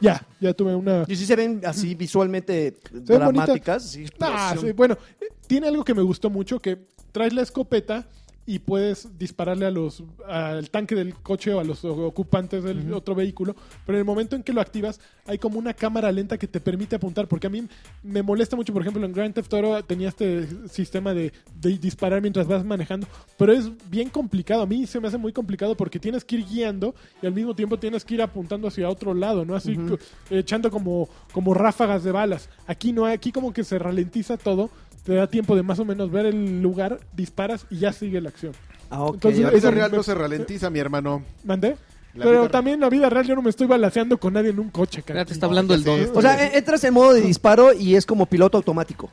Ya, ya tuve una...
Y sí se ven así visualmente
ven
dramáticas. sí,
Ah,
explosión.
sí, bueno, eh, tiene algo que me gustó mucho, que traes la escopeta y puedes dispararle a los al tanque del coche o a los ocupantes del otro vehículo, pero en el momento en que lo activas hay como una cámara lenta que te permite apuntar, porque a mí me molesta mucho, por ejemplo, en Grand Theft Auto tenía este sistema de, de disparar mientras vas manejando, pero es bien complicado, a mí se me hace muy complicado porque tienes que ir guiando y al mismo tiempo tienes que ir apuntando hacia otro lado, ¿no? Así co- echando como, como ráfagas de balas. Aquí no, aquí como que se ralentiza todo. Te da tiempo de más o menos ver el lugar, disparas y ya sigue la acción.
Ah, ok.
Entonces,
La
ok.
vida real no se ralentiza, mi hermano.
¿Mandé?
La vida
Pero
real.
también en la vida real yo no me estoy balaseando con nadie en un coche, cara.
Ya te está hablando
ya
el
sé,
don.
esto
O sea, e- entras en modo de disparo y es como piloto automático.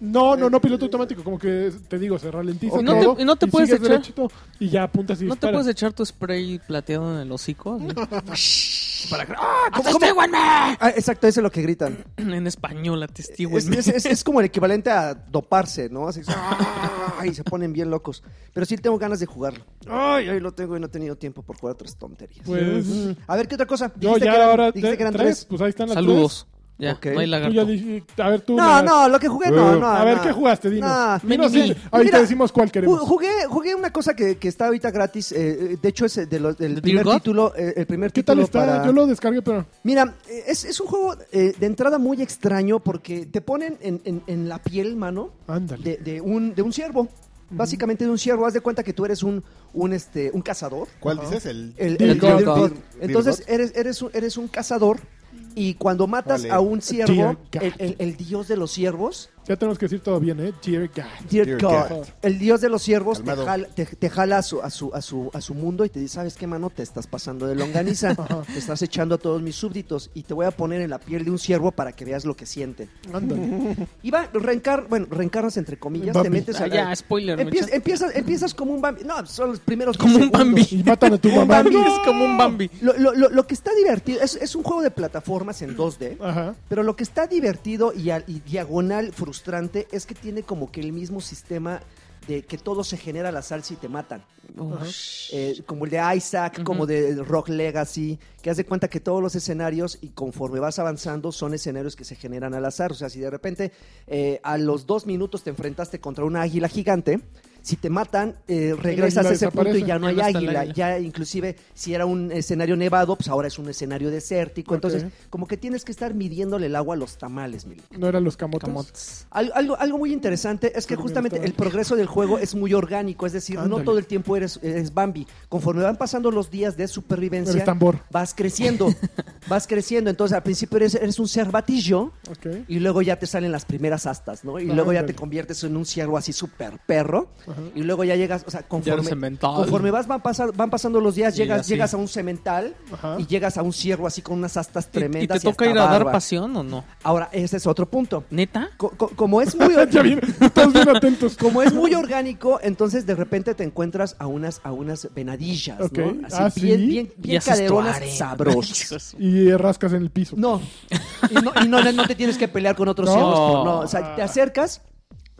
No, no, no, piloto automático, como que te digo, se ralentiza.
Y no
todo
te- y no te
y
puedes
sigues
echar.
derechito y ya apuntas y
¿No te
disparas.
puedes echar tu spray plateado en el hocico?
Ah, exacto, eso es lo que gritan.
en español, atestigüen.
Es, es- es- es como el equivalente a doparse, ¿no? Así, ¡ah! y se ponen bien locos. Pero sí tengo ganas de jugarlo. Ay, ay, lo tengo y no he tenido tiempo por jugar otras tonterías.
Pues,
A ver, ¿qué otra cosa?
yo
Dijiste
ya
que eran-
ahora
dijiste
te-
que eran
tres,
tres.
pues ahí están las
Saludos. Ya,
Ok.
no hay
tres. Tú ya
lagarto.
dijiste- a ver, tú.
No,
Nagar.
no, lo que jugué no, no.
Eh, a ver,
no.
¿qué jugaste? Dinos.
No.
Dinos,
Mini-me.
sí, ahorita
Mira,
decimos cuál queremos.
Ju- Jugué, jugué una cosa que, que está ahorita gratis. eh, eh, de hecho, es eh, de los- del
¿The
primer
Dear God?
título. eh, el primer
¿Qué tal
título
está?
para-
Yo lo descargué, pero.
Mira, eh, es, es un juego eh, de entrada muy extraño porque te ponen en, en- en la piel, mano,
Ándale.
de, de un, de un ciervo. Básicamente de un ciervo. Haz de cuenta que tú eres un, un, este, un cazador.
¿Cuál dices? El...
El-
Dear
el-
God.
Dear God. Entonces
Dear
eres, eres, un, eres un cazador y cuando matas
Vale.
a un ciervo,
Dear
el,
God.
el- el dios de los ciervos,
Ya tenemos que decir todo bien, ¿eh? Dear God.
Dear,
Dear
God.
God.
El dios de los siervos te
Calmado.
jala, te- te jala a, su, a, su, a, su, a su mundo y te dice, ¿sabes qué, mano? Te estás pasando de longaniza. te estás echando a todos mis súbditos y te voy a poner en la piel de un siervo para que veas lo que sienten.
Ándale.
Y va, reencar, bueno, reencarnas entre comillas,
Bambi.
te metes a...
Ah, ya, spoiler. ¿me
Empiezas,
echaste?
empiezas, empiezas como un Bambi. No, son los primeros
Como
10
un Bambi.
Y matan a tu
Un
mamá.
Bambi
¡No!
es como un Bambi.
Lo, lo- lo- lo que está divertido es, es un juego de plataformas en 2D.
Ajá.
Pero lo que está divertido y, al- y diagonal frustrante es que tiene como que el mismo sistema de que todo se genera la salsa y te matan.
Oh,
Ajá.
sh-
Eh, como el de Isaac,
Ujú.
como de Rock Legacy, que hace cuenta que todos los escenarios y conforme vas avanzando son escenarios que se generan al azar. O sea, si de repente eh, a los dos minutos te enfrentaste contra una águila gigante, si te matan, eh, regresas a ese punto y
desaparece.
ya no
Ya
hay
no está el
águila.
águila.
Ya inclusive si era un escenario nevado, pues ahora es un escenario desértico.
Ok.
Entonces, como que tienes que estar midiéndole el agua a los tamales, Mili.
No eran los camotes.
camotes.
Al- Algo, algo muy interesante es que
Pero me
justamente el
gustaba.
progreso del juego es muy orgánico, es decir,
Ándale.
no todo el tiempo eres, eres Bambi. Conforme van pasando los días de
Eres
supervivencia,
tambor.
vas creciendo, vas creciendo. Entonces al principio eres, eres un cervatillo
Ok.
y luego ya te salen las primeras astas, ¿no? Y luego ya
Ah, Ándale.
te conviertes en un ciervo así súper perro y luego ya llegas, o
Ya
sea,
eres
conforme,
cemental.
conforme vas, van, pasar- van pasando los días,
Y
llegas,
así.
llegas a un cemental
Ajá.
y llegas a un ciervo así con unas astas
¿Y- ¿Y
tremendas.
te toca
hasta
ir a dar
barba.
pasión o no?
Ahora, ese es otro punto.
¿Neta?
Co- co- como es muy...
Ya bien, estás bien atentos.
Como es muy orgánico, entonces de repente te encuentras a unas, a unas venadillas,
Ok.
¿no? Así
Ah,
bien,
¿sí?
bien,
Y
bien
haces tu
caderonas
arena.
sabrosas.
Y rascas en el piso.
No. Y no, y no, no te tienes que pelear con otros
No.
ciervos. por- No, o sea, te acercas,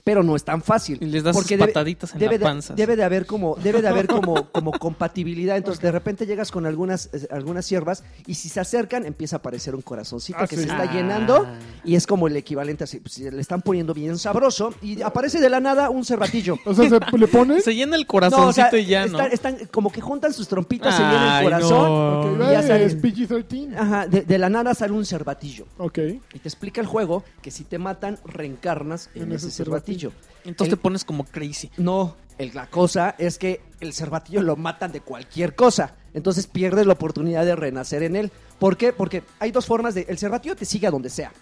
pero no es tan fácil.
Y les das sus
debe-
pataditas en
debe
la
de-
panza.
debe de haber como, debe de haber como, como compatibilidad. Entonces, de repente llegas con algunas, eh, algunas ciervas y si se acercan, empieza a aparecer un corazoncito
Ah,
que
sí.
se está
Ah.
llenando y es como el equivalente así. pues, le están poniendo bien sabroso y aparece de la nada un cervatillo.
O sea, se le pones.
Se llena el
No, o
corazoncito
sea,
y ya, ¿no?
están, están como que juntan sus trompitas, se llenan el
Ay,
corazón.
no.
Ok,
Ya Ah.
eh,
sale.
es PG-13.
Ajá, de, de la nada sale un cervatillo.
Ok.
Y te explica el juego que si te matan, reencarnas en,
En
ese
ese
cervatillo.
Entonces
El-
te pones como crazy.
No, el- la cosa es que el cervatillo lo matan de cualquier cosa. Entonces pierdes la oportunidad de renacer en él. ¿Por qué? Porque hay dos formas de... El cervatillo te sigue a donde sea.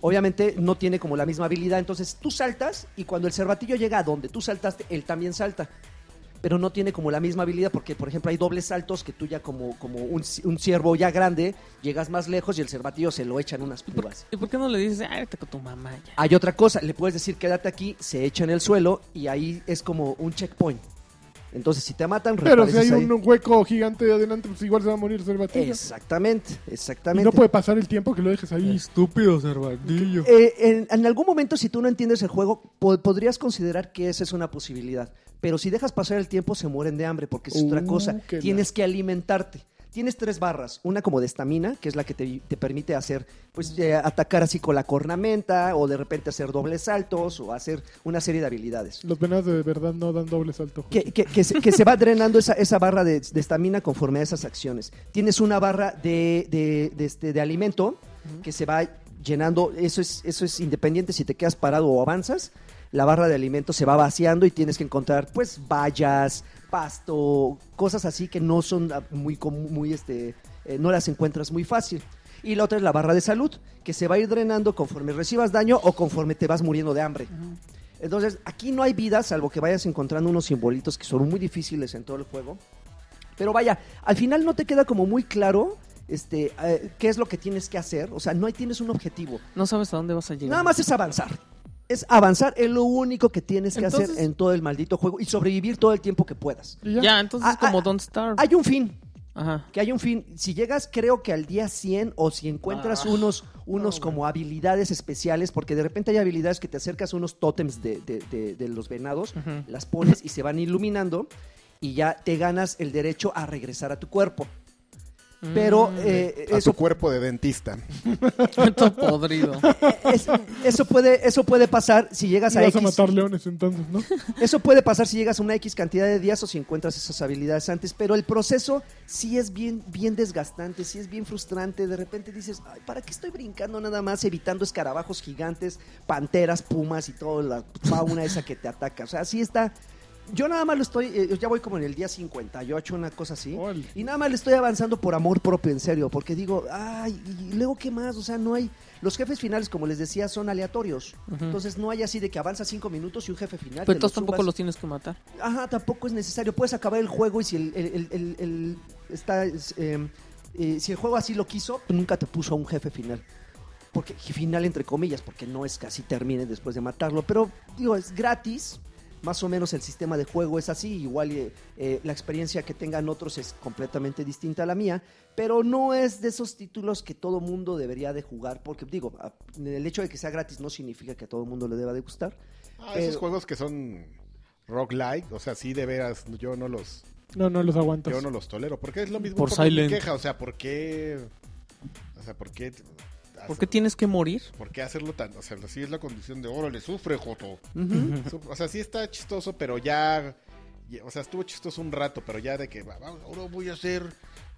Obviamente no tiene como la misma habilidad. Entonces tú saltas y cuando el cervatillo llega a donde tú saltaste, él también salta. Pero no tiene como la misma habilidad porque, por ejemplo, hay dobles saltos que tú ya como, como un, ci- un ciervo ya grande, llegas más lejos y el cervatillo se lo echan unas púas.
¿Y por qué no le dices, ah, vete con tu mamá ya?
Hay otra cosa, le puedes decir quédate aquí, se echa en el suelo y ahí es como un checkpoint. Entonces, si te matan,
Pero si hay
reapareces ahí.
un hueco gigante adelante, pues igual se va a morir Cervatillo.
Exactamente,
Y
exactamente.
no puede pasar el tiempo que lo dejes ahí.
Estúpido cervatillo.
Eh, en, en algún momento, si tú no entiendes el juego, po- podrías considerar que esa es una posibilidad. Pero si dejas pasar el tiempo, se mueren de hambre, porque es otra
Uh,
cosa.
qué
Tienes que alimentarte. Tienes tres barras, una como de estamina, que es la que te, te permite hacer, pues eh, atacar así con la cornamenta o de repente hacer dobles saltos o hacer una serie de habilidades.
Los venados de verdad no dan doble salto.
Que, que- que se, que se va drenando esa, esa barra de de estamina conforme a esas acciones. Tienes una barra de, de- de este, de alimento que se va llenando. Eso es, eso es independiente si te quedas parado o avanzas. La barra de alimento se va vaciando y tienes que encontrar, pues, vallas, pasto, cosas así que no son ah, muy, com- muy este, eh, no las encuentras muy fácil. Y la otra es la barra de salud, que se va a ir drenando conforme recibas daño o conforme te vas muriendo de hambre. Entonces, aquí no hay vida, salvo que vayas encontrando unos simbolitos que son muy difíciles en todo el juego. Pero vaya, al final no te queda como muy claro este, eh, qué es lo que tienes que hacer. O sea, no hay- tienes un objetivo.
No sabes a dónde vas a llegar.
Nada más es avanzar. Es avanzar, es lo único que tienes que hacer
Entonces-
en todo el maldito juego y sobrevivir todo el tiempo que puedas.
Y
Ya, entonces
Ah, ah,
como Don't Starve.
Hay un fin,
Ajá.
que hay un fin. Si llegas, creo que al día 100 o si encuentras
Ah,
unos, unos como habilidades especiales, porque de repente hay habilidades que te acercas a unos tótems de, de- de- de los venados,
Ujú.
las pones y se van iluminando y ya te ganas el derecho a regresar a tu cuerpo. Pero
Mm,
eh,
A
eso,
tu cuerpo de dentista.
Todo podrido.
es- eso, puede, eso puede pasar si llegas a
vas a
X.
matar leones entonces, ¿no?
Eso puede pasar si llegas a una X cantidad de días o si encuentras esas habilidades antes, pero el proceso sí es bien, bien desgastante, sí es bien frustrante. De repente dices, Ay, ¿para qué estoy brincando nada más evitando escarabajos gigantes, panteras, pumas y toda la fauna esa que te ataca? O sea, sí está... Yo nada más lo estoy, eh, ya voy como en el día 58, una cosa así.
Órale.
Y nada más le estoy avanzando por amor propio, en serio, porque digo, ay, y luego qué más, o sea, no hay... Los jefes finales, como les decía, son aleatorios.
Ujú.
Entonces no hay así de que avanza cinco minutos y un jefe final... te
Pero entonces tampoco
subas.
los tienes que matar.
Ajá, tampoco es necesario. Puedes acabar el juego y si el, el- el- el- el- está, es, eh, eh, si el juego así lo quiso, pues nunca te puso a un jefe final. Porque final entre comillas, porque no es que así termine después de matarlo. Pero digo, es gratis. Más o menos el sistema de juego es así. Igual eh, eh, la experiencia que tengan otros es completamente distinta a la mía. Pero no es de esos títulos que todo mundo debería de jugar. Porque digo, a- el hecho de que sea gratis no significa que a todo mundo le deba de gustar.
Ah,
Pero-
esos juegos que son roguelike, o sea, sí de veras, yo no los,
No, no los aguantas.
yo no los tolero, porque es lo mismo un
Por
poco mi
Silent.
queja, o sea, ¿por qué? O sea, ¿por qué?
¿Por qué tienes que morir?
¿Por qué hacerlo tan, o sea, sí es la condición de oro, le sufre Joto?
Ujú.
Su- O sea, sí está chistoso, pero ya, ya- O sea, estuvo chistoso un rato, pero ya de que va- va- ahora voy a hacer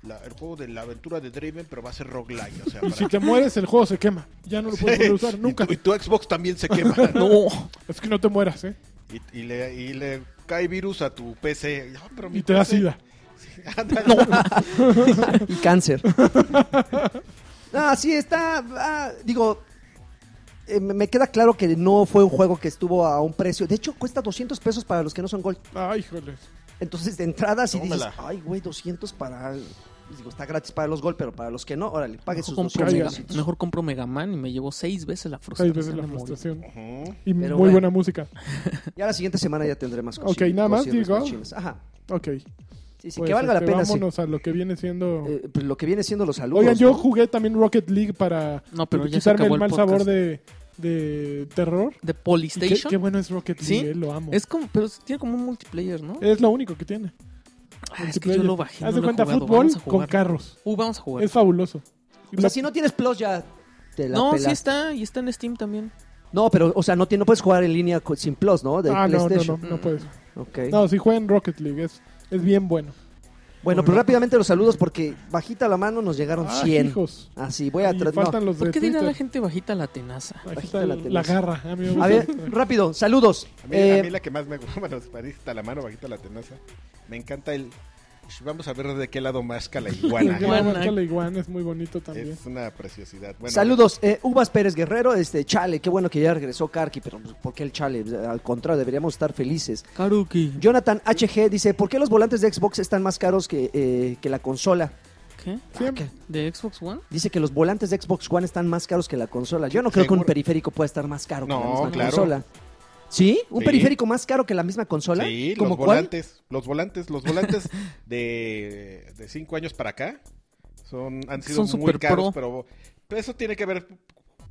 la- el juego de la aventura de Draven, pero va a ser roguelike. O sea,
Y
para
si te mueres, el juego se quema. Ya no lo puedes volver a usar nunca.
Y tu, y tu Xbox también se quema.
No.
Es que no te mueras, ¿eh?
Y, y le, y le cae virus a tu PC. Ah, pero mi
Y te da
PC.
sida.
Ándale.
y cáncer. ah, sí, está. ah, digo, eh, me me queda claro que no fue un juego que estuvo a un precio. De hecho, cuesta 200 pesos para los que no son Gold.
Ay, híjoles.
Entonces, de entrada, si dices,
Tómala.
ay, güey, 200 para. Digo, está gratis para los Gold, pero para los que no, órale, pague
Mejor
sus
compro,
200
Mega,
Megaman.
pesitos.
mejor compro Mega Man y me llevo seis veces la
Pues
frustración.
Seis veces la
de morir.
frustración.
Ujú.
Y muy
Pero bueno.
buena música.
Y a la siguiente semana ya tendré más
Ok,
cosas.
nada más, digo.
Ajá.
Ok.
Sí, sí,
Pues,
que valga la
este,
pena. sí.
Vámonos a lo que viene siendo.
Eh, pues lo que viene siendo los saludos.
Oigan, yo
¿no?
jugué también Rocket League para
No, pero ya se
quitarme
acabó
el
el
mal
podcast.
sabor de, de terror.
De
Y Qué,
Polystation.
qué bueno es Rocket League,
¿Sí?
eh, lo amo. Es,
Es como, pero tiene como un multiplayer, ¿no?
lo único que tiene.
Ah, es que yo lo bajé.
Eh, Haz
no
de
lo he
cuenta
jugado.
fútbol
Vamos a
con
jugar.
carros.
Uh, vamos a jugar.
Es fabuloso.
O sea, si no tienes Plus, ya te la
No, sí
pelas.
está. Y está en Steam también.
No, pero, o sea, no, ti- no puedes jugar en línea co- sin Plus, ¿no? De
ah, no, no, no,
PlayStation.
no puedes.
Ok.
No, si juegan Rocket League, es, es bien bueno.
Bueno, pero rápidamente los saludos porque bajita la mano nos llegaron
Ah,
100.
hijos.
Así, voy a...
Y
tra- no.
faltan los de
¿Por qué dirá
Twitter.
la gente bajita la tenaza?
Aquí
Bajita
está
la
la,
tenaza.
garra. A, mí me gusta.
A ver, rápido, saludos.
A mí,
Eh,
a mí la que más me gusta, bueno, bajita la mano, bajita la tenaza. Me encanta el. Vamos a ver de qué lado masca la
El
iguana.
que
Iguana.
marca la iguana es muy bonito también.
es una preciosidad. Bueno,
saludos, eh, Uvas Pérez Guerrero, este, chale, qué bueno que ya regresó Karki, pero pues, ¿por qué el chale? Al contrario, deberíamos estar felices.
Karuki.
Jonathan HG dice, ¿por qué los volantes de Xbox están más caros que, eh, que la consola?
¿Qué?
Siempre.
¿De Xbox One?
Dice que los volantes de Xbox One están más caros que la consola. Yo no creo que un
Seguro.
periférico pueda estar más caro que la
No,
misma
claro.
consola. ¿Sí? ¿Un
Sí.
periférico más caro que la misma consola?
Sí,
¿Cómo
los
cuál?
volantes, los volantes, los volantes de, de cinco años para acá son, han sido
Son
muy
super
caros,
pro.
pero pero eso tiene que ver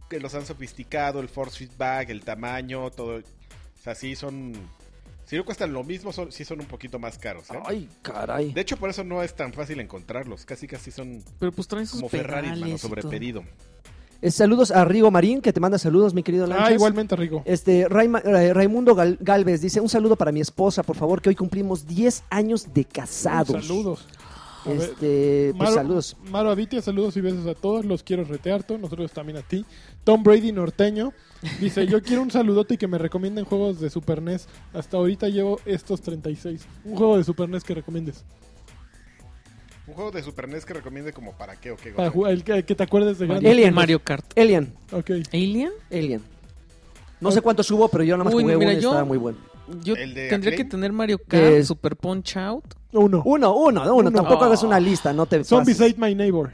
que los han sofisticado, el force feedback, el tamaño, todo. O sea, sí son, sí Si no cuestan lo mismo, son, sí son un poquito más caros. ¿eh?
Ay, caray.
De hecho, por eso no es tan fácil encontrarlos. Casi, casi son
Pero pues traen sus
como Ferrari,
pedales
mano,
y
sobre
todo.
pedido.
Eh, saludos a Rigo Marín, que te manda saludos, mi querido Lanchas.
Ah, igualmente rico.
Este, Raima- eh, Raimundo Gal- Galvez dice, un saludo para mi esposa, por favor, que hoy cumplimos 10 años de casados.
Saludos. A ver,
Este, pues
Maro-
saludos.
Maro Abitia, saludos y besos a todos. Los quiero retearto, nosotros también a ti. Tom Brady Norteño dice: Yo quiero un saludote y que me recomienden juegos de Super NES. Hasta ahorita llevo estos 36. Un juego de Super NES que recomiendes.
Un juego de Super NES que recomiende como para qué o qué.
Para
Gonzalo.
ju- el que, el que te acuerdes de grande.
Alien.
Mario Kart.
Elian,
Ok.
¿Alien?
Alien. No sé cuántos hubo, pero yo nada más
Uy,
jugué
mira,
uno y
yo-
estaba muy bueno.
Yo
¿El de
tendría
Acclaim?
que tener Mario Kart,
Eh,
Super Punch Out.
Uno.
Uno, uno, uno.
Uno. Ah.
Tampoco
Oh.
hagas una lista, no te
Zombies
pases.
Ate My Neighbor.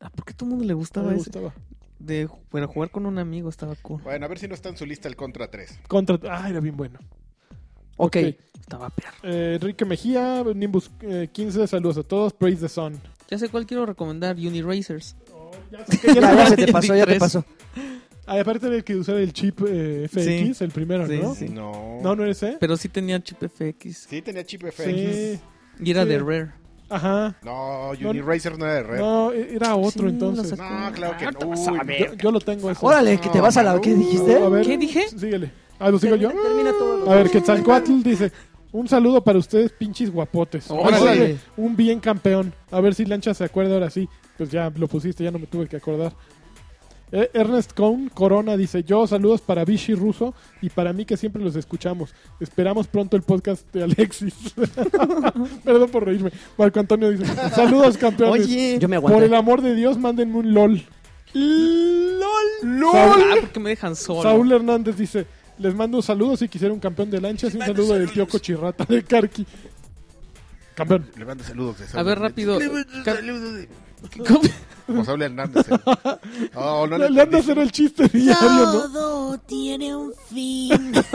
Ah, ¿Por qué a todo el mundo le gustaba
Me
ese?
gustaba.
De, ju- pero jugar con un amigo estaba cool.
Bueno, a ver si no está en su lista el Contra 3.
Contra. Ah, era bien bueno. Ok.
Ok.
Estaba perro.
Eh, Enrique Mejía, Nimbus eh, 15, saludos a todos. Praise the Sun.
Ya sé cuál quiero recomendar, Uniracers.
Ya, ya se te pasó, ya te
Tres.
pasó.
Ah, aparte del que usaba el chip eh, FX, el primero,
Sí,
¿no?
sí.
No.
No, no era ese.
Pero sí tenía chip FX.
Sí, tenía chip FX.
Sí.
Y era
Sí.
de Rare.
Ajá.
No, Uniracer no era de red. No,
No, e- era otro
Sí,
entonces.
lo
claro que no.
vas a
Uy,
ver.
Yo, yo lo tengo eso.
Órale, que te vas a la... ¿Qué dijiste?
A ver,
¿Qué dije?
Síguele. Ah, lo sigo yo.
Termina todo lo-
A ver, Quetzalcoatl dice: Un saludo para ustedes, pinches guapotes.
Órale.
Órale, Un bien campeón. A ver si Lancha se acuerda ahora sí. Pues ya lo pusiste, ya no me tuve que acordar. Eh, Ernest Cohn Corona dice: Yo saludos para Vichy Russo y para mí que siempre los escuchamos. Esperamos pronto el podcast de Alexis. Perdón por reírme. Marco Antonio dice: Saludos, campeones.
Oye.
Yo me
por el
aguanté.
amor de Dios, mándenme un LOL. ¡LOL! ¡LOL!
Ah, porque me dejan solo.
Saúl Hernández dice: Les mando saludos si quisiera un campeón de lanchas y un saludo del tío Cochirrata de Carqui. Campeón.
Le mando saludos de
A ver, rápido. Ca-
Saludos de
¿Cómo?
Gonzalo Hernández. eh. Oh, no
Le,
le
le anda a
entendí.
hacer el chiste diario, ¿no?
Todo tiene un fin. menos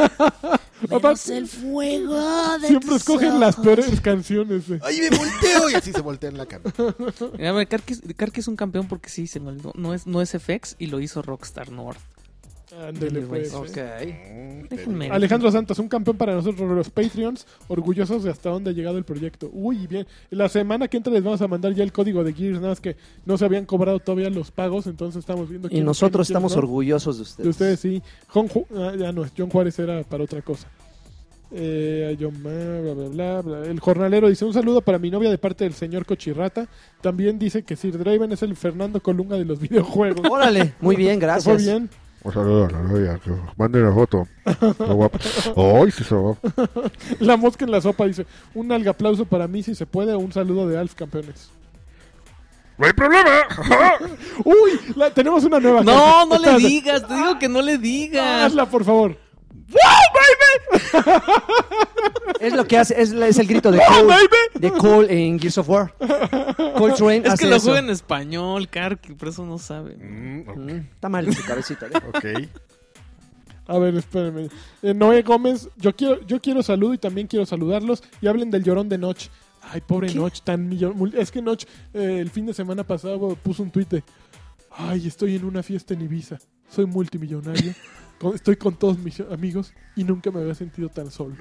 Aparte,
el fuego de
siempre
tus
escogen las
ojos.
peores canciones. eh.
Ay, me volteo. Y así se voltea en la cama.
A ver, Karki es- Karki es un campeón porque sí, se me olvidó. No es, no es FX y lo hizo Rockstar North.
Ándele, pues, eh.
Mm, te
Déjenme.
digo.
Alejandro Santos, un campeón para nosotros los Patreons, orgullosos de hasta dónde ha llegado el proyecto. Uy, bien. La semana que entra les vamos a mandar ya el código de Gears, nada más que no se habían cobrado todavía los pagos, entonces estamos viendo
Y nosotros
quién- quién
estamos
no.
orgullosos de ustedes.
De ustedes sí. Juan Ju- ah, ya no, John Juárez era para otra cosa. Eh, John Ma- bla, bla, bla, bla. El jornalero dice un saludo para mi novia de parte del señor Cochirrata. También dice que Sir Draven es el Fernando Colunga de los videojuegos.
Oh,
Órale, muy bien,
¿Te fue
gracias.
bien?
Un saludo a la novia. que Manden la foto. Qué guapa. ¡Ay, sí se va!
La mosca en la sopa dice un algaplauso para mí si se puede o un saludo de Alf Campeones.
¡No hay problema!
¡Uy! la- tenemos una nueva.
No, no le
Espérate.
digas. Te digo que no le digas.
Hazla, por favor.
Es lo que hace, es, la- es el grito de Cole, de Cole en Gears of War. Cole Train
Es
hace
que lo
eso.
juega en español, Karki, por eso no sabe.
Mm, ok.
Mm, Está mal en su cabecita. ¿eh?
A ver, espérenme. Eh, Noé Gómez, yo quiero, yo quiero saludo y también quiero saludarlos y hablen del llorón de Noche. Ay, pobre Noche, tan millón. mul- Es que Noche eh, el fin de semana pasado puso un tuite. Ay, estoy en una fiesta en Ibiza. Soy multimillonario. con- estoy con todos mis amigos y nunca me había sentido tan solo.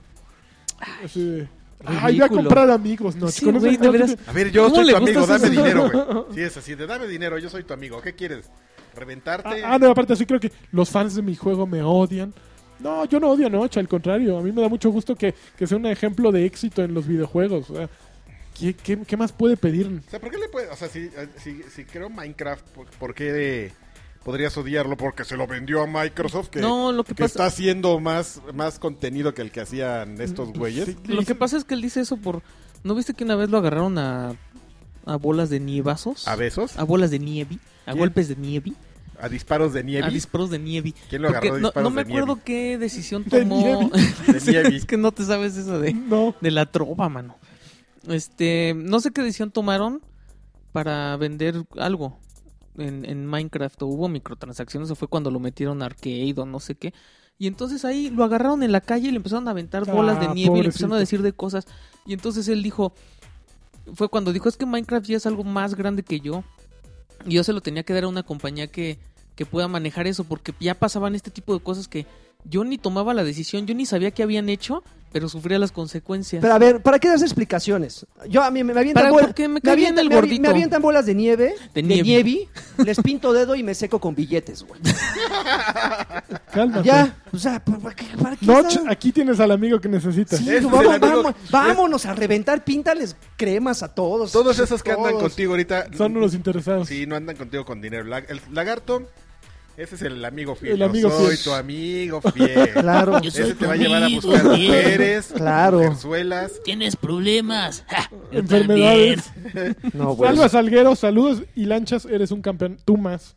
Así de, Ay, voy a
ridículo.
comprar amigos, Noche.
Sí, güey, de veras.
A ver, yo
¿Cómo
soy
le
tu amigo,
gustas
dame
eso?
dinero, güey. Sí, es así, de dame dinero, yo soy tu amigo. ¿Qué quieres? ¿Reventarte?
Ah, ah, no, aparte así creo que los fans de mi juego me odian. No, yo no odio a Noche, al contrario. A mí me da mucho gusto que, que sea un ejemplo de éxito en los videojuegos. o sea, ¿qué, qué, qué más puede pedir?
O sea, ¿por qué le puedes...? O sea, si, eh, si, si creo Minecraft, ¿por, por qué podrías odiarlo? Porque se lo vendió a Microsoft, que,
No, lo que
que está
pasa.
haciendo más, más contenido que el que hacían
Mm,
estos güeyes.
Lo que pasa es que él dice eso por. ¿No viste que una vez lo agarraron a, a bolas de nievazos?
A besos,
A bolas de nieve. A
¿Quién?
golpes de nieve.
a disparos de nieve.
A disparos de nieve.
¿Quién lo agarró
Porque
de
no,
disparos
no me
de
acuerdo qué decisión
De
tomó.
nieve? De nieve.
es que no te sabes eso de,
No,
de la trova, mano. Este, no sé qué decisión tomaron para vender algo en, en Minecraft. O hubo microtransacciones, o fue cuando lo metieron a arcade o no sé qué. Y entonces ahí lo agarraron en la calle y le empezaron a aventar
Ah,
bolas de nieve y le empezaron
pobrecito.
a decir de cosas. Y entonces él dijo, fue cuando dijo, es que Minecraft ya es algo más grande que yo. Y yo se lo tenía que dar a una compañía que, que pueda manejar eso, porque ya pasaban este tipo de cosas que yo ni tomaba la decisión, yo ni sabía qué habían hecho pero sufría las consecuencias.
Pero a ver, ¿para qué das explicaciones? Yo a mí me, me avientan,
¿Para
bola-
qué me cae bien
avientan-
el
me avi-
gordito?
me avientan bolas de nieve,
De
de,
nieve.
nieve. les pinto dedo y me seco con billetes, güey.
Cálmate.
ya, o sea, ¿pa- ¿para qué? para qué
No,
estás-
ch- aquí tienes al amigo que necesitas.
Sí,
Este
vamos-
es el amigo-
vamos- vámonos a reventar, píntales cremas a todos.
Todos esos que andan
Todos.
contigo ahorita.
Son unos interesados.
Sí, no andan contigo con dinero. La- el lagarto, ese es el amigo fiel.
El
Yo
amigo
soy
fiel.
tu amigo fiel.
Claro,
Yo soy
ese
tu
te va a llevar a
amigo,
buscar
bien.
mujeres,
Claro.
mujerzuelas.
Tienes problemas. Ja, yo
Enfermedades.
también.
no, güey.
Salva Salguero, saludos y lanchas, eres un campeón. Tú más.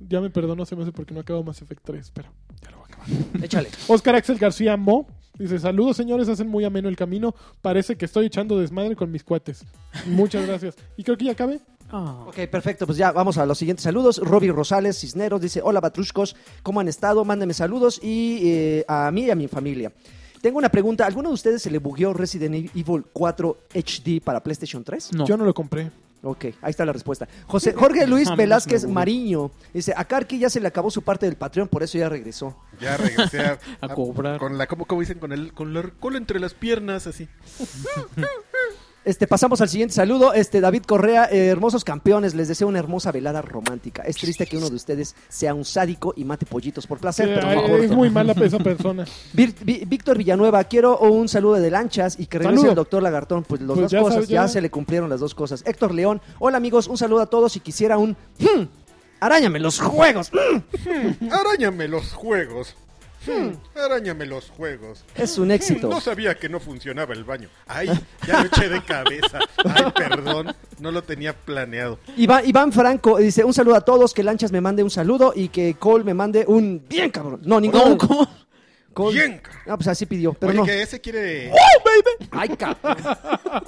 Ya me perdonó, se me hace porque no acabo Mass Effect 3, pero ya lo voy a acabar.
Échale.
Oscar Axel García Mo dice: Saludos, señores, hacen muy ameno el camino. Parece que estoy echando desmadre con mis cuates. Muchas gracias. Y creo que ya acabé.
Ah.
Ok, perfecto, pues ya vamos a los siguientes saludos. Robbie Rosales Cisneros dice, hola Batruscos, ¿cómo han estado? Mándenme saludos y eh, a mí y a mi familia. Tengo una pregunta, ¿alguno de ustedes se le bugueó Resident Evil 4 HD para PlayStation 3?
No.
Yo no lo compré.
Ok, ahí está la respuesta. José Jorge Luis
Jamás me
Velázquez
bugueó.
Mariño dice, a Karki ya se le acabó su parte del Patreon, por eso ya regresó.
Ya regresé a,
A cobrar.
Con la, ¿cómo, cómo dicen? Con el, con la cola entre las piernas, así.
Este, pasamos al siguiente saludo. Este, David Correa, eh, hermosos campeones, les deseo una hermosa velada romántica. Es triste que uno de ustedes sea un sádico y mate pollitos por placer,
Eh,
pero no
ay,
importa.
es muy mala esa persona.
Vir- Vi- Víctor Villanueva, quiero un saludo de lanchas y que regrese
Saludo.
el doctor Lagartón. Pues las
Pues
dos
ya
cosas,
sabe-
ya...
ya-
se le cumplieron las dos cosas. Héctor León, hola amigos, un saludo a todos y quisiera un... hmm, Aráñame los juegos.
Aráñame los juegos. Hmm, Aráñame los juegos.
Es un éxito.
No sabía que no funcionaba el baño. Ay, ya lo eché de cabeza. Ay, perdón, no lo tenía planeado.
Iván, Iván Franco dice un saludo a todos, que Lanchas me mande un saludo y que Cole me mande un... Bien, cabrón. No, ningún...
No, ¿cómo?
Cole-
Bien, cabrón.
No, pues así pidió, pero
Oye,
no.
que ese quiere
Ay, cabrón.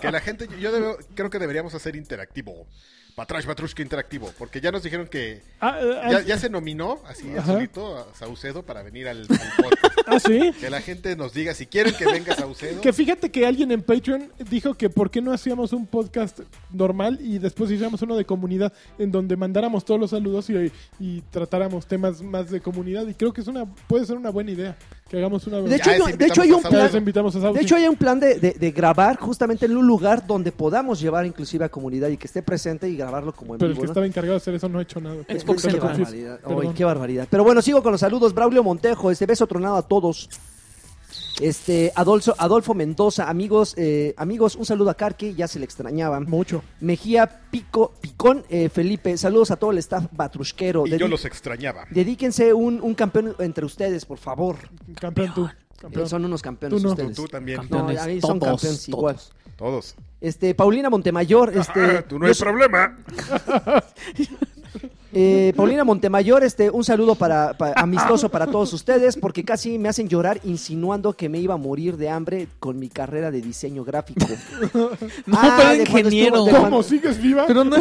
que la gente, yo debo- creo que deberíamos hacer interactivo. Patrash Batrushka interactivo, porque ya nos dijeron que
Ah, ah,
ya, ya se nominó así
Ajá.
azulito a Saucedo para venir al, al podcast.
ah, sí.
Que la gente nos diga si quieren que venga Saucedo.
Que fíjate que alguien en Patreon dijo que por qué no hacíamos un podcast normal y después hiciéramos uno de comunidad en donde mandáramos todos los saludos y, y tratáramos temas más de comunidad. Y creo que es una puede ser una buena idea que hagamos una.
De
Ya,
hecho,
ese
yo- de
invitamos
hecho
a
hay
Saúl.
un
Ya
plan...
les invitamos a Sauti.
De hecho, hay un plan de, de- de grabar justamente en un lugar donde podamos llevar inclusive a comunidad y que esté presente y grabarlo como en
pero el
vivo.
que
¿no?
estaba encargado de hacer eso no ha hecho nada.
Xbox
Te lo
qué
Live.
confieso.
barbaridad. Ay,
Perdón.
qué barbaridad. Pero bueno, sigo con los saludos. Braulio Montejo, este beso tronado a todos. Este, Adolfo, Adolfo Mendoza, amigos, eh, amigos, un saludo a Carqui, ya se le extrañaba.
Mucho.
Mejía Pico, Picón, eh, Felipe, saludos a todo el staff batrusquero.
Y yo
Dedi-
los extrañaba.
Dedíquense un, un campeón entre ustedes, por favor.
Campeón tú.
Eh,
Campeón.
son unos campeones
Tú no.
ustedes.
Tú también,
No,
Campeones,
a mí son
todos,
campeones
todos.
igual.
todos.
Este, Paulina Montemayor, este,
Ah, Tú no hay
yo-
problema.
Eh, Paulina Montemayor, este, un saludo para, pa- amistoso para todos ustedes, porque casi me hacen llorar insinuando que me iba a morir de hambre con mi carrera de diseño gráfico.
No,
Ah,
pero
de
era
cuando
ingeniero.
estuvo- de
¿Cómo sigues viva?
Pero no,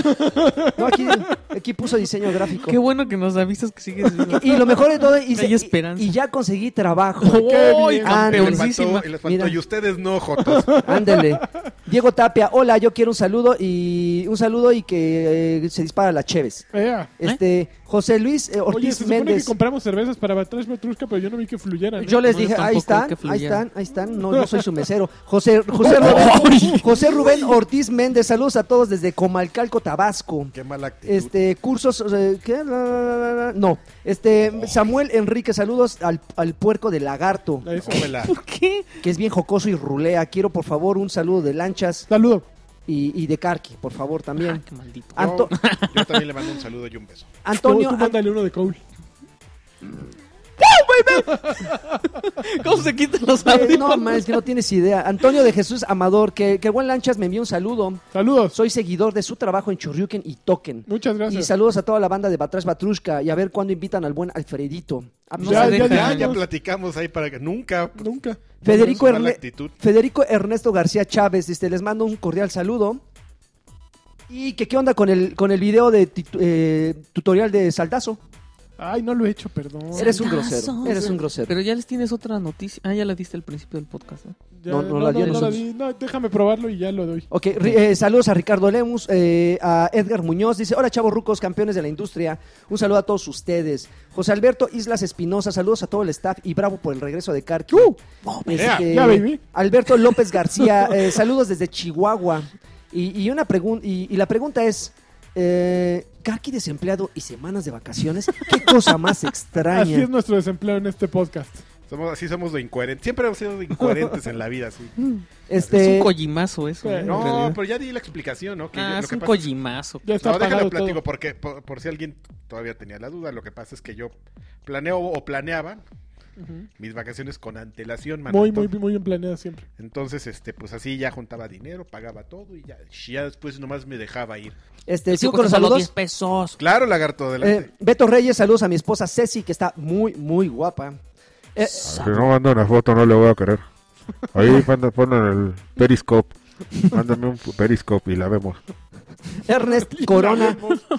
No, aquí, aquí puso diseño gráfico.
qué bueno que nos avisas que sigues vivo.
Y lo mejor de todo, hice-
Hay esperanza.
y, y ya conseguí trabajo.
qué
¡Uy,
bien.
Ah, no,
Y les faltó,
campeoncísima!
y les faltó,
Mira.
y ustedes no, Jotos.
Ándele. Diego Tapia, hola, yo quiero un saludo y un saludo y que eh, se dispara la Cheves.
Ea.
Este, José Luis
Oye,
eh, Ortiz
se supone que
Méndez.
compramos cervezas para Batrash Matrusca, pero yo no vi que fluyeran. ¿eh?
Yo les
No,
dije,
yo
ahí
tampoco,
están,
que
ahí
fluyera.
están, ahí están. No, yo soy su mesero. José, José, Rubén, José Rubén Ortiz Méndez, saludos a todos desde Comalcalco, Tabasco.
Qué mala actitud.
Este, cursos, eh, ¿qué? La, la, la, la, No, este, Samuel Enrique, saludos al, al puerco de lagarto,
Ahí está.
Cómela.
¿Por qué?
que es bien jocoso y rulea. Quiero, por favor, un saludo de lanchas
Saludo.
y, y de carqui, por favor,
Ah,
también.
qué maldito.
Anto-
Yo- yo también le mando un saludo y un beso.
Antonio,
Tú, tú mándale uno de Cole.
¿Cómo se quitan los
eh,
audífonos?
no, man, es que no tienes idea. Antonio de Jesús Amador, que, que buen lanchas me envió un saludo.
Saludos.
Soy seguidor de su trabajo en Churriuken y Token.
Muchas gracias.
Y saludos a toda la banda de Batrash Batrushka y a ver cuándo invitan al buen Alfredito. Ah, pues,
Ya,
a ver.
ya,
Ya,
ya,
ya platicamos ahí para que nunca.
Nunca.
Federico,
Su mala
Erne-
actitud.
Federico Ernesto García Chávez, este, les mando un cordial saludo. Y que qué onda con el, con el video de titu- eh, tutorial de Saldazo.
Ay, no lo he hecho, perdón.
Eres un grosero. Eres un grosero.
Pero ya les tienes otra noticia. Ah, ya la diste al principio del podcast. ¿eh? ¿no?
Ya-
no, no la di,
no,
no.
di. No, déjame probarlo y ya lo doy.
Ok, ri- eh, saludos a Ricardo Lemus, eh, a Edgar Muñoz, dice, hola chavos rucos, campeones de la industria, un saludo a todos ustedes. José Alberto Islas Espinosa, saludos a todo el staff y bravo por el regreso de Karki. Este,
¡Uh! ya, baby.
Alberto López García, eh, saludos desde Chihuahua. Y, y una pregun- y, y la pregunta es, eh, Karki desempleado y semanas de vacaciones, ¿qué cosa más
Así
extraña?
es nuestro desempleo en este podcast.
Somos, así somos de incoherentes. Siempre hemos sido de incoherentes en la vida, sí.
Es
Este,
un collimazo eso. ¿eh? En
No,
realidad.
pero ya di la explicación, ¿no? Que
Ah,
yo- lo
es
que
un
pasa es-
collimazo.
Ya está
no, déjalo
apagado
platico
todo.
porque por, por si alguien todavía tenía la duda, lo que pasa es que yo planeo o planeaba mis vacaciones con antelación, mano.
Muy, muy,
Entonces-
muy bien planeado siempre.
Entonces, este, pues así ya juntaba dinero, pagaba todo y ya, ya después nomás me dejaba ir.
este, sigo
Sigo
con los
solo
saludos.
10 pesos.
Claro, lagarto,
Eh,
adelante.
Beto Reyes, saludos a mi esposa Ceci, que está muy, muy guapa. Eh,
Si no manda una foto, no le voy a querer. Ahí manda, pon el periscope. Mándame un periscope y la vemos.
Ernest Corona.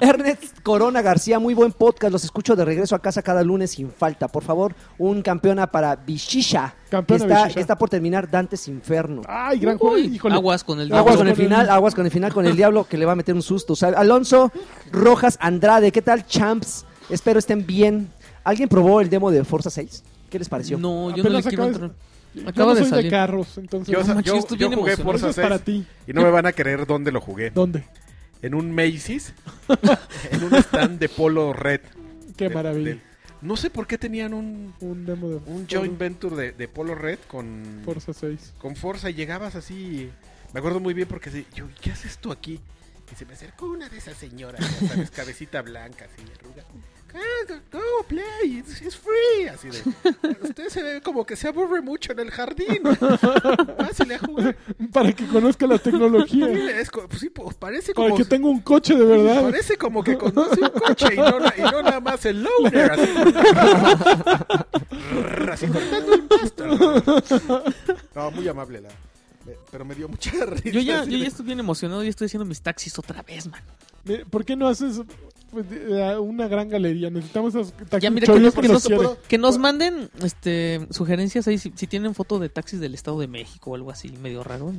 Ernest Corona García, muy buen podcast. Los escucho de regreso a casa cada lunes sin falta. Por favor, un campeona para Vishisha. que
Campeona Ah,
está,
Vishisha.
que está por terminar Dantes Inferno.
Ay, gran juego.
Uy,
Híjole.
aguas con el
Aguas
diablo.
con el final, aguas con el final, con el diablo que le va a meter un susto. ¿sabe? Alonso Rojas Andrade, ¿qué tal, champs? Espero estén bien. ¿Alguien probó el demo de Forza 6? ¿Qué les pareció?
No, yo no le
Apenas
quiero
acabas-
entrar.
Yo
Acaba
no
de
soy
salir.
de carros, entonces.
yo
no
sa-
manches,
yo-
estoy
yo
bien
jugué
emocionado.
Forza
Eso es para
6
ti.
y no me van a creer dónde lo jugué.
¿Dónde?
En un Macy's, en un stand de Polo Red.
Qué
De-
maravilla.
de- no sé por qué tenían un,
Un demo de
un joint venture de, de Polo Red con
Forza 6.
con Forza y llegabas así. Me acuerdo muy bien porque se- yo, ¿qué haces tú aquí? Y se me acercó una de esas señoras, ya sabes, cabecita blanca, así, arruga. "Ah, Go play, it's, it's free. Así de. Usted se ve como que se aburre mucho en el jardín. Pásale a jugar.
Para que conozca la tecnología.
Sí, es co- pues sí, pues, parece
Para
como.
que tenga un coche de verdad.
Parece como que conduce un coche y no, na- y no nada más el loader. Así, así cortando el pasto. No, muy amable la. me- Pero me dio mucha risa.
Yo ya,
así
yo
de-
ya estoy bien emocionado y estoy haciendo mis taxis otra vez, man.
Mira, ¿Por qué no haces pues, de- eh, una gran galería? Necesitamos esos
Ya mira que, no-
taquicholos que los quiere.
que nos manden este, sugerencias ahí si, si tienen foto de taxis del Estado de México o algo así medio raro.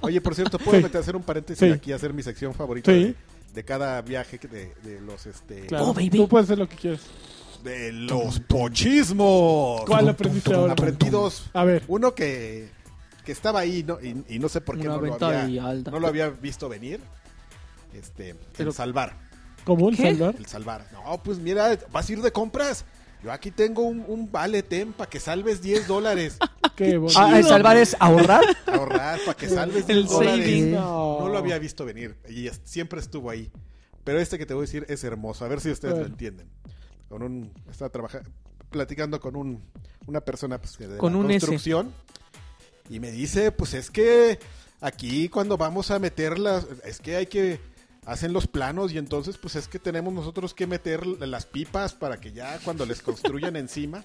Oye, por cierto, ¿puedo
Sí.
meter- hacer un paréntesis
Sí.
aquí y hacer mi sección favorita
Sí.
de, de cada viaje que de, de los este
Claro,
Oh, baby.
Tú puedes hacer lo que quieras.
de los pochismos?
¿Cuál aprendiste ahora?
Aprendí dos.
A ver.
Uno que, que estaba ahí ¿no? y, y no sé por qué no lo, había, no lo había visto venir. Este, el salvar.
¿Cómo el
¿Qué?
salvar?
El salvar. No, pues mira, vas a ir de compras. Yo aquí tengo un, un vale tem para que salves 10 dólares.
Qué bonito.
Ah, el salvar es ahorrar.
Ahorrar, para que salves
El
10 dólares.
saving.
No.
No lo
Oh.
había visto venir y es- siempre estuvo ahí. Pero este que te voy a decir es hermoso. A ver si ustedes
A
lo
ver.
entienden. Con un estaba trabajando platicando con un una persona pues, que de
Con
la
un S.
construcción y me dice, "Pues es que aquí cuando vamos a meter las es que hay que hacen los planos y entonces pues es que tenemos nosotros que meter las pipas para que ya cuando les construyan encima,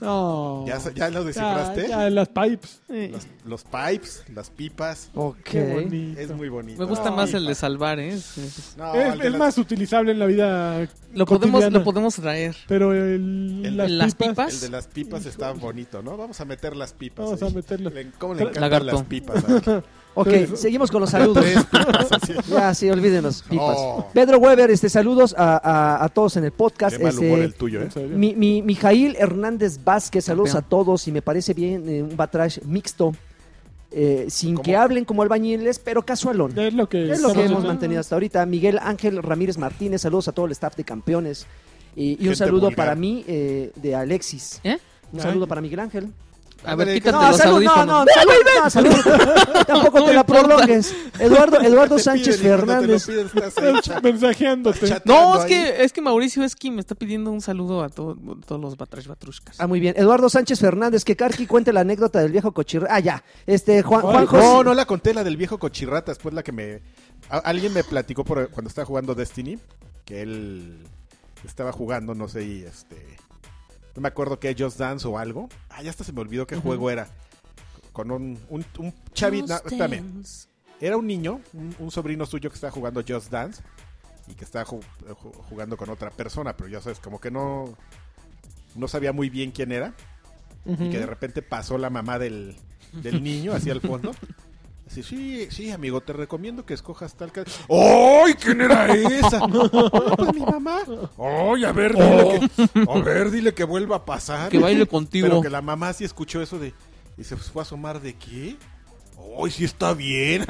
Oh,
No.
ya sa- ya los descifraste,
Ya, ya, las pipes.
Los, los pipes, las pipas,
Qué
Ok.
bonito.
es muy bonito.
Me gusta
No,
más el de
pipas.
salvar, ¿eh? Es- es-
No,
es,
el de
es
las-
más utilizable en la vida
Lo, podemos,
cotidiana.
lo podemos traer.
Pero el,
El-
las,
las
pipas,
pipas.
El de las pipas está bonito, ¿no? Vamos a meter las pipas.
Vamos
ahí.
a meterlas.
Le- ¿Cómo le encantan
Lagarto.
las pipas? a-
Ok,
Tres.
seguimos con los saludos.
Tres pipas así.
Ya, sí, olvídenos, pipas.
Oh.
Pedro Weber, este, saludos a, a- a todos en el podcast.
Qué mal
este,
humor el tuyo, ¿eh?
En serio.
Mi, mi, Mijail Hernández Vázquez, saludos
Campeón.
a todos y me parece bien eh, un batrash mixto, eh, sin
¿Cómo?
que hablen como albañiles, pero casualón.
Es lo que,
Es lo que
estamos
hemos
haciendo.
mantenido hasta ahorita. Miguel Ángel Ramírez Martínez, saludos a todo el staff de campeones. Y, y un
Gente
saludo
vulgar.
para mí eh, de Alexis.
¿Eh?
Un
Ay.
saludo para Miguel Ángel.
A ver,
Ándale,
quítate
que-
No,
los
salud, no,
audífonos.
no, salud, no, salud. Tampoco
No
te
me
la
importa.
prolongues. Eduardo, Eduardo
Te piden
Sánchez
y cuando te lo
Fernández.
piden estás ahí
Estás
cha-
mensajeándote.
chateando
No, es
ahí.
que, es que Mauricio Esqui me está pidiendo un saludo a todo- a todos los batrash batrushkas.
Ah, muy bien. Eduardo Sánchez Fernández, que Karki cuente la anécdota del viejo cochirro. Ah, ya. Este, Juan,
Ay,
Juan José.
No, no la conté, la del viejo cochirrata. Después la que me. a- alguien me platicó por, cuando estaba jugando Destiny que él estaba jugando, no sé, y este. No me acuerdo qué, Just Dance o algo. Ah, ya hasta se me olvidó qué juego era. Con un, un, un chavito. no, espérame. Era un niño, un, un sobrino suyo que estaba jugando Just Dance. y que está ju- ju- jugando con otra persona, pero ya sabes, como que no, no sabía muy bien quién era y que de repente pasó la mamá del, del niño hacia el fondo. Así, sí, sí, amigo, te recomiendo que escojas tal ca- ¡Ay, quién era esa! "Ah, pues mi mamá. ¡Ay, a ver, dile que, a ver, dile que vuelva a pasar!
Oh. Que baile
Pero
contigo.
que la mamá sí escuchó eso de. Y se fue a asomar de qué. ¡Ay, sí está bien!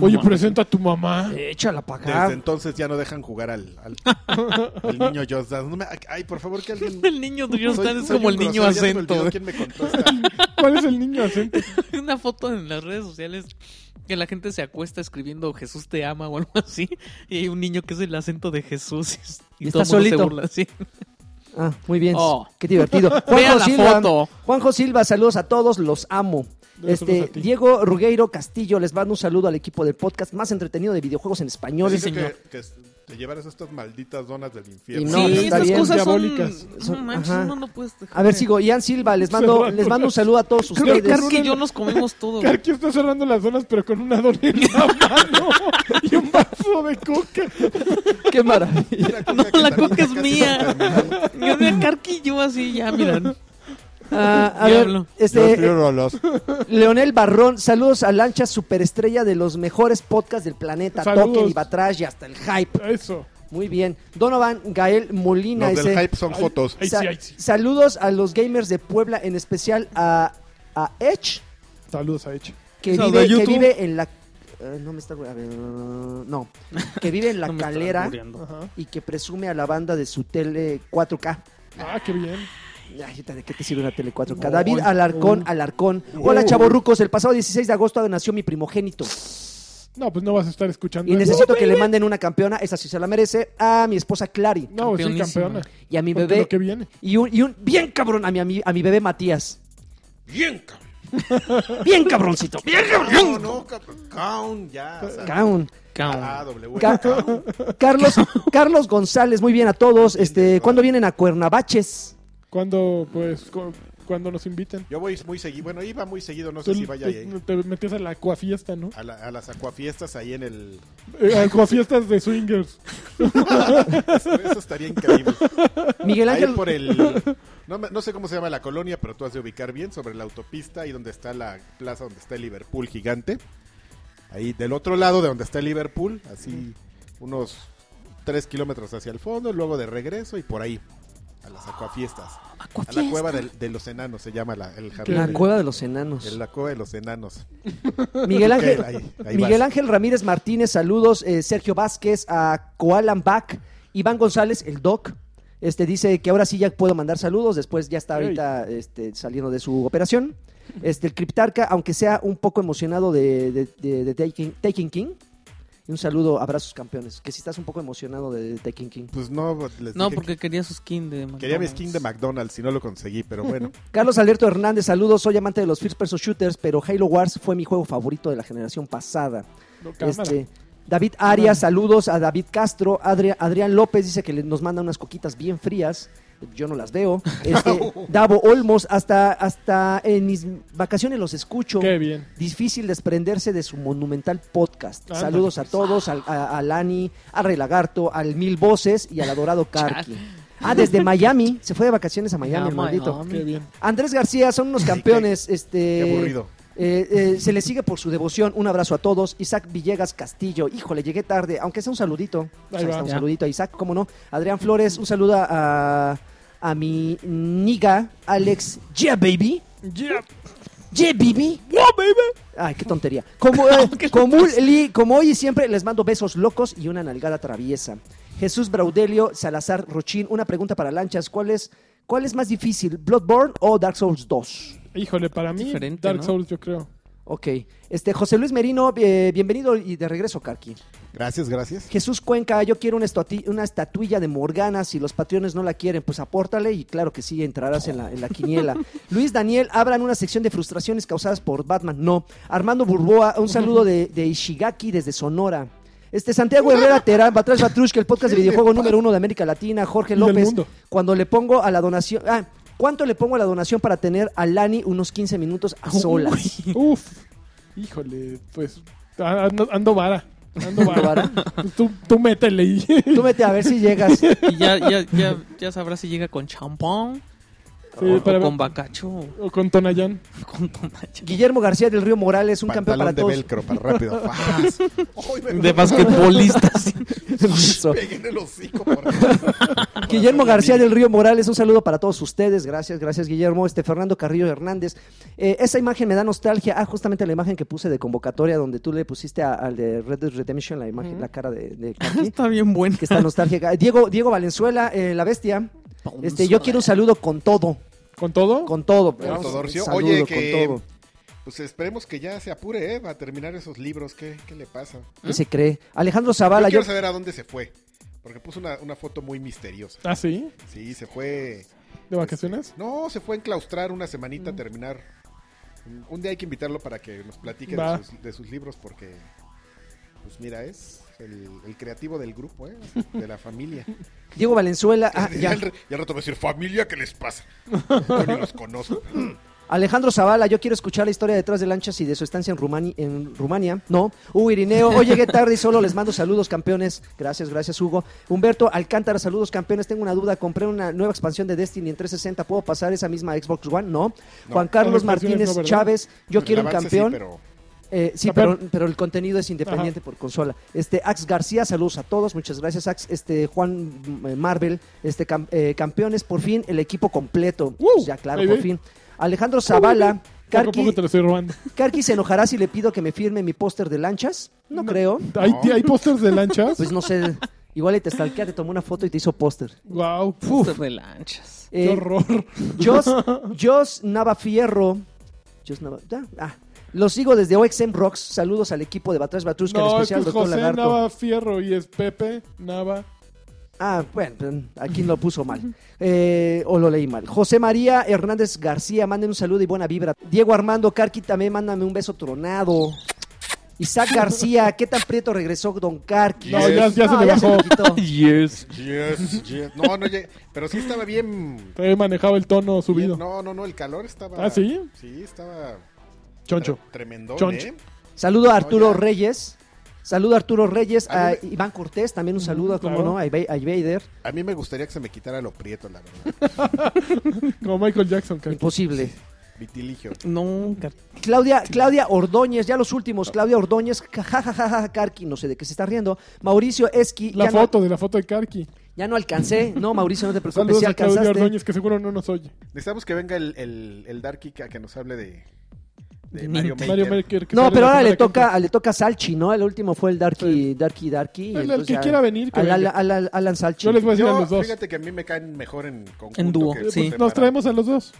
Oye, presenta a tu mamá.
Échala para acá.
Desde entonces ya no dejan jugar al, al, al niño Just Dance. No me- ay, por favor, que alguien.
El niño de Just
Soy-
Dance es
soy
como
un
el niño
grosero, ya se me
acento.
olvidó
güey.
quién me contó esta-
¿Cuál es el niño acento?
Una foto en las redes sociales que la gente se acuesta escribiendo Jesús te ama o algo así. Y hay un niño que es el acento de Jesús. Y,
Y
todo
está
el mundo se
solito.
burla así.
Ah, muy bien.
Oh.
Qué divertido.
Vean
Juanjo
la
Silva.
foto.
Juanjo Silva, saludos a todos, los amo.
Saludos a
Este,
ti.
Diego Rugueiro Castillo, les mando un saludo al equipo del podcast más entretenido de videojuegos en español.
Yo digo Que, que te llevaras estas malditas donas del infierno.
Y no,
sí,
está
estas
bien.
cosas son...
Diabólicas.
No
Son-
manches,
ajá.
uno no puedes dejar
A ver,
de-
sigo. Ian Silva, les mando, les mando un saludo a todos
Creo que
ustedes.
Carlos y yo nos comimos todo. güey.
Carqui está cerrando las donas, pero con una dona en la mano y un vaso de coca.
Qué
Una
maravilla.
coca
No,
que
la
también
coca
ya
es
casi
mía.
no termina.
Yo de Carqui y yo así, ya, miran.
Ah, a ver,
Diablo.
este,
Yo no los-
Leonel Barrón, saludos a Lancha Superestrella de los mejores podcasts del planeta.
Saludos.
Token y Batrash y hasta el hype.
Eso.
Muy bien. Donovan Gael Molina.
Los
ese-
del hype son
Ay,
fotos.
ay,
Sa-
sí, ay, sí.
Saludos a los gamers de Puebla, en especial a, a Edge,
Saludos a Eche.
que
Saludos
vive,
a
que
YouTube.
vive en la... eh, no me está... a ver, no. Que vive en la
No me estaba
calera
albureando.
Ajá.
y que presume a la banda de su tele 4K.
Ah, qué bien.
Ay, ¿de qué te sirve una tele 4K?
No,
David
ay,
Alarcón,
uy.
Alarcón. Hola, chavorrucos. El pasado 16 de agosto nació mi primogénito.
No, pues no vas a estar escuchando.
Y
eso.
necesito que le manden una campeona, esa sí se la merece, a mi esposa Clary
No, sí,
Campeonísima.
campeona.
y a mi
Porque
bebé.
Lo que viene.
Y un, y un bien cabrón a mi, a mi, a mi bebé Matías. Bien cabroncito. Bien
No, no, cabrón. Caun, ya. o sea,
Caun.
Ah,
Caón.
W.
Ca-
Caun.
Carlos, Carlos González, muy bien a todos. Este, ¿cuándo vienen a Cuernavaches?
Cuando, pues, cu- cuando nos inviten.
Yo voy muy seguido. Bueno, iba muy seguido. No sé
Tú
si vaya ahí.
te, te metías a la acuafiesta, ¿no?
A, la- a las acuafiestas ahí en el.
Eh, acuafiestas de swingers.
Eso estaría increíble.
Miguel
Ahí
Ángel,
por el. No, me- no sé cómo se llama la colonia, pero tú has de ubicar bien sobre la autopista, ahí donde está la plaza, donde está el Liverpool gigante. Ahí del otro lado de donde está el Liverpool, así unos tres kilómetros hacia el fondo, luego de regreso y por ahí, a las acuafiestas. A la cueva del- de, los enanos se llama la, el jardín.
Ah, la
de-
cueva de los enanos.
el- la cueva de los enanos.
Miguel Ángel,
Ok, ahí- ahí
Miguel
vas.
Ángel Ramírez Martínez, saludos. eh, Sergio Vázquez, a Koalan Bach, Iván González, el Doc. Este dice que ahora sí ya puedo mandar saludos, después ya está
Ey.
ahorita este, saliendo de su operación. Este, el Criptarca, aunque sea un poco emocionado de, de- de- de Taking, Taking King. Y un saludo, abrazos campeones. Que si estás un poco emocionado de, Taking King.
Pues no, les
No,
dije
porque quería su skin de
que- Quería mi
McDonald's.
skin de McDonald's y no lo conseguí, pero bueno.
Carlos Alberto Hernández, saludos. Soy amante de los First Person Shooters, pero Halo Wars fue mi juego favorito de la generación pasada.
No, cámara.
Este, David Arias, saludos a David Castro. Adri- Adrián López dice que le- nos manda unas coquitas bien frías. Yo no las veo. Este, Davo Olmos, hasta, hasta en mis vacaciones los escucho.
Qué bien.
Difícil desprenderse de su monumental podcast.
Ándale,
saludos
pues.
a todos, al- a, a Lani, a Relagarto, al Mil Voces y al adorado Karki. Ah, desde Miami. Se fue de vacaciones a Miami,
Ya,
el maldito.
Miami.
Qué bien.
Andrés García, son unos campeones. este,
Qué aburrido.
eh, eh, se le sigue por su devoción. Un abrazo a todos. Isaac Villegas Castillo. Híjole, llegué tarde. Aunque sea un saludito.
Ahí
Ahí
va.
está un
Ya.
saludito a Isaac, cómo no. Adrián Flores, un saludo a, a mi niga, Alex. Yeah, baby.
Yeah.
Yeah, baby. Ay, qué tontería. Como, eh, como, como hoy y siempre, les mando besos locos y una nalgada traviesa. Jesús Braudelio Salazar Rochín, una pregunta para Lanchas. ¿Cuál es, cuál es más difícil, Bloodborne o Dark Souls 2?
Híjole, para mí,
Diferente,
Dark
¿no?
Souls, yo creo.
Ok. Este, José Luis Merino, eh, bienvenido y de regreso, Carqui.
Gracias, gracias.
Jesús Cuenca, yo quiero una, estati- una estatuilla de Morgana. Si los patrones no la quieren, pues apórtale y claro que sí, entrarás en la, en la quiniela. Luis Daniel, abran una sección de frustraciones causadas por Batman. No. Armando Burboa, un saludo de, de Ishigaki desde Sonora. Este Santiago Herrera Terán, Batrash Batrush, que el podcast de videojuego número uno de América Latina, Jorge
Y del
López.
mundo.
Cuando le pongo a la donación. Ah, ¿cuánto le pongo a la donación para tener a Lani unos 15 minutos a solas?
Uf. Híjole, pues. a- Ando, ando vara. Ando vara. Pues tú, tú métele y...
Tú mete a ver si llegas.
Y ya, ya, ya, ya sabrás si llega con champón
Sí,
o,
para-
con bacacho o
O con Tonayán.
con tomacha.
Guillermo García del Río Morales, un campeón
Pantalón
para
de
todos.
velcro, para rápido. ¡Faz! ¡Ay, me
De basquetbolistas.
Eso.
pegué en el hocico! por-
Guillermo García del Río Morales, un saludo para todos ustedes. Gracias, gracias Guillermo. Este Fernando Carrillo Hernández. Eh, esa imagen me da nostalgia. Ah, justamente la imagen que puse de convocatoria donde tú le pusiste a- al de Red Dead Redemption la imagen, la cara de, de Karki,
Está bien bueno.
que está nostálgica. Eh, Diego, Diego Valenzuela, eh, la bestia. Este, yo quiero un saludo con todo,
¿Con todo?
con todo.
Con
Un
Todorcio.
saludo
Oye, que-
con todo.
Pues esperemos que ya se apure, ¿eh? Va a terminar esos libros. ¿Qué, qué le pasa?
¿Qué se cree? Alejandro Zavala,
Ah, yo quiero
yo-
saber a dónde se fue. Porque puso una, una foto muy misteriosa.
¿Ah, sí?
Sí, se fue.
¿De vacaciones?
No, se fue a enclaustrar una semanita a terminar. Un- Un día hay que invitarlo para que nos platique de
Va.
sus, de sus libros. Porque, pues mira, es el, el creativo del grupo, ¿eh? De la familia.
Diego Valenzuela. ah,
ya.
ya.
al, ya al rato va a decir, familia, ¿qué les pasa? Yo ni los conozco.
Alejandro Zavala, yo quiero escuchar la historia detrás de lanchas y de su estancia en, Rumani- en Rumania. No, Hugo Irineo, hoy llegué tarde y solo les mando saludos, campeones. Gracias, gracias, Hugo. Humberto Alcántara, saludos, campeones. Tengo una duda, compré una nueva expansión de Destiny en 360. ¿Puedo pasar esa misma Xbox One? No. Juan
Las versiones
Carlos Martínez
no, ¿verdad?
Chávez, yo
El
quiero un
avance
campeón.
Sí, pero
Eh, sí,
Campeón.
pero, pero el contenido es independiente por consola. Este, Ax García, saludos a todos, muchas gracias, Ax. Este, Juan mm, eh, Marvel, este, cam- eh, campeones, por fin, el equipo completo.
Uh,
Pues ya, claro,
baby.
por fin. Alejandro
Poco a
Zavala,
Uh, poco
Karki,
te lo estoy robando.
Karki se enojará si le pido que me firme mi póster de lanchas. No, creo.
¿Hay, ¿hay pósters de lanchas?
Pues no sé. Igual y te stalkea, te tomó una foto y te hizo póster.
wow.
Uf, de lanchas.
¡Qué
Eh,
horror!
Jos, Jos Nava Fierro. Jos Nava. ya, ah. Los sigo desde OXM Rocks. Saludos al equipo de Batrash Batrusca, en
No, es que
especial
es
Doctor
José
Lagarto.
Nava Fierro y es Pepe Nava.
Ah, bueno, pues, aquí lo puso mal. Eh, o lo leí mal. José María Hernández García, manden un saludo y buena vibra. Diego Armando Carqui también, mándame un beso tronado. Isaac García, ¿qué tan prieto regresó Don Carqui? Ah,
No, ya- ya se le bajó.
le quitó.
Yes.
Yes, yes. No, no, ye- pero sí estaba bien.
Te manejaba el tono
bien-
subido.
No, no, no, el calor estaba.
¿Ah, sí?
Sí, estaba.
Choncho.
Tremendo.
Choncho.
¿eh?
Saludo a Arturo
No, ya.
Reyes. Saludo a Arturo Reyes, a
A mí
Iván Cortés, también un saludo, como
Mm, claro.
no, a Iba- a Vader.
A mí me gustaría que se me quitara lo prieto, la verdad.
Como Michael Jackson. Carqui.
Imposible.
Vitiligio.
Nunca.
Claudia, Claudia Ordóñez, ya los últimos, Claudia Ordóñez, jajajaja, Carqui, no sé de qué se está riendo. Mauricio Esqui,
La
ya no-
foto de la foto de Karki.
Ya no alcancé. No, Mauricio, no te preocupes.
Saludos
Si
a Claudio
alcanzaste.
Ordóñez, que seguro no nos oye.
Necesitamos que venga el, el, el Darky a que nos hable de, de
De
Mario Maker.
Mario Maker. que
No,
sale
pero
la
ahora le
semana que
toca, le toca a Salchi, ¿no? El último fue el Darky,
Sí.
Darky, Darky. y
entra. El, el
entonces
que
ya-
quiera venir. que
Al, al-
venga.
al- al- Alan Salchi.
Yo les voy a decir a
Yo,
los dos.
fíjate que a mí me caen mejor en conjunto.
En dúo,
que por
sí.
Pues,
separado.
Nos traemos a los dos.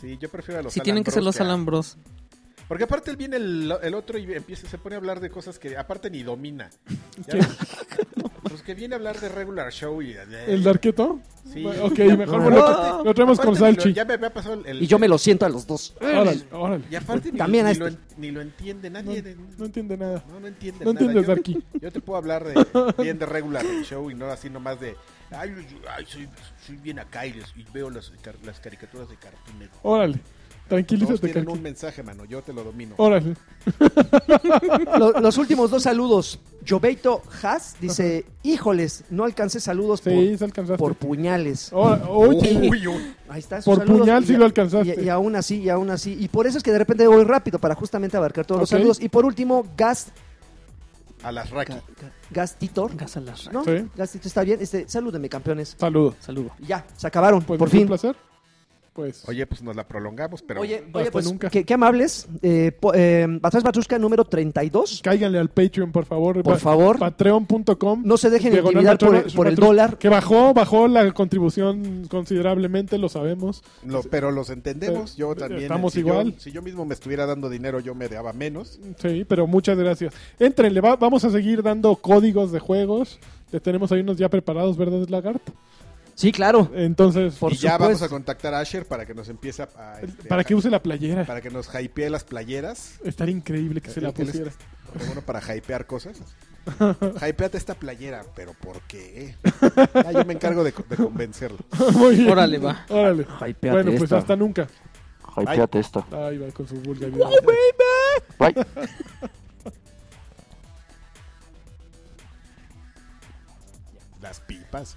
Sí, yo prefiero a los
Si tienen que ser los
Alambros a-
alambros.
Porque aparte él viene el, el otro y empieza, se pone a hablar de cosas que aparte ni domina. Ya
¿Qué?
ves. Pues que viene a hablar de regular show y...
¿El Darketo?
Eh, Sí.
Bueno, Ok, mejor
No.
bueno, lo, lo traemos
Aparte
con
ni lo-
Salchi.
Ya me había pasado el... el-
Y yo me lo siento a los dos.
Órale, órale.
Y aparte ni,
También a
ni,
este.
lo, en- ni lo entiende nadie. de-
No, no entiende nada.
No, no entiendes
No
nada.
entiendes,
Yo-
Darky.
Yo, te puedo hablar de, bien de regular el show y no así nomás de. Ay, yo- ay, soy, soy bien acá y, les- y veo las, car- las caricaturas de Cartoon Network".
Órale.
Todos
Tranquilízate,
tienen
Karki.
un mensaje, mano. Yo te lo domino.
Órale.
Lo- los últimos dos saludos. Jobeito Haas dice: Híjoles, no alcancé saludos
Sí,
por,
se alcanzaste.
por puñales.
Ora- oye.
Uy, uy.
Ahí está. sus
Por
saludos.
puñal sí
Y-
lo alcanzaste.
Y, y aún así, y aún así. Y por eso es que de repente voy rápido para justamente abarcar todos los
Ok.
saludos. Y por último, Gast,
A las Raki.
Gastitor.
Gas a las ra-
¿No?
Sí.
Gastitor está bien. Este, salúdenme, campeones.
Saludos.
Saludo.
Y Ya, se acabaron,
Pues
por
fue un
fin.
placer. Pues.
Oye, pues nos la prolongamos, pero.
Oye,
Hasta
oye, pues,
nunca.
Qué, qué amables. Eh, po- eh, Batrás Batrusca número 32.
Cáiganle al Patreon, por favor.
Por
Pa-
favor.
Patreon.com.
No se dejen
Diagonal
intimidar por,
Batrona-
el- por el
Batrona-
dólar.
Que bajó, bajó la contribución considerablemente, lo sabemos.
lo- pero los entendemos. Yo
Pero,
también.
estamos
si
igual.
Yo, si yo mismo me estuviera dando dinero, yo me daba menos.
Sí, pero muchas gracias. Entrenle, va- vamos a seguir dando códigos de juegos. Ya tenemos ahí unos ya preparados, ¿verdad, Lagarto?
Sí, claro.
Entonces,
Por
y ya
supuesto.
vamos a contactar a Asher para que nos empiece a. a, este,
para
a-
que use la playera.
para que nos hypee las playeras.
Estaría increíble que se la
Él- él es-
pusiera.
Porque bueno, para hypear cosas. Hypeate esta playera, pero ¿por qué? Ah, yo me encargo de, co- de convencerlo.
Muy bien.
Órale, va.
Órale.
Hypeate
Bueno, pues
esta.
hasta nunca.
Hypeate esto.
Ahí va con su vulgaridad.
Bye.
paz.